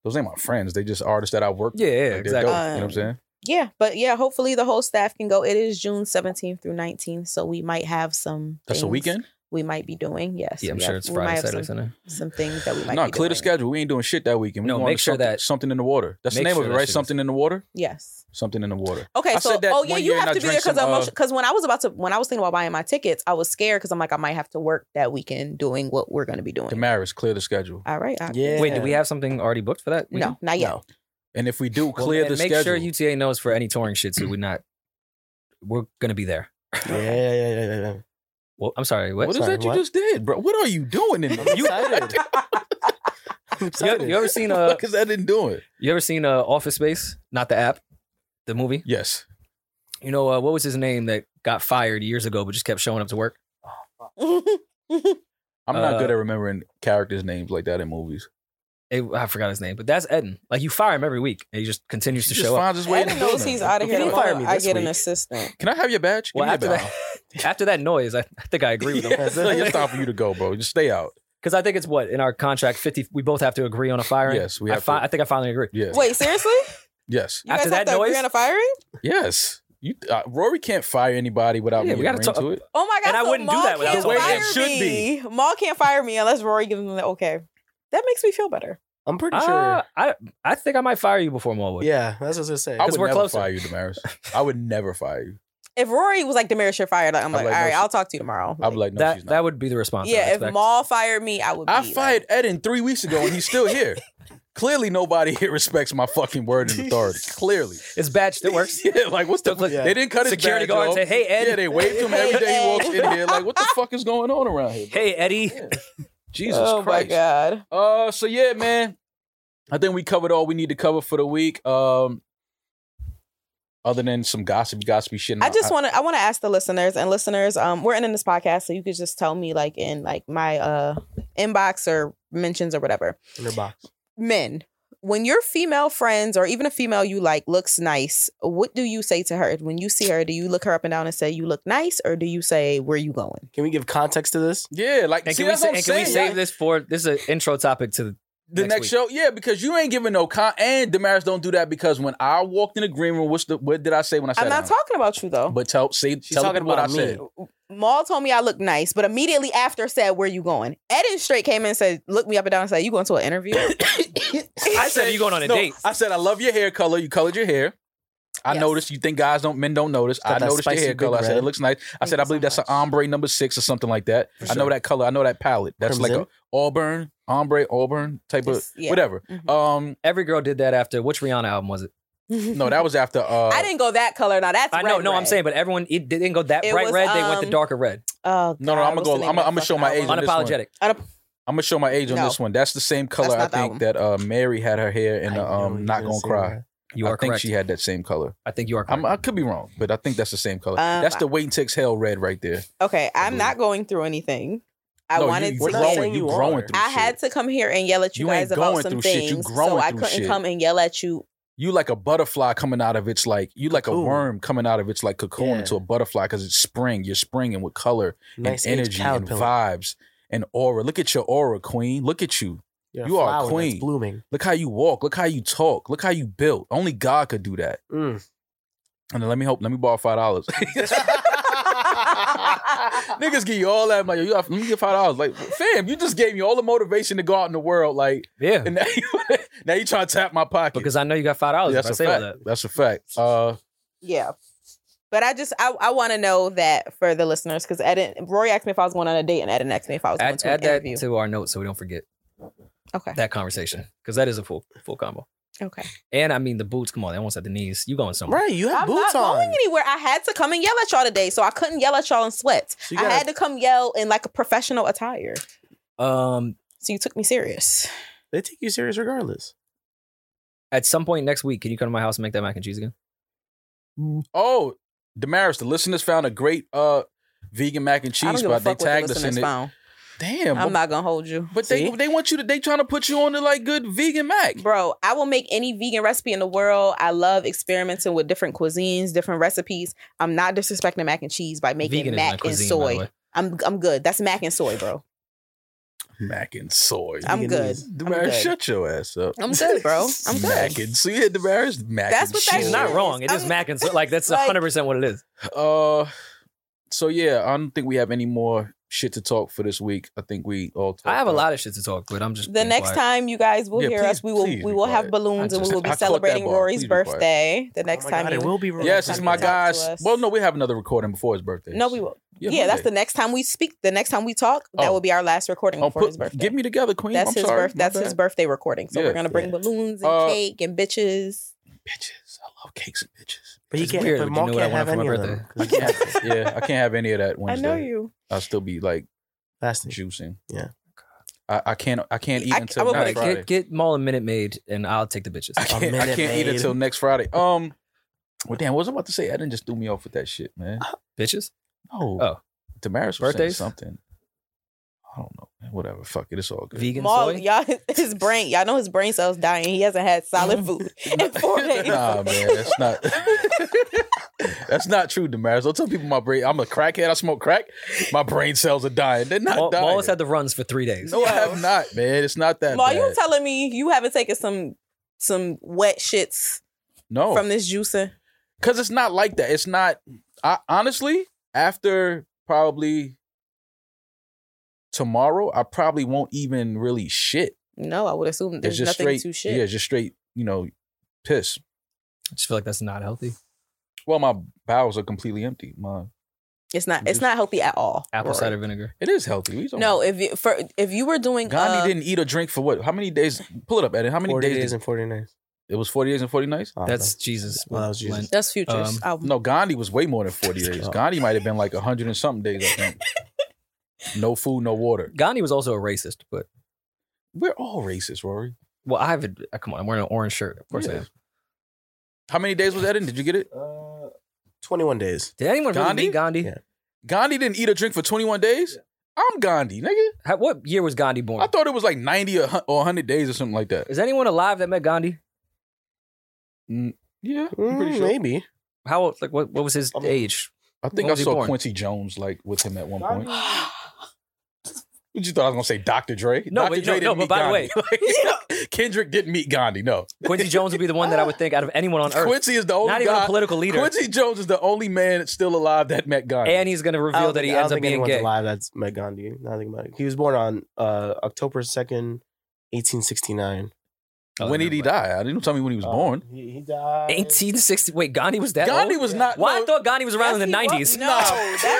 B: Those ain't my friends. They just artists that I work.
C: yeah, yeah,
B: with. Like, they're
C: exactly.
B: dope, you know what I'm saying?
A: yeah, but yeah, hopefully the whole staff can go. It is June 17th through 19th, so we might have some.
B: That's a
A: things
B: weekend.
A: We might be doing. Yes.
C: yeah, I'm
A: we
C: sure
A: have-
C: it's
A: we
C: Friday,
A: might have
C: Saturday,
A: some,
C: Sunday.
A: some things that we might.
B: No,
A: be
B: clear the
A: doing.
B: schedule. We ain't doing shit that weekend. We
C: No,
B: going
C: make
B: to
C: sure
B: something,
C: that-
B: something in the water. That's the
C: make
B: name
C: sure
B: of it,
C: that
B: right?
C: shit is-
B: Something in the water.
A: Yes.
B: Something in the water.
A: Okay.
B: I
A: so,
B: said that
A: oh yeah,
B: one
A: you
B: year and
A: have
B: I
A: to be there
B: drank
A: because
B: some, uh,
A: because when I was about to when I was thinking about buying my tickets, I was scared because I'm like I might have to work that weekend doing what we're going to be doing.
B: Damaris, clear the schedule.
A: All right. I-
D: Yeah.
C: Wait, do we have something already booked for that?
A: No, not yet.
D: No.
B: And if we do,
C: Well,
B: clear
C: and
B: the
C: make
B: schedule.
C: sure UTA knows for any touring shit, so we're not. We're gonna be there.
D: Yeah, yeah, yeah, yeah, yeah.
C: Well, I'm sorry. What?
B: what is
D: Sorry,
B: that you
D: what?
B: just did, bro? What are you doing in
D: I'm
B: you?
D: excited. I'm
C: you,
D: excited.
C: you ever seen
B: What the
C: a
B: fuck is that in doing?
C: You ever seen uh, Office Space? Not the app, the movie.
B: Yes.
C: You know uh, what was his name that got fired years ago, but just kept showing up to work?
B: I'm not
C: Uh,
B: good at remembering characters' names like that in movies.
C: it, I forgot his name, but that's Eden. Like you fire him every week, and he just continues to
B: He just
C: show up.
B: finds his way in the
A: Eden knows
B: building.
A: he's out of here.
D: You
A: the
D: fire
A: moment
D: me
A: I
D: this
A: get an
D: week.
A: assistant.
B: Can I have your badge? Give
C: Well,
B: me your
C: after
B: badge.
C: that, after that noise, I, I think I agree with him
B: Yeah, it's like, it's time for you to go, bro. Just stay out.
C: because I think it's what in our contract fifty. We both have to agree on a firing.
B: Yes, we
C: I,
B: have
C: fi-
B: to.
C: I think I finally agree.
B: Yes.
A: Wait, seriously?
B: Yes.
A: You
C: After
A: guys have
C: that
A: to agree
C: noise?
A: on a firing?
B: Yes. You, uh, Rory can't fire anybody without
C: Yeah,
B: me
C: we gotta
B: agreeing
C: talk-
B: to it.
A: Oh my god!
C: And I
A: so
C: wouldn't do
A: Maul
C: that without
A: can't
B: the way it
A: fire
B: should
A: me. Maul can't fire me unless Rory gives him the okay. That makes me feel better.
D: I'm pretty
C: Uh,
D: sure.
C: I I think I might fire you before Mulwood.
D: Yeah, that's what I was gonna say.
B: I
C: 'Cause
B: would
C: we're
B: never
C: closer.
B: fire you, Damaris. I would never fire you.
A: If Rory was like, Damaris, you're fired, I'm
B: I'm
A: like,
B: like, no,
A: all right,
B: she-
A: I'll talk to you tomorrow.
B: I'd be like, no, she's
C: that
B: not.
C: that would be the response. I
A: yeah, if
C: expect.
A: Maul fired me, I would. Be
B: I
A: like-
B: fired Eden three weeks ago and he's still here. Clearly, nobody here respects my fucking word and authority. Clearly.
C: it's badged, it works.
B: Yeah, like what's the?
C: Look, look,
B: They didn't cut his
C: Security
B: badge
C: guard
B: off.
C: say, "Hey, Ed."
B: Yeah, they waved to him every day he
A: Hey,
B: walks in here. Like, what the fuck is going on around here?
C: Hey Eddie,
B: Jesus
A: oh
B: Christ.
A: my god!
B: Uh, so yeah, man. I think we covered all we need to cover for the week. Um, other than some gossip, gossipy shit.
A: I just want to. I want to ask the listeners and listeners. Um, we're ending this podcast, so you could just tell me like in like my uh inbox or mentions or whatever.
D: In her box.
A: Men, when your female friends or even a female you like looks nice, what do you say to her when you see her? Do you look her up and down and say you look nice, or do you say where you going?
D: Can we give context to this?
B: Yeah, like,
C: and
B: see,
C: can we
B: that's
C: sa-
B: what I'm
C: and can we
B: saying,
C: save
B: like,
C: this for this is an intro topic to the
B: the next,
C: next
B: show? Yeah, because you ain't giving no con. And Damaris don't do that because when I walked in the green room, what's the what did I say when I sat
A: I'm not
B: down?
A: talking about you though.
B: But tell say
D: She's
B: tell
D: talking
B: people what I
D: about me.
B: said.
A: Maul told me I look nice, but immediately after said, "Where you going?" Eden straight came in and said, "Look me up and down and said, you going to an interview?"
C: I said you going on a
B: No,
C: date.
B: I said I love your hair color. You colored your hair. I
A: Yes.
B: noticed you think guys don't men don't notice. I
D: got that
B: noticed your
D: spicy
B: hair
D: big
B: color. I said it
D: red.
B: looks nice. I
A: Thank
B: said
A: you
B: I
A: so
B: believe that's
A: much.
B: an ombre number six or something like that.
D: For
B: I know
D: sure.
B: that color. I know that palette. That's like
D: Crimson.
B: a auburn ombre auburn type of
A: Just- yeah.
B: whatever.
A: Mhm.
B: Um,
C: Every girl did that after which Rihanna album was it?
B: no, that was after. Uh,
A: I didn't go that color. Now that's
C: I know,
A: red,
C: no, I'm
A: red.
C: saying, but everyone it didn't go that
A: It
C: bright
A: was,
C: red. They went the
A: um,
C: darker red.
A: Oh,
B: No, no,
A: God,
B: I'ma
A: what's
B: go-
A: the name
B: I'ma-
A: of that
B: I'ma show my
A: fucking
B: age on
A: album?
B: this one.
C: Unapologetic.
B: I'm gonna show my age on
A: No.
B: this one. That's the same color.
A: not
B: I
A: the
B: think
A: album.
B: that uh, Mary had her hair in. the,
D: I know
B: Um,
D: you're
B: not gonna
D: say
B: cry.
D: that.
C: You
B: I
C: are
B: think
C: correct.
B: she had that same color.
C: I think you are correct.
B: I'm, I could be wrong, but I think that's the same color.
A: Um,
B: that's the wait and takes hell red right there.
A: Okay, I'm
B: believe
A: not going through anything. I
B: No,
A: wanted
B: you,
A: to.
D: we're
B: you
D: not
A: get-
B: growing.
D: saying
B: You
D: you
B: growing
D: are.
B: through.
A: I
B: shit.
A: had to come here and yell at you,
B: You ain't
A: guys about
B: going
A: some
B: through shit,
A: things,
B: you
A: so
B: growing
A: I
B: through
A: couldn't
B: shit.
A: come and yell at you.
B: you like a butterfly coming out of its like you like a
D: Cocoon.
B: worm coming out of its like cocoon
D: Yeah.
B: into a butterfly because it's spring. You're springing with color
D: Nice
B: and energy and vibes and aura. Look at your aura, queen. Look at you. You are a queen.
D: blooming.
B: Look how you walk. Look how you talk. Look how you built. Only God could do that.
D: Mm.
B: And then let me hope. Let me borrow five dollars. Niggas give you all that money. You have, let me get five dollars. Like, fam, you just gave me all the motivation to go out in the world. Like,
C: yeah,
B: and now you, now you trying to tap my pocket
C: because I know you got five dollars.
B: Yeah,
C: if I
B: that's a
C: say all
B: fact.
C: that.
B: That's a fact. Uh,
A: Yeah. But I just I, I want to know that for the listeners because Eden Rory asked me if I was going on a date and Eden asked me if I was going
C: Add,
A: to
C: add
A: an interview.
C: that to our notes so we don't forget
A: okay.
C: that conversation because that is a full full combo.
A: Okay.
C: And I mean the boots. Come on, they almost at the knees. You going somewhere?
D: Right, you have
A: I'm
D: boots
A: not going
D: on.
A: anywhere. I had to come and yell at y'all today, so I couldn't yell at y'all in sweats.
D: So you
A: I
D: gotta-
A: had to come yell in like a professional attire.
C: Um,
A: So you took me serious.
D: They take you serious regardless.
C: at some point next week, can you come to my house and make that mac and cheese again?
B: oh, Damaris, the listeners found a great uh vegan mac and
A: I don't
B: cheese
A: give a
B: spot. They
A: fuck what the
B: tagged us
A: listeners
B: in it.
A: found.
B: Damn,
A: I'm
B: but,
A: not gonna hold you,
B: but they
D: See?
B: they want you to. They trying to put you on to like good vegan mac.
A: bro. I will make any vegan recipe in the world. I love experimenting with different cuisines, different recipes. I'm not disrespecting mac and cheese by making
C: Vegan is my
A: mac and
C: cuisine, by the
A: soy.
C: way.
A: I'm I'm good. That's mac and soy, bro.
B: Mac and soy.
A: I'm good.
D: Veganese.
A: I'm
B: Damaris,
A: good.
B: shut your ass up.
A: I'm good, bro. I'm
B: Mac
A: good.
B: and so yeah, Damaris, mac
A: That's
B: and
A: what that
B: cheese.
C: She's
A: shit
C: not wrong. It is
A: I'm-
C: mac and soy. Like that's
A: Like-
C: 100 percent what it is.
B: Uh, so yeah, I don't think we have any more shit to talk for this week. I think we all. Talked
C: I have a
B: about-
C: lot of shit to talk, but I'm just
A: The
C: being
A: next
C: quiet.
A: time you guys will
B: Yeah,
A: hear
B: please-
A: us, we will
B: please
A: we
B: be
A: will have
B: quiet.
A: balloons and we
B: just-
A: will be
B: I caught that
A: celebrating
B: ball.
A: Rory's
B: Please be quiet.
A: birthday. The next
D: oh my
A: time
D: God,
A: you
D: it will be. wrong.
B: Yes, it's
A: Time
B: my
A: to talk to
B: guys.
A: us.
B: Well, no, we have another recording before his birthday.
A: no, we will. Yeah, that's
B: Monday.
A: the next time we speak. The next time we talk, that
B: Oh.
A: will be our last recording
B: Oh,
A: before
B: put,
A: his birthday.
B: Get me together, Queen.
A: that's
B: I'm
A: his
B: sorry.
A: birth.
B: My
A: That's
B: bad.
A: his birthday recording. So
B: Yeah.
A: we're gonna bring balloons and
B: Uh,
A: cake and bitches.
B: Bitches. I love cakes and bitches.
D: But he
C: It's
D: can't.
C: weird,
D: But
C: but you
D: Maul
C: know what I
D: can't
C: wanted
D: have
C: for my
D: any of
C: birthday.
D: them. 'cause he can't have it.
B: yeah, I can't have any of that Wednesday.
A: I know you.
B: I'll still be like
D: Last thing.
B: juicing.
D: Yeah.
B: I, I can't. I can't eat
A: I-
B: until
A: I will
C: All
A: All
B: next
A: right,
C: right,
B: Friday.
C: get, get Maul a minute made, and I'll take the bitches.
B: I can't. I
D: minute
B: can't eat
D: made.
B: until next Friday. Um. Well, damn. What was I about to say? I didn't just do me off with that shit, man.
C: bitches.
B: No.
C: Oh.
B: Damaris was saying
C: Birthdays?
B: something. I don't know. Man. whatever. Fuck it. It's all good.
C: Vegan
A: Maul,
C: soy?
A: y'all, his brain, y'all know his brain cells dying. He hasn't had solid food in four days.
B: Nah, man, that's not. that's not true, Damaris. Don't tell people my brain. I'm a crackhead. I smoke crack. My brain cells are dying. They're not
C: Maul,
B: dying.
C: Maul has had the runs for three days.
B: no, I have not, man. It's not that.
A: Maul,
B: bad.
A: you telling me you haven't taken some some wet shits
B: no,
A: from this juicer?
B: because it's not like that. It's not. I honestly, after probably tomorrow, I probably won't even really shit.
A: No, I would assume
B: It's
A: there's
B: just
A: nothing
B: straight.
A: to shit.
B: Yeah, it's just straight. You know, piss.
C: I just feel like that's not healthy.
B: Well, my bowels are completely empty. My
A: It's not. It's
B: Just-
A: not healthy at all.
C: Apple
A: Rory.
C: cider vinegar.
B: it is healthy. We don't-
A: No, if you for if you were doing
B: Gandhi
A: uh,
B: didn't eat or drink for what? How many days? Pull it up, Eddie. How many
D: 40
B: days?
D: days,
B: did-
D: and 40 nights.
B: it was forty days and forty nights.
D: Oh,
C: That's Jesus.
D: Well, that was Jesus.
C: Lent.
A: that's futures
C: Um,
A: album.
B: No, Gandhi was way more than forty days.
D: Oh.
B: Gandhi might have been like hundred and something days. I think. no food, no water.
C: Gandhi was also a racist, but
B: We're all racist, Rory.
C: well, I have a uh, come on. I'm wearing an orange shirt. Of course I
B: Yeah.
C: am.
B: How many days was that in? Did you get it?
D: no. Uh, 21 days.
C: Did anyone
B: Gandhi?
C: really meet Gandhi?
D: Yeah.
B: Gandhi didn't eat or drink for twenty one days. I'm Gandhi, nigga.
C: How, what year was Gandhi born?
B: I thought it was like ninety or hun- or hundred days or something like that.
C: Is anyone alive that met Gandhi?
B: Yeah, I'm pretty
D: Mm,
B: sure.
D: Maybe.
C: How old? Like what? What was his
D: I mean-
C: age?
B: I think
C: When
B: I
C: was he
B: saw
C: born?
B: Quincy Jones like with him at one point. What you thought I was gonna say, Dr. Dre?
C: No,
B: Dr.
C: but- no, no, but by the way-
B: the way, Kendrick didn't meet Gandhi. No,
C: Quincy Jones would be the one that I would think out of anyone on earth.
B: Quincy is the only
C: Not even
B: guy.
C: a political leader.
B: Quincy Jones is the only man still alive that met Gandhi.
C: and he's going to
D: I
C: reveal
D: don't
C: that he
D: think- I don't
C: ends up
D: think
C: being
D: anyone's
C: gay.
D: alive that's met Gandhi. Now I think about it. He was born on uh, October 2nd, 1869.
C: Oh,
B: when did he
C: never mind.
B: die? I didn't tell me when he was
D: Uh,
B: born.
D: He, he died.
C: 1860. Wait, Gandhi was Oh. that
B: Gandhi
C: old?
B: was not.
C: Why
B: no,
C: I thought Gandhi was around in the
A: Yes, he was.
C: 90s.
A: No,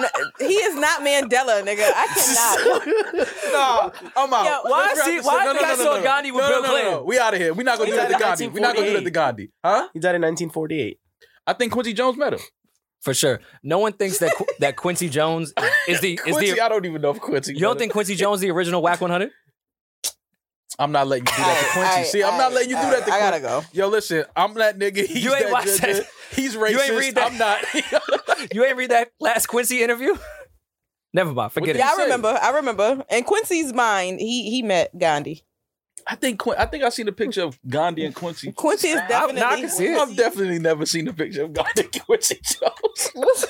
A: that's- he is not Mandela, nigga. I cannot.
B: Nah, I'm out.
A: Yeah, why
B: Let's
C: I see-
B: wrap this
C: why
B: up.
C: I think I saw Gandhi with
B: no,
C: Bill
B: no, no, no, No,
C: Clinton.
B: We out of here. We're not gonna
D: He
B: do that
D: died
B: to Gandhi.
D: in
B: We're not gonna do that to Gandhi. Huh?
D: He died in 1948.
B: I think Quincy Jones met him.
C: For sure. No one thinks that Qu- that Quincy Jones is the is
B: Quincy,
C: the
B: I don't even know if Quincy.
C: You don't
B: met him.
C: think Quincy Jones the original Whack 100?
B: I'm not letting you do that to Quincy. See, I'm not letting you do that to
A: I
B: Quincy.
A: gotta go.
B: Yo, listen, I'm that nigga. He's
C: You ain't
B: that
C: watched
B: judge.
C: that.
B: He's racist.
C: ain't read that.
B: I'm not.
C: You ain't read that last Quincy interview? Never mind. Forget
B: did
C: it.
A: Yeah,
B: he
A: I
B: say?
A: remember. I remember. In Quincy's mind, he he met Gandhi.
B: I think Quin- I think I seen a picture of Gandhi and Quincy.
A: Quincy is
C: now I
A: definitely.
C: can see it.
B: I've definitely never seen a picture of Gandhi and Quincy Jones.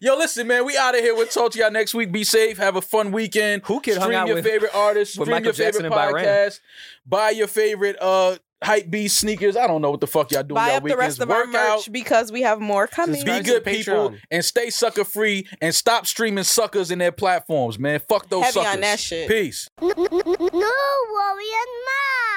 B: Yo, listen, man, we out of here. We'll talk to y'all next week. Be safe. Have a fun weekend.
C: Who kid
B: Stream
C: hung out
B: your
C: with-
B: favorite artists.
C: with
B: Stream
C: Michael
B: your
C: Jackson
B: favorite
C: in Bahrain?
B: podcast. Buy your favorite uh hype beast sneakers. I don't know what the fuck y'all doing.
A: Buy
B: y'all
A: up the
B: weekends.
A: rest of
B: Work
A: our merch
B: out.
A: because we have more coming.
B: Be
D: Subscribe to
B: good
D: the
B: people
D: Patreon.
B: and stay sucker free and stop streaming suckers in their platforms, man. Fuck those
A: Heavy on
B: suckers.
A: that shit.
B: Peace.
F: No, warrior, not.